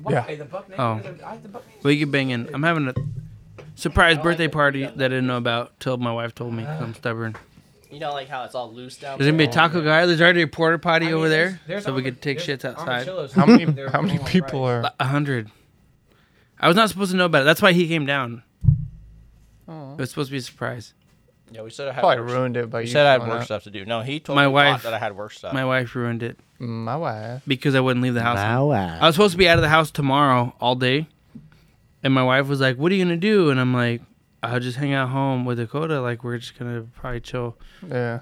Speaker 6: Why?
Speaker 8: Yeah.
Speaker 6: The buck
Speaker 5: Oh.
Speaker 6: naked- I- the buck naked-
Speaker 5: Well, you can bang in. I'm having a surprise birthday party that I didn't know about till my wife told me. 'cause I'm stubborn.
Speaker 7: You know, like how it's all loose down.
Speaker 5: There's gonna be a
Speaker 7: there?
Speaker 5: taco guy. There's already a porter potty
Speaker 6: I mean,
Speaker 5: over
Speaker 6: there's-
Speaker 5: there,
Speaker 6: there's
Speaker 5: so we
Speaker 6: arma-
Speaker 5: could take
Speaker 6: there's
Speaker 5: shits outside.
Speaker 6: armachillos.
Speaker 8: How many?
Speaker 6: They're
Speaker 8: How many
Speaker 6: full on
Speaker 8: people
Speaker 6: price.
Speaker 8: are?
Speaker 5: A hundred. I was not supposed to know about it. That's why he came down. It was supposed to be a surprise.
Speaker 7: Yeah, we said I had
Speaker 8: Probably
Speaker 7: work
Speaker 8: ruined it by
Speaker 7: We
Speaker 8: you.
Speaker 7: said I had
Speaker 8: showing
Speaker 7: work
Speaker 8: up.
Speaker 7: stuff to do. No, he told
Speaker 5: My
Speaker 7: me not
Speaker 5: wife-
Speaker 7: that I had work stuff.
Speaker 5: My wife ruined it
Speaker 8: Mm, My wife.
Speaker 5: because I wouldn't leave the house.
Speaker 9: Wow,
Speaker 5: I was supposed to be out of the house tomorrow all day, and my wife was like, "What are you gonna do?" And I'm like, "I'll just hang out home with Dakota. Like we're just gonna probably chill."
Speaker 8: Yeah.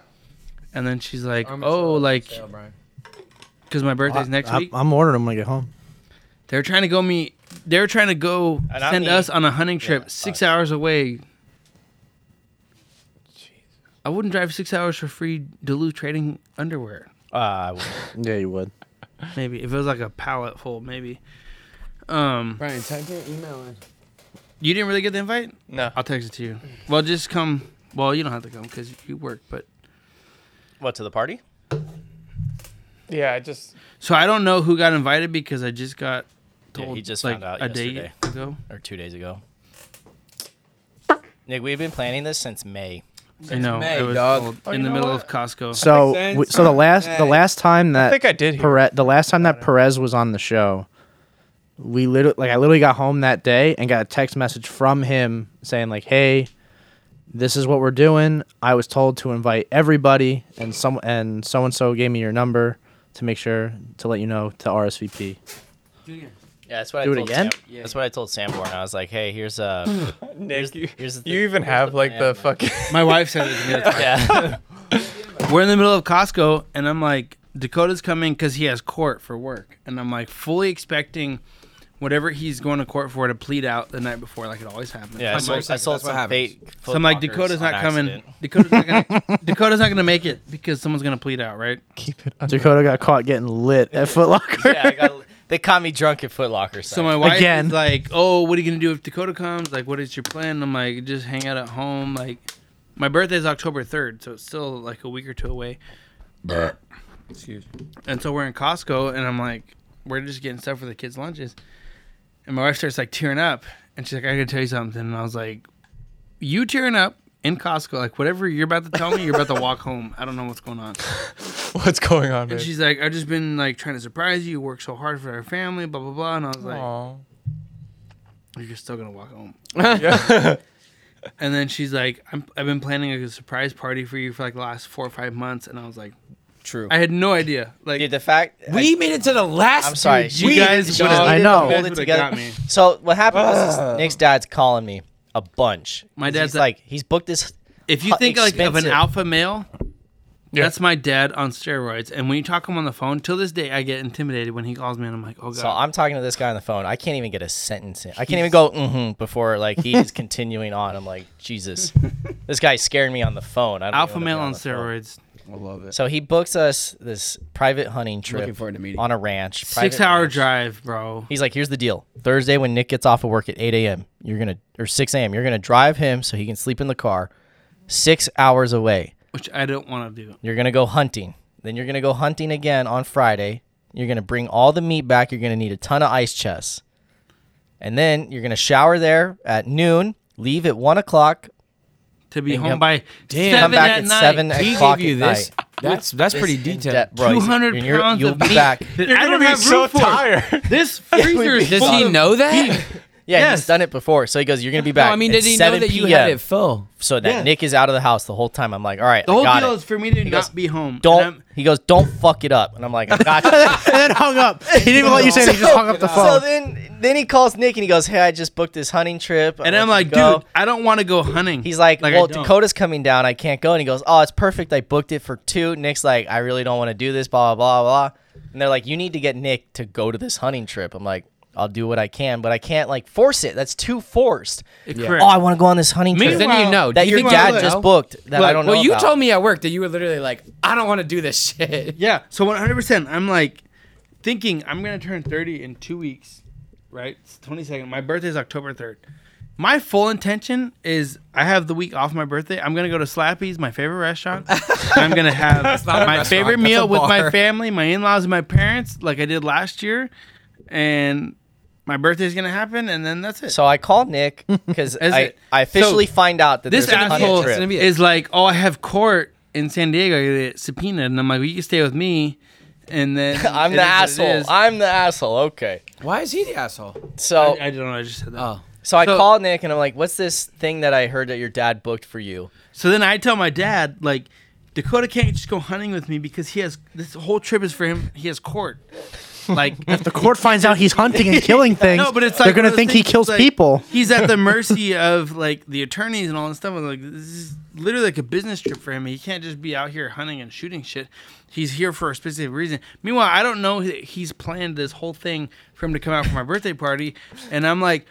Speaker 5: And then she's like, "Oh, like because my birthday's next
Speaker 9: I,
Speaker 5: week."
Speaker 9: I'm ordering them when I get home.
Speaker 5: They're trying to go me. They're trying to go
Speaker 7: And I
Speaker 5: send
Speaker 7: mean-
Speaker 5: us on a hunting trip
Speaker 7: Yeah,
Speaker 5: six
Speaker 7: us.
Speaker 5: hours away. I wouldn't drive six hours for free Duluth trading underwear.
Speaker 7: Uh, I would-
Speaker 9: Yeah, you would.
Speaker 5: Maybe if it was like a pallet full, maybe. Um,
Speaker 6: Brian, type your email in.
Speaker 5: you didn't really get the invite.
Speaker 8: No.
Speaker 5: I'll text it to you. Well, just come. Well, you don't have to come because you work. But
Speaker 7: what to the party?
Speaker 8: Yeah, I just
Speaker 5: so I don't know who got invited because I just got
Speaker 7: Yeah,
Speaker 5: told.
Speaker 7: he just
Speaker 5: like
Speaker 7: found out
Speaker 5: a
Speaker 7: yesterday
Speaker 5: day ago,
Speaker 7: or two days ago. Nick, we've been planning this since May.
Speaker 5: I know
Speaker 6: May,
Speaker 5: it was
Speaker 6: dog.
Speaker 5: cold,
Speaker 8: Oh,
Speaker 5: in
Speaker 8: you
Speaker 5: the
Speaker 8: know
Speaker 5: middle
Speaker 8: what?
Speaker 5: of Costco.
Speaker 9: So,
Speaker 6: makes sense.
Speaker 9: we, so the last
Speaker 6: Hey.
Speaker 9: the last time that
Speaker 8: I think I did hear.
Speaker 9: Perez, the last time that Perez was on the show, we literally like I literally got home that day and got a text message from him saying like, "Hey, this is what we're doing. I was told to invite everybody, and some and so and so gave me your number to make sure to let you know to RSVP."
Speaker 7: Yeah, that's what
Speaker 9: Do
Speaker 7: I
Speaker 9: it
Speaker 7: told
Speaker 9: again?
Speaker 7: Sam. That's what I told Sanborn. I was like, hey, here's uh,
Speaker 8: Nick, you,
Speaker 7: here's the
Speaker 8: you even
Speaker 7: here's
Speaker 8: have like
Speaker 7: plan,
Speaker 8: the
Speaker 7: man.
Speaker 8: fucking.
Speaker 5: My wife said it to me. That's why.
Speaker 7: Yeah.
Speaker 5: We're in the middle of Costco, and I'm like, Dakota's coming because he has court for work, and I'm like fully expecting whatever he's going to court for to plead out the night before, like it always happens.
Speaker 7: Yeah,
Speaker 5: I'm
Speaker 7: I
Speaker 5: like,
Speaker 7: sold, I sold
Speaker 6: That's what
Speaker 7: some
Speaker 6: happens.
Speaker 7: fake.
Speaker 5: so I'm like, Dakota's not coming. Dakota's not gonna. Dakota's not gonna make it because someone's gonna plead out, right?
Speaker 8: Keep it under.
Speaker 9: Dakota got caught getting lit at Foot Locker.
Speaker 7: yeah, I got, they caught me drunk at Foot Locker.
Speaker 5: So my wife
Speaker 9: Again.
Speaker 5: is like, "Oh, what are you gonna do if Dakota comes? Like, what is your plan?" I'm like, "Just hang out at home." Like, my birthday is October 3rd, so it's still like a week or two away. Excuse. me. And so we're in Costco, and I'm like, "We're just getting stuff for the kids' lunches," and my wife starts like tearing up, and she's like, "I gotta tell you something," and I was like, "You tearing up?" In Costco, like whatever you're about to tell me, you're about to walk home. I don't know what's going on.
Speaker 8: What's going on,
Speaker 5: And
Speaker 8: babe?
Speaker 5: she's like, I've just been like trying to surprise you. You work so hard for our family, blah blah blah. And I was like,
Speaker 8: Aw.
Speaker 5: you're still gonna walk home.
Speaker 8: Yeah.
Speaker 5: And then she's like, I'm, I've been planning a surprise party for you for like the last four or five months. And I was like,
Speaker 6: True.
Speaker 5: I had no idea. Like,
Speaker 7: Dude, the fact.
Speaker 6: we made it to the last.
Speaker 7: I'm sorry.
Speaker 6: dude,
Speaker 5: you
Speaker 6: we-
Speaker 5: guys
Speaker 7: Sean,
Speaker 5: would've-
Speaker 9: I know.
Speaker 5: you guys
Speaker 7: Hold it
Speaker 5: would've
Speaker 7: together.
Speaker 5: got me.
Speaker 7: So what happened was is Nick's dad's calling me a bunch.
Speaker 5: My
Speaker 7: 'Cause
Speaker 5: dad's
Speaker 7: he's
Speaker 5: a-
Speaker 7: like he's booked this.
Speaker 5: If you
Speaker 7: How
Speaker 5: think like of an
Speaker 7: expensive.
Speaker 5: alpha male,
Speaker 8: Yeah.
Speaker 5: that's my dad on steroids. And when you talk to him on the phone, till this day, I get intimidated when he calls me, and I'm like, oh god.
Speaker 7: So I'm talking to this guy on the phone. I can't even get a sentence in. I can't even go mm-hmm before like he's continuing on. I'm like Jesus, this guy's scaring me on the phone. I don't
Speaker 5: alpha
Speaker 7: even wanna be
Speaker 5: male on
Speaker 7: the phone.
Speaker 5: steroids.
Speaker 6: I love it.
Speaker 7: So he books us this private hunting
Speaker 6: Looking
Speaker 7: trip
Speaker 6: forward to meeting.
Speaker 7: on a ranch.
Speaker 5: Six
Speaker 7: private
Speaker 5: hour
Speaker 7: ranch.
Speaker 5: drive, bro.
Speaker 7: He's like, here's the deal. Thursday when Nick gets off of work at 8 a.m., you're gonna or 6 a.m. You're gonna drive him so he can sleep in the car. Six hours away.
Speaker 5: Which I don't want to do.
Speaker 7: You're gonna go hunting. Then you're gonna go hunting again on Friday. You're gonna bring all the meat back. You're gonna need a ton of ice chests. And then you're gonna shower there at noon. Leave at one o'clock.
Speaker 5: To be
Speaker 7: And
Speaker 5: home
Speaker 7: come-
Speaker 5: by
Speaker 6: Damn.
Speaker 5: seven
Speaker 7: come back
Speaker 5: at,
Speaker 7: at
Speaker 5: night.
Speaker 7: seven
Speaker 6: He
Speaker 7: o'clock
Speaker 6: gave you
Speaker 7: at
Speaker 6: this.
Speaker 7: night.
Speaker 6: That's that's pretty
Speaker 7: In
Speaker 6: detailed.
Speaker 7: depth, bro, he's-
Speaker 5: 200
Speaker 7: and you're-
Speaker 5: pounds
Speaker 7: You'll
Speaker 5: of
Speaker 7: be
Speaker 5: meat.
Speaker 7: back.
Speaker 5: that I don't have room for. This freezer is
Speaker 6: Does
Speaker 5: full
Speaker 6: he
Speaker 5: of-
Speaker 6: know that?
Speaker 7: Yeah,
Speaker 5: Yes.
Speaker 7: he's done it before. So he goes, "You're gonna be
Speaker 6: No,
Speaker 7: back."
Speaker 6: I mean,
Speaker 7: at
Speaker 6: did he know
Speaker 7: 7
Speaker 6: that you
Speaker 7: p.m.
Speaker 6: had it full?
Speaker 7: So that
Speaker 5: Yeah.
Speaker 7: Nick is out of the house the whole time. I'm like, "All right,
Speaker 5: The whole
Speaker 7: I got
Speaker 5: deal
Speaker 7: it."
Speaker 5: is for me to
Speaker 7: goes,
Speaker 5: not be home. And
Speaker 7: don't.
Speaker 5: I'm-
Speaker 7: He goes, "Don't fuck it up," and I'm like, "I got you."
Speaker 9: and then hung up. He didn't even let you say it. He just hung up the
Speaker 7: So
Speaker 9: phone.
Speaker 7: then, then he calls Nick and he goes, "Hey, I just booked this hunting trip." I
Speaker 5: And
Speaker 7: want
Speaker 5: I'm
Speaker 7: you to
Speaker 5: like,
Speaker 7: go."
Speaker 5: dude, I don't want to go hunting.
Speaker 7: He's like,
Speaker 5: I
Speaker 7: well,
Speaker 5: don't.
Speaker 7: Dakota's coming down. I can't go. And he goes, oh, it's perfect. I booked it for two. Nick's like, I really don't want to do this, blah, blah, blah, blah. And they're like, you need to get Nick to go to this hunting trip. I'm like, I'll do what I can, but I can't like force it. That's too forced.
Speaker 5: Correct.
Speaker 7: Oh, I want to go on this hunting trip.
Speaker 6: Then you know.
Speaker 7: that
Speaker 6: Do you
Speaker 7: your
Speaker 6: think
Speaker 7: dad
Speaker 6: you
Speaker 7: just
Speaker 6: know?
Speaker 7: booked that I don't know.
Speaker 6: Well, you
Speaker 7: about.
Speaker 6: told me at work that you were literally like, I don't want to do this shit.
Speaker 5: yeah. So 100%. I'm like thinking I'm going to turn 30 in two weeks, right? It's 22nd. My birthday is October 3rd. My full intention is I have the week off my birthday. I'm going to go to Slappy's, my favorite restaurant. I'm going to have
Speaker 6: not a
Speaker 5: my
Speaker 6: restaurant,
Speaker 5: favorite
Speaker 6: that's a
Speaker 5: meal with my
Speaker 6: bar.
Speaker 5: family, my in laws, and my parents, like I did last year. And my birthday's going to happen. And then that's it.
Speaker 7: So I called Nick because I,
Speaker 5: it?
Speaker 7: I officially
Speaker 5: So,
Speaker 7: find out that
Speaker 5: this
Speaker 7: there's a hunting
Speaker 5: asshole
Speaker 6: It's gonna
Speaker 7: trip.
Speaker 6: be it.
Speaker 5: is like, oh, I have court in San Diego. I get subpoenaed, and I'm like, well, you can stay with me. And then
Speaker 7: I'm
Speaker 5: it
Speaker 7: the
Speaker 5: is what it
Speaker 7: asshole.
Speaker 5: is.
Speaker 7: I'm the asshole. Okay.
Speaker 6: Why is he the asshole?
Speaker 7: So
Speaker 5: I don't know. I just said that.
Speaker 6: Oh,
Speaker 7: So I
Speaker 5: So-
Speaker 7: call Nick and I'm like, "What's this thing that I heard that your dad booked for you?"
Speaker 5: So then I tell my dad, like, Dakota can't just go hunting with me because he has this whole trip is for him. He has court. Like,
Speaker 9: The court finds out he's hunting and killing things.
Speaker 5: no, but it's like
Speaker 9: they're gonna
Speaker 5: one of those
Speaker 9: think he
Speaker 5: things,
Speaker 9: kills
Speaker 5: like,
Speaker 9: people.
Speaker 5: He's at the mercy of like the attorneys and all this stuff. I'm like, this is literally like a business trip for him. He can't just be out here hunting and shooting shit. He's here for a specific reason. Meanwhile, I don't know that he's planned this whole thing for him to come out for my birthday party, and I'm like,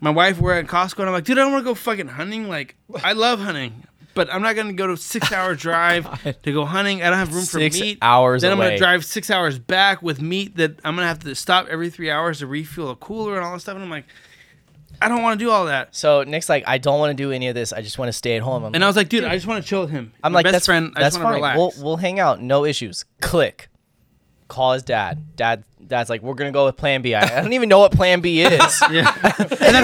Speaker 5: my wife we're at Costco, and I'm like, dude, I don't want to go fucking hunting. Like, I love hunting. But I'm not gonna go to a six hour drive to go hunting. I don't have room for
Speaker 7: Six
Speaker 5: meat.
Speaker 7: hours
Speaker 5: Then I'm
Speaker 7: away.
Speaker 5: gonna drive six hours back with meat that I'm gonna have to stop every three hours to refuel a cooler and all that stuff. And I'm like, I don't want to do all that.
Speaker 7: So Nick's like, "I don't want to do any of this. I just want to stay at home." I'm
Speaker 5: And I was like, dude, I just want to chill with him.
Speaker 7: I'm
Speaker 5: My
Speaker 7: like,
Speaker 5: best
Speaker 7: that's
Speaker 5: friend. I
Speaker 7: That's
Speaker 5: just
Speaker 7: fine.
Speaker 5: want to relax.
Speaker 7: We'll we'll hang out. No issues. Click. Call his dad. Dad. Dad's like, we're gonna go with Plan B. I, I don't even know what Plan B is.
Speaker 9: And then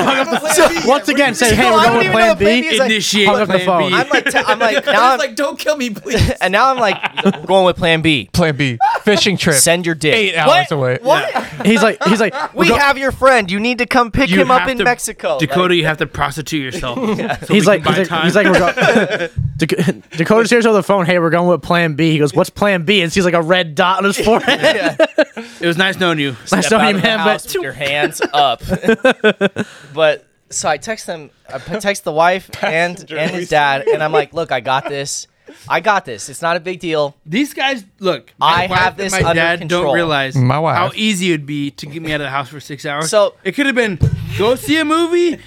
Speaker 9: hung up the phone. Once again, say, hey,
Speaker 7: No, I
Speaker 9: we're
Speaker 7: don't
Speaker 9: going with
Speaker 7: even know
Speaker 9: plan
Speaker 7: what Plan B
Speaker 9: B.
Speaker 7: is. like,
Speaker 5: Initiate
Speaker 9: hung up the
Speaker 5: plan
Speaker 9: phone.
Speaker 5: B.
Speaker 7: I'm like, t- I'm like, now
Speaker 10: I
Speaker 7: I'm
Speaker 10: was like, don't kill me, please.
Speaker 7: and now I'm like, we're going with Plan B.
Speaker 8: Plan B, fishing trip.
Speaker 7: Send your dick.
Speaker 8: Eight
Speaker 7: What?
Speaker 8: hours away.
Speaker 7: What?
Speaker 9: He's like, he's like,
Speaker 7: We have your friend. You need to come pick him up
Speaker 5: have
Speaker 7: in
Speaker 5: to-
Speaker 7: Mexico.
Speaker 5: Dakota, you have to prostitute yourself. So
Speaker 9: he's
Speaker 5: we
Speaker 9: like,
Speaker 5: can buy
Speaker 9: he's like,
Speaker 5: time.
Speaker 9: he's like, we're go- Dak- Dakota's here's over the phone. Hey, we're going with plan B. He goes, what's plan B? And sees like a red dot on his forehead.
Speaker 5: it was nice knowing
Speaker 9: I
Speaker 5: you.
Speaker 7: Like,
Speaker 9: saw
Speaker 7: step out
Speaker 9: him,
Speaker 7: of the
Speaker 9: man,
Speaker 7: house
Speaker 9: but
Speaker 7: with your hands up. but so I text them. I p- text the wife and and his dad, and I'm like, look, I got this. I got this. It's not a big deal.
Speaker 5: These guys, look.
Speaker 7: I
Speaker 5: wife
Speaker 7: have
Speaker 5: and
Speaker 7: this
Speaker 5: My
Speaker 7: under
Speaker 5: dad
Speaker 7: control.
Speaker 5: don't realize
Speaker 8: My wife.
Speaker 5: how easy it'd be to get me out of the house for six hours.
Speaker 7: So-
Speaker 5: it could have been go see a movie,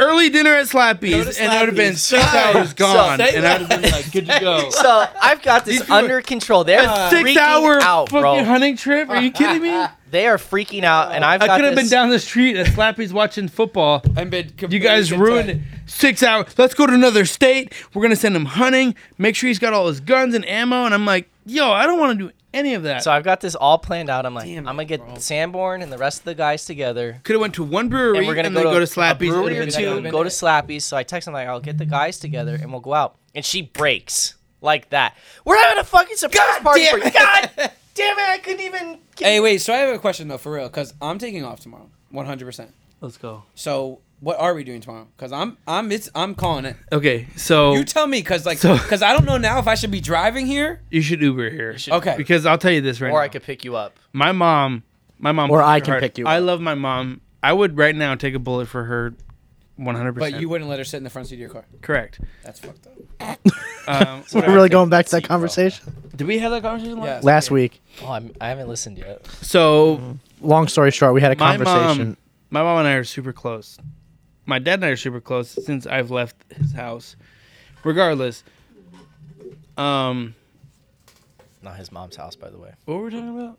Speaker 5: early dinner at Slappy's, and it would have been
Speaker 10: Slappy's.
Speaker 5: six hours gone,
Speaker 7: say
Speaker 5: and I'd have been like, good to go.
Speaker 7: So I've got this
Speaker 5: people are-
Speaker 7: under control. They're
Speaker 5: Six
Speaker 7: freaking
Speaker 5: hour
Speaker 7: out,
Speaker 5: fucking
Speaker 7: bro.
Speaker 5: hunting trip? Are you kidding me?
Speaker 7: They are freaking out, and I've
Speaker 5: I
Speaker 7: got
Speaker 5: could have
Speaker 7: this-
Speaker 5: been down the street at Slappy's watching football.
Speaker 10: I've been
Speaker 5: You guys
Speaker 10: completely
Speaker 5: ruined it.
Speaker 10: content.
Speaker 5: Six hours. Let's go to another state. We're gonna send him hunting. Make sure he's got all his guns and ammo. And I'm like, yo, I don't want to do any of that.
Speaker 7: So
Speaker 5: So I
Speaker 7: I've got this all planned out. I'm like,
Speaker 5: Damn
Speaker 7: I'm gonna
Speaker 5: it,
Speaker 7: get
Speaker 5: bro.
Speaker 7: Sanborn and the rest of the guys together.
Speaker 5: could have went to one brewery
Speaker 7: And
Speaker 5: and,
Speaker 7: we're gonna
Speaker 5: then
Speaker 7: go,
Speaker 5: go to,
Speaker 7: a
Speaker 5: Slappy's.
Speaker 7: brewery
Speaker 5: and
Speaker 7: or
Speaker 5: then
Speaker 7: two,
Speaker 5: go-
Speaker 7: go to Slappy's. So I text him like, I'll get the guys together and we'll go out. And she breaks like that. We're having a fucking surprise party for you. God damn it! I couldn't even.
Speaker 6: Hey, wait. So I have a question though, for real, because I'm taking off tomorrow, 100. percent
Speaker 5: Let's go.
Speaker 6: So what are we doing tomorrow? Because I'm, I'm, it's, I'm calling it.
Speaker 5: Okay, so
Speaker 6: You
Speaker 5: you,
Speaker 6: tell me, because like,
Speaker 5: Oh. So-
Speaker 6: because I don't know now if I should be driving here.
Speaker 5: should Uber here.
Speaker 7: should-
Speaker 6: Okay.
Speaker 5: Because I'll tell you this right
Speaker 7: Or
Speaker 5: now.
Speaker 7: I could pick you up.
Speaker 5: my mom, my mom.
Speaker 9: Or
Speaker 5: bless
Speaker 9: I
Speaker 5: her
Speaker 9: can pick you
Speaker 5: I
Speaker 9: up.
Speaker 5: love my mom. I would right now take a bullet for her, 100.
Speaker 6: But
Speaker 5: percent
Speaker 6: you wouldn't let her sit in the front seat of your car.
Speaker 5: correct.
Speaker 6: That's fucked up.
Speaker 5: Um,
Speaker 9: we're really going back to that conversation
Speaker 5: did we have that conversation? last-
Speaker 6: Yeah.
Speaker 9: last week.
Speaker 7: Oh, I'm, I haven't listened yet.
Speaker 5: So
Speaker 9: Long story short, we had a
Speaker 5: my mom,
Speaker 9: Mm-hmm. conversation.
Speaker 5: my mom and I are super close. My dad and I are super close since I've left his house. Regardless, um,
Speaker 7: Not his mom's house, by the way.
Speaker 5: what were we talking about?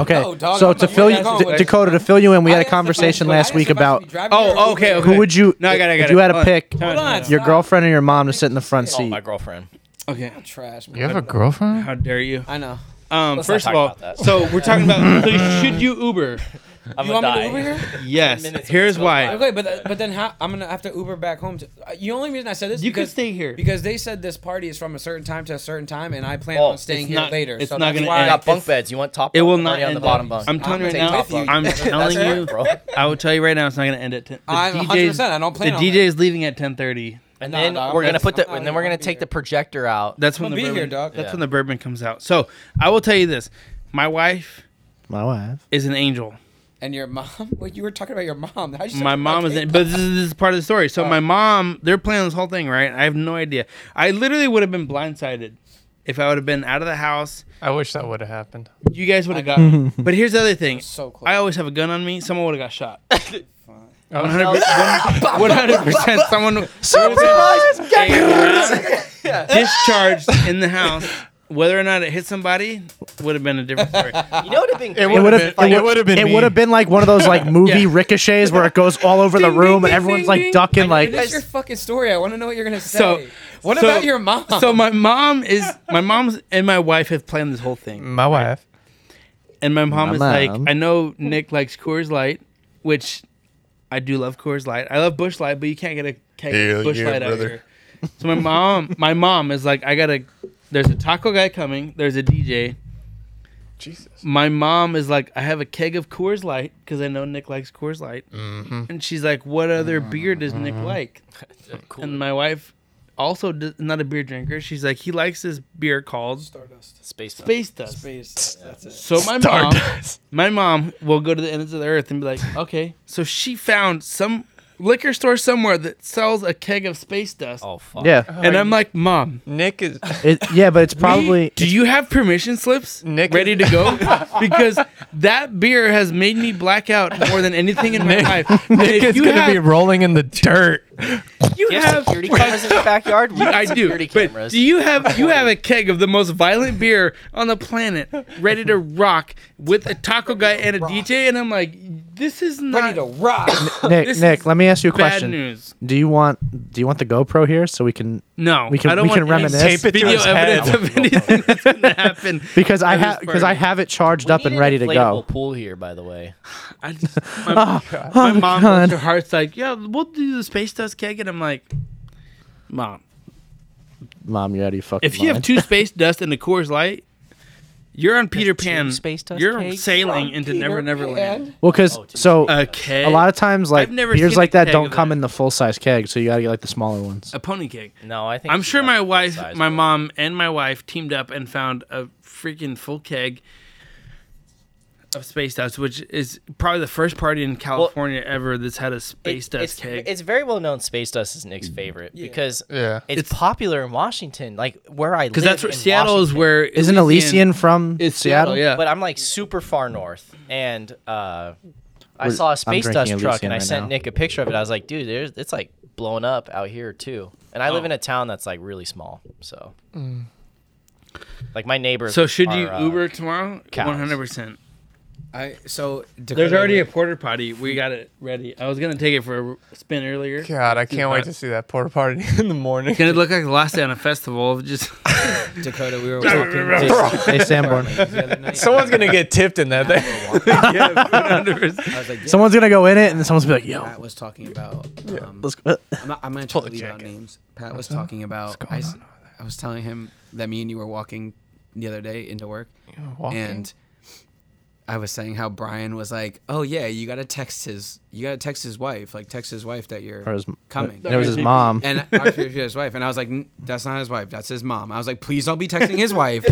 Speaker 9: Okay,
Speaker 6: know, dog.
Speaker 9: so
Speaker 6: I'm
Speaker 9: to
Speaker 6: not-
Speaker 9: fill
Speaker 6: we're
Speaker 9: you,
Speaker 6: not
Speaker 9: D-
Speaker 6: going.
Speaker 9: Dakota, to fill you in, we
Speaker 6: I
Speaker 9: had a
Speaker 6: asked if I
Speaker 9: conversation
Speaker 6: should- I
Speaker 9: last
Speaker 6: asked
Speaker 9: week
Speaker 6: if I should
Speaker 9: about
Speaker 6: be driving here
Speaker 5: Oh,
Speaker 6: or Uber
Speaker 5: okay,
Speaker 6: here.
Speaker 5: okay.
Speaker 9: who would you,
Speaker 5: No, I got it. I
Speaker 9: if
Speaker 5: got
Speaker 9: you
Speaker 5: it.
Speaker 9: had a
Speaker 5: Hold on.
Speaker 9: pick,
Speaker 5: Time out,
Speaker 6: Hold
Speaker 5: time
Speaker 6: on.
Speaker 5: out.
Speaker 9: your
Speaker 6: Stop.
Speaker 9: girlfriend or your mom to sit in the front
Speaker 7: Oh,
Speaker 9: seat.
Speaker 7: my girlfriend.
Speaker 5: Okay,
Speaker 6: Trash. Man.
Speaker 8: You have a girlfriend?
Speaker 5: how dare you?
Speaker 6: I know.
Speaker 5: Um,
Speaker 7: Let's not
Speaker 5: first of
Speaker 7: talk
Speaker 5: all,
Speaker 7: about that.
Speaker 5: so we're talking about so you- should you Uber?
Speaker 7: I'm
Speaker 6: you
Speaker 7: gonna
Speaker 6: want
Speaker 7: die.
Speaker 6: me to Uber here?
Speaker 5: Yes.
Speaker 7: Minutes of
Speaker 5: Here's
Speaker 7: this goes
Speaker 5: why.
Speaker 6: Okay, but th- but then how, I'm gonna have to Uber back home. To, uh, the only reason I said this
Speaker 5: You could
Speaker 6: because,
Speaker 5: stay here.
Speaker 6: because they said this party is from a certain time to a certain time, and I plan
Speaker 7: Well,
Speaker 6: on staying
Speaker 5: Oh, it's
Speaker 6: here
Speaker 5: not-
Speaker 6: later.
Speaker 5: it's
Speaker 6: so
Speaker 5: not
Speaker 6: that's
Speaker 5: gonna
Speaker 6: why
Speaker 7: I
Speaker 5: end.
Speaker 7: got bunk beds. You want top?
Speaker 5: It will
Speaker 7: bunk or
Speaker 5: not
Speaker 7: you on
Speaker 5: end.
Speaker 7: the bottom bunk.
Speaker 5: I'm telling you
Speaker 7: gonna
Speaker 5: right
Speaker 7: take
Speaker 5: now.
Speaker 7: top bunk.
Speaker 5: I'm
Speaker 7: That's
Speaker 5: telling
Speaker 7: it,
Speaker 5: you.
Speaker 7: bro.
Speaker 5: I will tell you right now. It's not going to end at ten. the
Speaker 6: I'm 100%, I don't plan
Speaker 5: The
Speaker 6: on
Speaker 5: DJ
Speaker 6: that.
Speaker 5: is leaving at 10:30.
Speaker 7: And
Speaker 6: Nah,
Speaker 7: then
Speaker 6: dog, I'm
Speaker 7: we're gonna
Speaker 6: not-
Speaker 7: put the.
Speaker 6: I'm not
Speaker 7: And then we're
Speaker 6: even
Speaker 7: gonna
Speaker 6: gonna be
Speaker 7: take
Speaker 6: here.
Speaker 7: the projector out.
Speaker 5: That's when
Speaker 6: I'ma
Speaker 5: the
Speaker 6: be
Speaker 5: bourbon,
Speaker 6: here, dog.
Speaker 5: That's
Speaker 7: Yeah.
Speaker 5: when the bourbon comes out. So I will tell you this: my wife
Speaker 9: My wife.
Speaker 5: is an angel.
Speaker 6: And your mom? Well, you were talking about your mom. How'd you
Speaker 5: my
Speaker 6: talk about
Speaker 5: mom is
Speaker 6: cake?
Speaker 5: in, but this is, this is part of the story. So my mom, they're planning this whole thing, right? I have no idea. I literally would have been blindsided if I would have been out of the house.
Speaker 8: I wish that would have happened.
Speaker 5: You guys would have got me. But here's the other thing:
Speaker 6: so close.
Speaker 5: I always have a gun on me. Someone would have got shot. Oh, One hundred percent. Someone
Speaker 7: Surprise!
Speaker 5: discharged in the house. Whether or not it hit somebody would have been a different story.
Speaker 7: You know what have been great?
Speaker 9: It would
Speaker 8: would've
Speaker 9: have.
Speaker 8: been-
Speaker 9: It would have
Speaker 8: it would've
Speaker 9: been.
Speaker 8: been
Speaker 9: It
Speaker 8: me.
Speaker 9: would have been like one of those like movie
Speaker 5: Yeah.
Speaker 9: ricochets where it goes all over the room and everyone's like ducking like.
Speaker 6: Finish your fucking story. I want to know what you're gonna say.
Speaker 5: So-
Speaker 6: what
Speaker 5: so-
Speaker 6: about your mom?
Speaker 5: So my mom is my mom's and my wife have planned this whole thing.
Speaker 8: My wife.
Speaker 5: And my mom
Speaker 9: My
Speaker 5: is like,
Speaker 9: mom.
Speaker 5: I know Nick likes Coors Light, which I do love Coors Light. I love Bush Light, but you can't get a keg
Speaker 8: Hell
Speaker 5: of Bush
Speaker 8: yeah,
Speaker 5: Light out
Speaker 8: brother.
Speaker 5: here. So my mom, my mom is like, I gotta. There's a taco guy coming. There's a DJ.
Speaker 8: Jesus.
Speaker 5: my mom is like, I have a keg of Coors Light because I know Nick likes Coors Light,
Speaker 8: Mm-hmm.
Speaker 5: and she's like, What other beer does Nick like? And my wife, also d not a beer drinker, she's like, He likes this beer called
Speaker 6: Stardust.
Speaker 7: Space. Stuff.
Speaker 5: Space Dust.
Speaker 6: Space. That's it.
Speaker 5: So my mom, my mom will go to the ends of the earth and be like, Okay, so she found some liquor store somewhere that sells a keg of Space Dust,
Speaker 7: Oh fuck.
Speaker 9: Yeah.
Speaker 5: and I'm like, Mom,
Speaker 8: Nick is
Speaker 9: It, yeah, but it's probably
Speaker 5: do you have permission slips
Speaker 8: Nick-
Speaker 5: ready to go? because that beer has made me black out more than anything in my life. And if
Speaker 8: Nick is
Speaker 5: you
Speaker 8: gonna
Speaker 5: have,
Speaker 8: be rolling in the dirt.
Speaker 5: you
Speaker 7: You have
Speaker 5: have
Speaker 7: security cameras in your backyard. We
Speaker 5: I
Speaker 7: got
Speaker 5: do.
Speaker 7: Security
Speaker 5: But
Speaker 7: cameras.
Speaker 5: do you have you have a keg of the most violent beer on the planet ready to rock with a taco guy and a DJ and I'm like this is
Speaker 6: Ready to
Speaker 5: not
Speaker 6: rock.
Speaker 9: Nick.
Speaker 5: this
Speaker 9: Nick,
Speaker 5: is
Speaker 9: let me ask you a
Speaker 5: bad
Speaker 9: question.
Speaker 5: news.
Speaker 9: Do you want do you want the GoPro here so we can
Speaker 5: No.
Speaker 9: We can-
Speaker 5: I don't
Speaker 9: we
Speaker 5: want
Speaker 9: can
Speaker 5: any
Speaker 9: reminisce. Tape
Speaker 8: it to
Speaker 5: video
Speaker 8: his
Speaker 5: evidence
Speaker 8: head.
Speaker 5: of anything that's going to happen.
Speaker 9: because I
Speaker 5: That was
Speaker 9: have because
Speaker 5: part-
Speaker 9: I have it charged
Speaker 7: We
Speaker 9: up
Speaker 7: need
Speaker 9: and
Speaker 7: an
Speaker 9: ready to go.
Speaker 7: inflatable Pool here, by the way.
Speaker 5: I just, my, my mom broke her heart's like, yeah, we'll do the space dust keg, and I'm like, mom,
Speaker 9: Mom, you're out of your fucking
Speaker 5: if you have
Speaker 9: mind.
Speaker 5: two space dust and a Coors Light, you're on Peter
Speaker 7: two
Speaker 5: Pan.
Speaker 7: Space Dust
Speaker 5: you're
Speaker 7: kegs?
Speaker 5: sailing into Never Never Land.
Speaker 9: well,
Speaker 6: Oh,
Speaker 9: because so
Speaker 5: A keg,
Speaker 9: a lot of times like
Speaker 5: I've never
Speaker 9: beers
Speaker 5: seen a
Speaker 9: like that
Speaker 5: keg
Speaker 9: don't
Speaker 5: of
Speaker 9: come
Speaker 5: that.
Speaker 9: in the full size keg, so you gotta get like the smaller ones.
Speaker 5: a pony keg.
Speaker 7: No, I think
Speaker 5: I'm
Speaker 7: she's
Speaker 5: sure
Speaker 7: got
Speaker 5: my
Speaker 7: the
Speaker 5: wife,
Speaker 7: size
Speaker 5: my
Speaker 7: one.
Speaker 5: mom, and my wife teamed up and found a freaking full keg of space dust, which is probably the first party in California ever that's had a space
Speaker 7: It-
Speaker 5: dust
Speaker 7: it's,
Speaker 5: keg.
Speaker 7: It's very well known. Space dust is Nick's favorite because
Speaker 8: Yeah.
Speaker 7: it's, popular in Washington, like where I live.
Speaker 5: because that's where
Speaker 7: in
Speaker 5: Seattle is
Speaker 7: Washington.
Speaker 5: where
Speaker 9: Isn't Elysian from
Speaker 5: It's
Speaker 9: Seattle?
Speaker 5: Seattle, yeah.
Speaker 7: But I'm like super far north, and uh, I
Speaker 9: We're-
Speaker 7: saw
Speaker 9: I'm
Speaker 7: a space
Speaker 9: drinking
Speaker 7: dust truck,
Speaker 9: Elysian
Speaker 7: and I
Speaker 9: right
Speaker 7: sent
Speaker 9: now.
Speaker 7: Nick a picture of it. I was like, dude, there's it's like blown up out here too. And I live
Speaker 5: Oh.
Speaker 7: in a town that's like really small, so like my neighbors.
Speaker 5: So should
Speaker 7: are,
Speaker 5: you
Speaker 7: uh,
Speaker 5: Uber tomorrow?
Speaker 7: cows.
Speaker 5: One hundred percent.
Speaker 6: I so
Speaker 5: There's already a porter potty. We got it ready. I was gonna take it for a spin earlier.
Speaker 8: God, I can't wait to see that porta party in the morning.
Speaker 5: It's gonna look like the last day on a festival. of Just
Speaker 6: Dakota. We were walking.
Speaker 9: Hey Sanborn.
Speaker 6: the other night.
Speaker 8: Someone's gonna get tipped in that thing.
Speaker 6: I was like, yeah,
Speaker 9: Someone's gonna go in it and then someone's gonna be like, yo,
Speaker 6: Pat was talking about. Um,
Speaker 9: let's go.
Speaker 6: I'm, not, I'm gonna
Speaker 8: Pull
Speaker 6: totally
Speaker 8: the
Speaker 6: leave out
Speaker 8: jacket.
Speaker 6: names. Pat was talking about. I, s- I was telling him that me and you were walking the other day into work,
Speaker 8: walking?
Speaker 6: and I was saying how Brian was like, "Oh yeah, you gotta text his, you gotta text his wife, like text his wife that you're
Speaker 9: Or his-
Speaker 6: coming."
Speaker 9: It was his mom.
Speaker 6: and I was with his wife, and I was like, "N- "That's not his wife. That's his mom." I was like, "Please don't be texting his wife,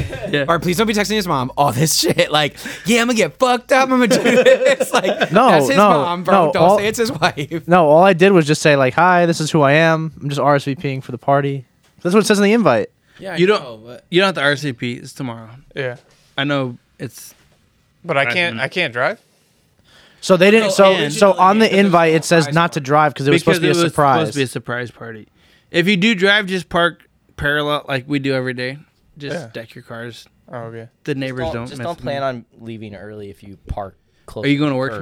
Speaker 6: or please don't be texting his mom." All this shit, like, yeah, I'm gonna get fucked up. I'm gonna do this. Like,
Speaker 9: No,
Speaker 6: that's his
Speaker 9: no,
Speaker 6: mom, bro.
Speaker 9: no,
Speaker 6: don't
Speaker 9: all-
Speaker 6: say it's his wife.
Speaker 9: No, all I did was just say like, "Hi, this is who I am. I'm just RSVPing for the party." That's what it says in the invite.
Speaker 6: Yeah,
Speaker 5: you
Speaker 7: Oh,
Speaker 5: don't. You don't have to RCP. It's tomorrow.
Speaker 8: Yeah.
Speaker 5: I know it's.
Speaker 8: But I can't I can't drive.
Speaker 9: So they didn't.
Speaker 6: No,
Speaker 9: So
Speaker 6: and-
Speaker 9: so on the
Speaker 6: Because there's
Speaker 9: invite
Speaker 6: no
Speaker 9: it says
Speaker 6: prize
Speaker 9: not to drive because it was supposed to be a
Speaker 5: it was
Speaker 9: surprise.
Speaker 5: Supposed to be a surprise party. If you do drive, just park parallel like we do every day. Just
Speaker 8: Yeah.
Speaker 5: deck your cars.
Speaker 8: Oh okay.
Speaker 5: The neighbors
Speaker 7: Don't,
Speaker 5: don't.
Speaker 7: just
Speaker 5: mess
Speaker 7: don't
Speaker 5: with
Speaker 7: plan
Speaker 5: me.
Speaker 7: on leaving early if you park close.
Speaker 5: Are you going to
Speaker 7: the
Speaker 5: work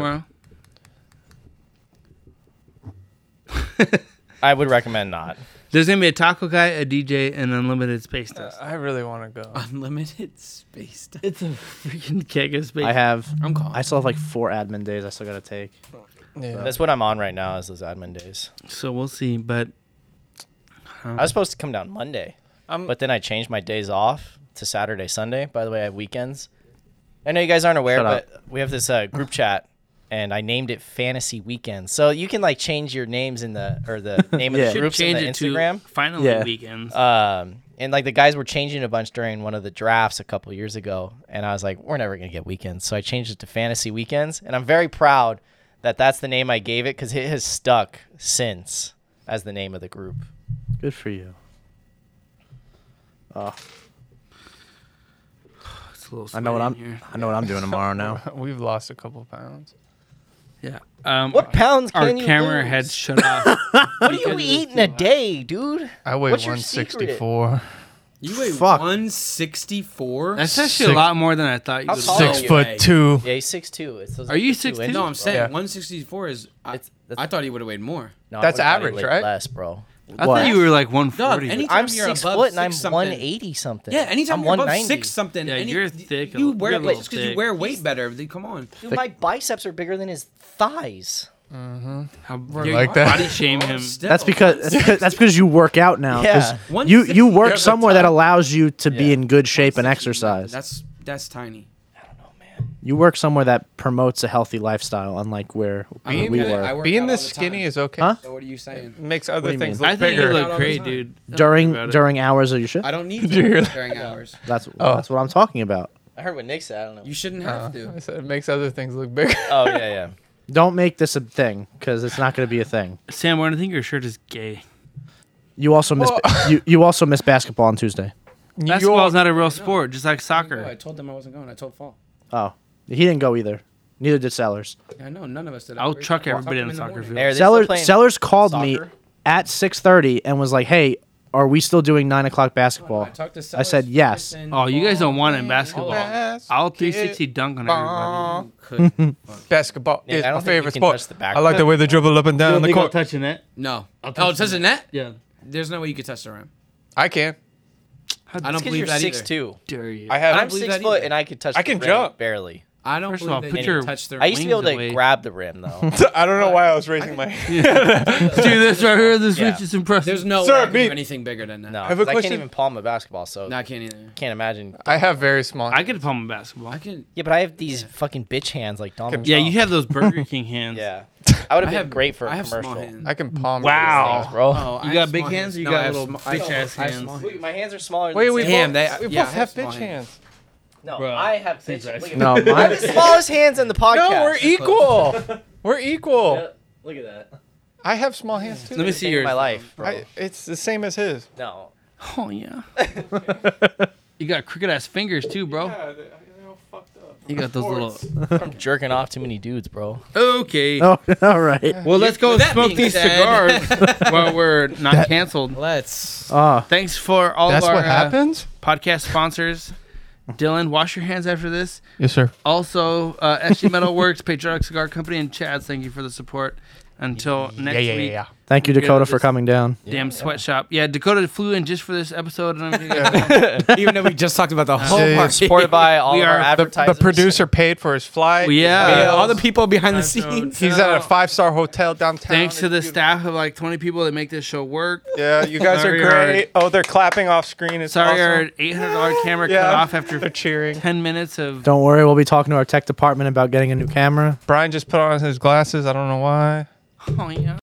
Speaker 7: curb.
Speaker 5: tomorrow?
Speaker 7: I would recommend not.
Speaker 5: There's gonna be a taco guy, a DJ, and unlimited space
Speaker 7: Uh,
Speaker 5: dust.
Speaker 8: I really wanna go.
Speaker 6: Unlimited space. time.
Speaker 5: It's a freaking keg of space.
Speaker 9: I have.
Speaker 6: I'm calling.
Speaker 9: I still have like four admin days. I still gotta take.
Speaker 8: Yeah.
Speaker 7: That's what I'm on right now is those admin days.
Speaker 5: So we'll see. But
Speaker 9: Oh.
Speaker 7: I was supposed to come down Monday,
Speaker 5: Um,
Speaker 8: I'm-
Speaker 7: but then I changed my days off to Saturday, Sunday. By the way, I have weekends. I know you guys aren't aware,
Speaker 9: Shut
Speaker 7: but we have this uh, group chat, and I named it Fantasy Weekend. So you can like change your names in the or the name
Speaker 9: Yeah.
Speaker 7: of the
Speaker 9: Should
Speaker 7: groups in
Speaker 5: change
Speaker 7: the
Speaker 5: it
Speaker 7: Instagram.
Speaker 5: to finally
Speaker 9: Yeah.
Speaker 5: weekends.
Speaker 7: Um, and like the guys were changing a bunch during one of the drafts a couple years ago, and I was like, we're never gonna get weekends, so I changed it to Fantasy Weekends, and I'm very proud that that's the name I gave it because it has stuck since as the name of the group.
Speaker 9: Good for you.
Speaker 5: It's a little
Speaker 9: I know what
Speaker 5: sweaty
Speaker 9: I'm.
Speaker 5: in here.
Speaker 9: I know what I'm doing tomorrow now.
Speaker 8: We've lost a couple pounds.
Speaker 5: Yeah. Um,
Speaker 7: What pounds can
Speaker 5: our
Speaker 7: you
Speaker 5: camera
Speaker 7: lose?
Speaker 5: had shut off.
Speaker 7: What do you eat in a day, dude?
Speaker 8: I weigh
Speaker 7: What's your
Speaker 8: one
Speaker 7: secret?
Speaker 8: sixty four.
Speaker 6: You weigh
Speaker 9: Fuck.
Speaker 6: 164.
Speaker 5: That's actually a
Speaker 8: Six-
Speaker 5: lot more than I thought you
Speaker 7: How
Speaker 5: would.
Speaker 7: tall
Speaker 8: Six
Speaker 7: Oh,
Speaker 8: foot
Speaker 6: yeah.
Speaker 8: two.
Speaker 7: Yeah, he's six two. It's those
Speaker 5: Are you 6'2"?
Speaker 7: two inches,
Speaker 6: no, I'm
Speaker 7: bro.
Speaker 6: saying
Speaker 8: Yeah.
Speaker 6: 164 is. I,
Speaker 7: It's- that's-
Speaker 6: I thought he would have weighed more.
Speaker 7: No, I
Speaker 8: That's
Speaker 7: would've thought he
Speaker 8: average,
Speaker 7: weighed
Speaker 8: right?
Speaker 7: Less, bro.
Speaker 5: I thought you were like 140.
Speaker 6: Dog, any-
Speaker 7: I'm
Speaker 6: you're
Speaker 7: six
Speaker 6: above
Speaker 7: foot and
Speaker 6: six
Speaker 7: I'm
Speaker 6: something-
Speaker 7: one eighty something.
Speaker 6: Yeah, anytime
Speaker 7: I'm
Speaker 6: you're above
Speaker 7: 190.
Speaker 6: six something.
Speaker 5: Yeah,
Speaker 6: any-
Speaker 5: you're thick,
Speaker 6: You
Speaker 5: a-
Speaker 6: wear
Speaker 5: you're a
Speaker 6: weight
Speaker 5: little
Speaker 6: because you
Speaker 5: thick.
Speaker 6: wear weight better. Dude, Come on.
Speaker 7: Dude, my biceps are bigger than his thighs.
Speaker 5: How,
Speaker 8: like that.
Speaker 5: Body shame him.
Speaker 6: Still,
Speaker 9: That's because that's because, that's because you work out now. 'cause
Speaker 6: Yeah.
Speaker 9: You you
Speaker 6: 160
Speaker 9: work
Speaker 6: at the
Speaker 9: somewhere that
Speaker 6: top.
Speaker 9: allows you to be
Speaker 7: Yeah.
Speaker 9: in good shape and exercise.
Speaker 6: That's that's tiny.
Speaker 9: You work somewhere that promotes a healthy lifestyle, unlike where
Speaker 6: mean,
Speaker 9: we
Speaker 6: I- I
Speaker 9: were.
Speaker 6: work out
Speaker 8: Being
Speaker 6: all
Speaker 8: this
Speaker 6: the
Speaker 8: skinny
Speaker 6: time.
Speaker 8: is okay.
Speaker 9: Huh?
Speaker 6: So what are you saying?
Speaker 8: Makes
Speaker 9: do
Speaker 8: other
Speaker 9: you
Speaker 8: things
Speaker 9: mean?
Speaker 5: I
Speaker 8: look
Speaker 5: think you
Speaker 8: bigger.
Speaker 5: look great, dude. Don't worry about
Speaker 9: during
Speaker 5: it.
Speaker 9: during hours of your shift.
Speaker 6: I Oh. don't need
Speaker 8: you hear
Speaker 6: to
Speaker 8: that?
Speaker 6: during hours.
Speaker 9: That's that's what I'm talking about.
Speaker 7: I heard what Nick said. I don't know.
Speaker 6: You shouldn't have
Speaker 8: I
Speaker 6: to.
Speaker 8: said it makes other things look bigger.
Speaker 7: oh yeah, yeah.
Speaker 9: Don't make this a thing because it's not going to be a thing.
Speaker 5: Sam, Warren, I think your shirt is gay.
Speaker 9: You also miss you, you also miss basketball on Tuesday.
Speaker 5: Basketball is not a real sport, just like
Speaker 6: Oh, I
Speaker 5: soccer.
Speaker 6: told them I wasn't going. I told Fall.
Speaker 9: Oh, he didn't go either. Neither did Sellers.
Speaker 6: I know none of us did. I
Speaker 5: I'll
Speaker 6: reached
Speaker 5: truck
Speaker 6: out and talked
Speaker 5: everybody
Speaker 6: to
Speaker 5: on the
Speaker 6: them in the
Speaker 5: soccer field.
Speaker 6: morning.
Speaker 7: Hey, are they still
Speaker 9: Sellers
Speaker 7: playing
Speaker 9: Sellers called me
Speaker 7: soccer?
Speaker 9: at 6:30 and was like, "Hey, are we still doing nine o'clock basketball?"
Speaker 6: I talked to
Speaker 9: I said
Speaker 6: Sellers,
Speaker 9: yes.
Speaker 6: Ferguson,
Speaker 5: Oh, you guys don't want it in
Speaker 6: Ball,
Speaker 5: basketball. I'll 360 dunk on everybody.
Speaker 6: Couldn't fuck.
Speaker 8: Basketball
Speaker 7: Yeah,
Speaker 8: is
Speaker 7: I don't
Speaker 8: my
Speaker 7: think you
Speaker 8: favorite
Speaker 7: can
Speaker 8: sport.
Speaker 7: touch the back
Speaker 8: I like the way they dribble up and down the court.
Speaker 5: touching that.
Speaker 6: no.
Speaker 5: touch
Speaker 6: Oh, touch the net.
Speaker 5: Yeah.
Speaker 6: There's no way you could touch the rim.
Speaker 8: I can.
Speaker 6: I don't
Speaker 7: It's because
Speaker 6: believe
Speaker 7: you're
Speaker 6: that
Speaker 7: six
Speaker 6: either.
Speaker 7: two.
Speaker 5: Dare you?
Speaker 8: I have.
Speaker 7: I'm
Speaker 6: believe
Speaker 7: six
Speaker 6: that
Speaker 7: foot
Speaker 6: either.
Speaker 7: and I could touch.
Speaker 8: I
Speaker 7: the
Speaker 8: can
Speaker 7: rim
Speaker 8: jump.
Speaker 7: barely.
Speaker 6: I don't
Speaker 5: First of
Speaker 6: believe
Speaker 5: all,
Speaker 6: that
Speaker 5: put
Speaker 6: you
Speaker 5: your-
Speaker 6: can touch the rim.
Speaker 7: I used to be able
Speaker 5: Wings
Speaker 7: to
Speaker 5: away.
Speaker 7: grab the rim though.
Speaker 8: I don't know why I was raising my hand.
Speaker 5: Dude, this right here, this switch is impressive.
Speaker 6: There's no
Speaker 8: Sir,
Speaker 6: way I could
Speaker 8: me-
Speaker 6: do anything bigger than that.
Speaker 7: No,
Speaker 8: I have a
Speaker 7: 'cause I can't
Speaker 8: question.
Speaker 7: even palm a basketball, so
Speaker 6: No,
Speaker 7: I
Speaker 6: I can't either.
Speaker 7: can't imagine.
Speaker 8: I have very small.
Speaker 5: I could palm a basketball.
Speaker 6: I can.
Speaker 7: Yeah, but I have these fucking bitch hands like Donald.
Speaker 5: Yeah,
Speaker 7: Trump.
Speaker 5: you have those Burger King hands.
Speaker 7: Yeah, I would
Speaker 6: I
Speaker 7: have
Speaker 6: have
Speaker 7: been great for
Speaker 6: I
Speaker 7: a
Speaker 6: have small
Speaker 7: commercial.
Speaker 6: hands.
Speaker 8: I can palm.
Speaker 5: Wow.
Speaker 7: Bro,
Speaker 6: Oh, I
Speaker 5: You
Speaker 6: have
Speaker 5: got big
Speaker 6: small
Speaker 5: hands or you
Speaker 6: No, I
Speaker 5: got
Speaker 6: have
Speaker 5: little
Speaker 6: sm- I
Speaker 5: bitch
Speaker 6: have-
Speaker 5: ass
Speaker 6: I have
Speaker 5: hands?
Speaker 6: small
Speaker 7: Wait, my hands are smaller. than
Speaker 8: Wait,
Speaker 7: the
Speaker 8: we
Speaker 6: Damn,
Speaker 7: same.
Speaker 8: both,
Speaker 6: they-
Speaker 8: we both
Speaker 6: yeah, I have
Speaker 8: have
Speaker 6: small
Speaker 8: bitch
Speaker 6: hands.
Speaker 8: hands.
Speaker 7: No,
Speaker 5: Bro.
Speaker 7: I have bitch.
Speaker 5: Jesus.
Speaker 7: Look at
Speaker 9: No,
Speaker 7: that. I have
Speaker 9: mine,
Speaker 7: the smallest hands in the podcast.
Speaker 8: No, we're equal. we're equal.
Speaker 7: Look at that.
Speaker 8: I have small hands too.
Speaker 5: Let me see
Speaker 7: Saved
Speaker 5: yours.
Speaker 7: my life, bro.
Speaker 8: I, it's the same as his.
Speaker 7: no.
Speaker 5: Oh yeah. you got crooked ass fingers too, bro. You got those little.
Speaker 7: I'm jerking off too many dudes, bro.
Speaker 5: Okay.
Speaker 9: Oh, all right.
Speaker 5: Well, let's go
Speaker 6: With that
Speaker 5: smoke
Speaker 6: being
Speaker 5: these
Speaker 6: said-
Speaker 5: cigars while we're not canceled.
Speaker 6: Let's.
Speaker 8: Uh,
Speaker 9: Oh,
Speaker 5: Thanks for all
Speaker 8: That's
Speaker 5: of our
Speaker 8: what
Speaker 5: uh,
Speaker 8: happens.
Speaker 5: podcast sponsors. Dylan, wash your hands after this.
Speaker 8: Yes, sir.
Speaker 5: Also, uh, SG Metal Works, Patriotic Cigar Company, and Chad's. Thank you for the support. Until next
Speaker 8: Yeah, yeah, yeah,
Speaker 5: week,
Speaker 8: yeah.
Speaker 9: thank you
Speaker 5: We're good
Speaker 9: Dakota
Speaker 5: with
Speaker 9: for
Speaker 5: this.
Speaker 9: coming down.
Speaker 5: damn sweatshop. Yeah, Dakota flew in just for this episode. And I'm
Speaker 6: Even though we just talked about the whole
Speaker 8: Uh, Yeah, yeah.
Speaker 6: party.
Speaker 7: Supported by all
Speaker 5: We
Speaker 7: of
Speaker 5: are
Speaker 7: our
Speaker 5: the- the
Speaker 8: The, the
Speaker 7: advertisers.
Speaker 8: producer paid for his flight.
Speaker 5: yeah.
Speaker 6: Yeah, all the people behind the scenes.
Speaker 8: He's at a five star hotel downtown.
Speaker 5: Thanks to the
Speaker 8: It's beautiful.
Speaker 5: staff of like 20 people that make this show work.
Speaker 8: Yeah, you guys are
Speaker 5: Sorry, our-
Speaker 8: great. Oh, they're clapping off screen. It's
Speaker 5: Sorry,
Speaker 8: awesome.
Speaker 5: our $800 camera
Speaker 8: Yeah.
Speaker 5: cut off
Speaker 8: They're
Speaker 5: after
Speaker 8: cheering.
Speaker 5: 10 minutes of.
Speaker 9: Don't worry, we'll be talking to our tech department about getting a new camera.
Speaker 8: Brian just put on his glasses. I don't know why.
Speaker 5: Oh, yeah.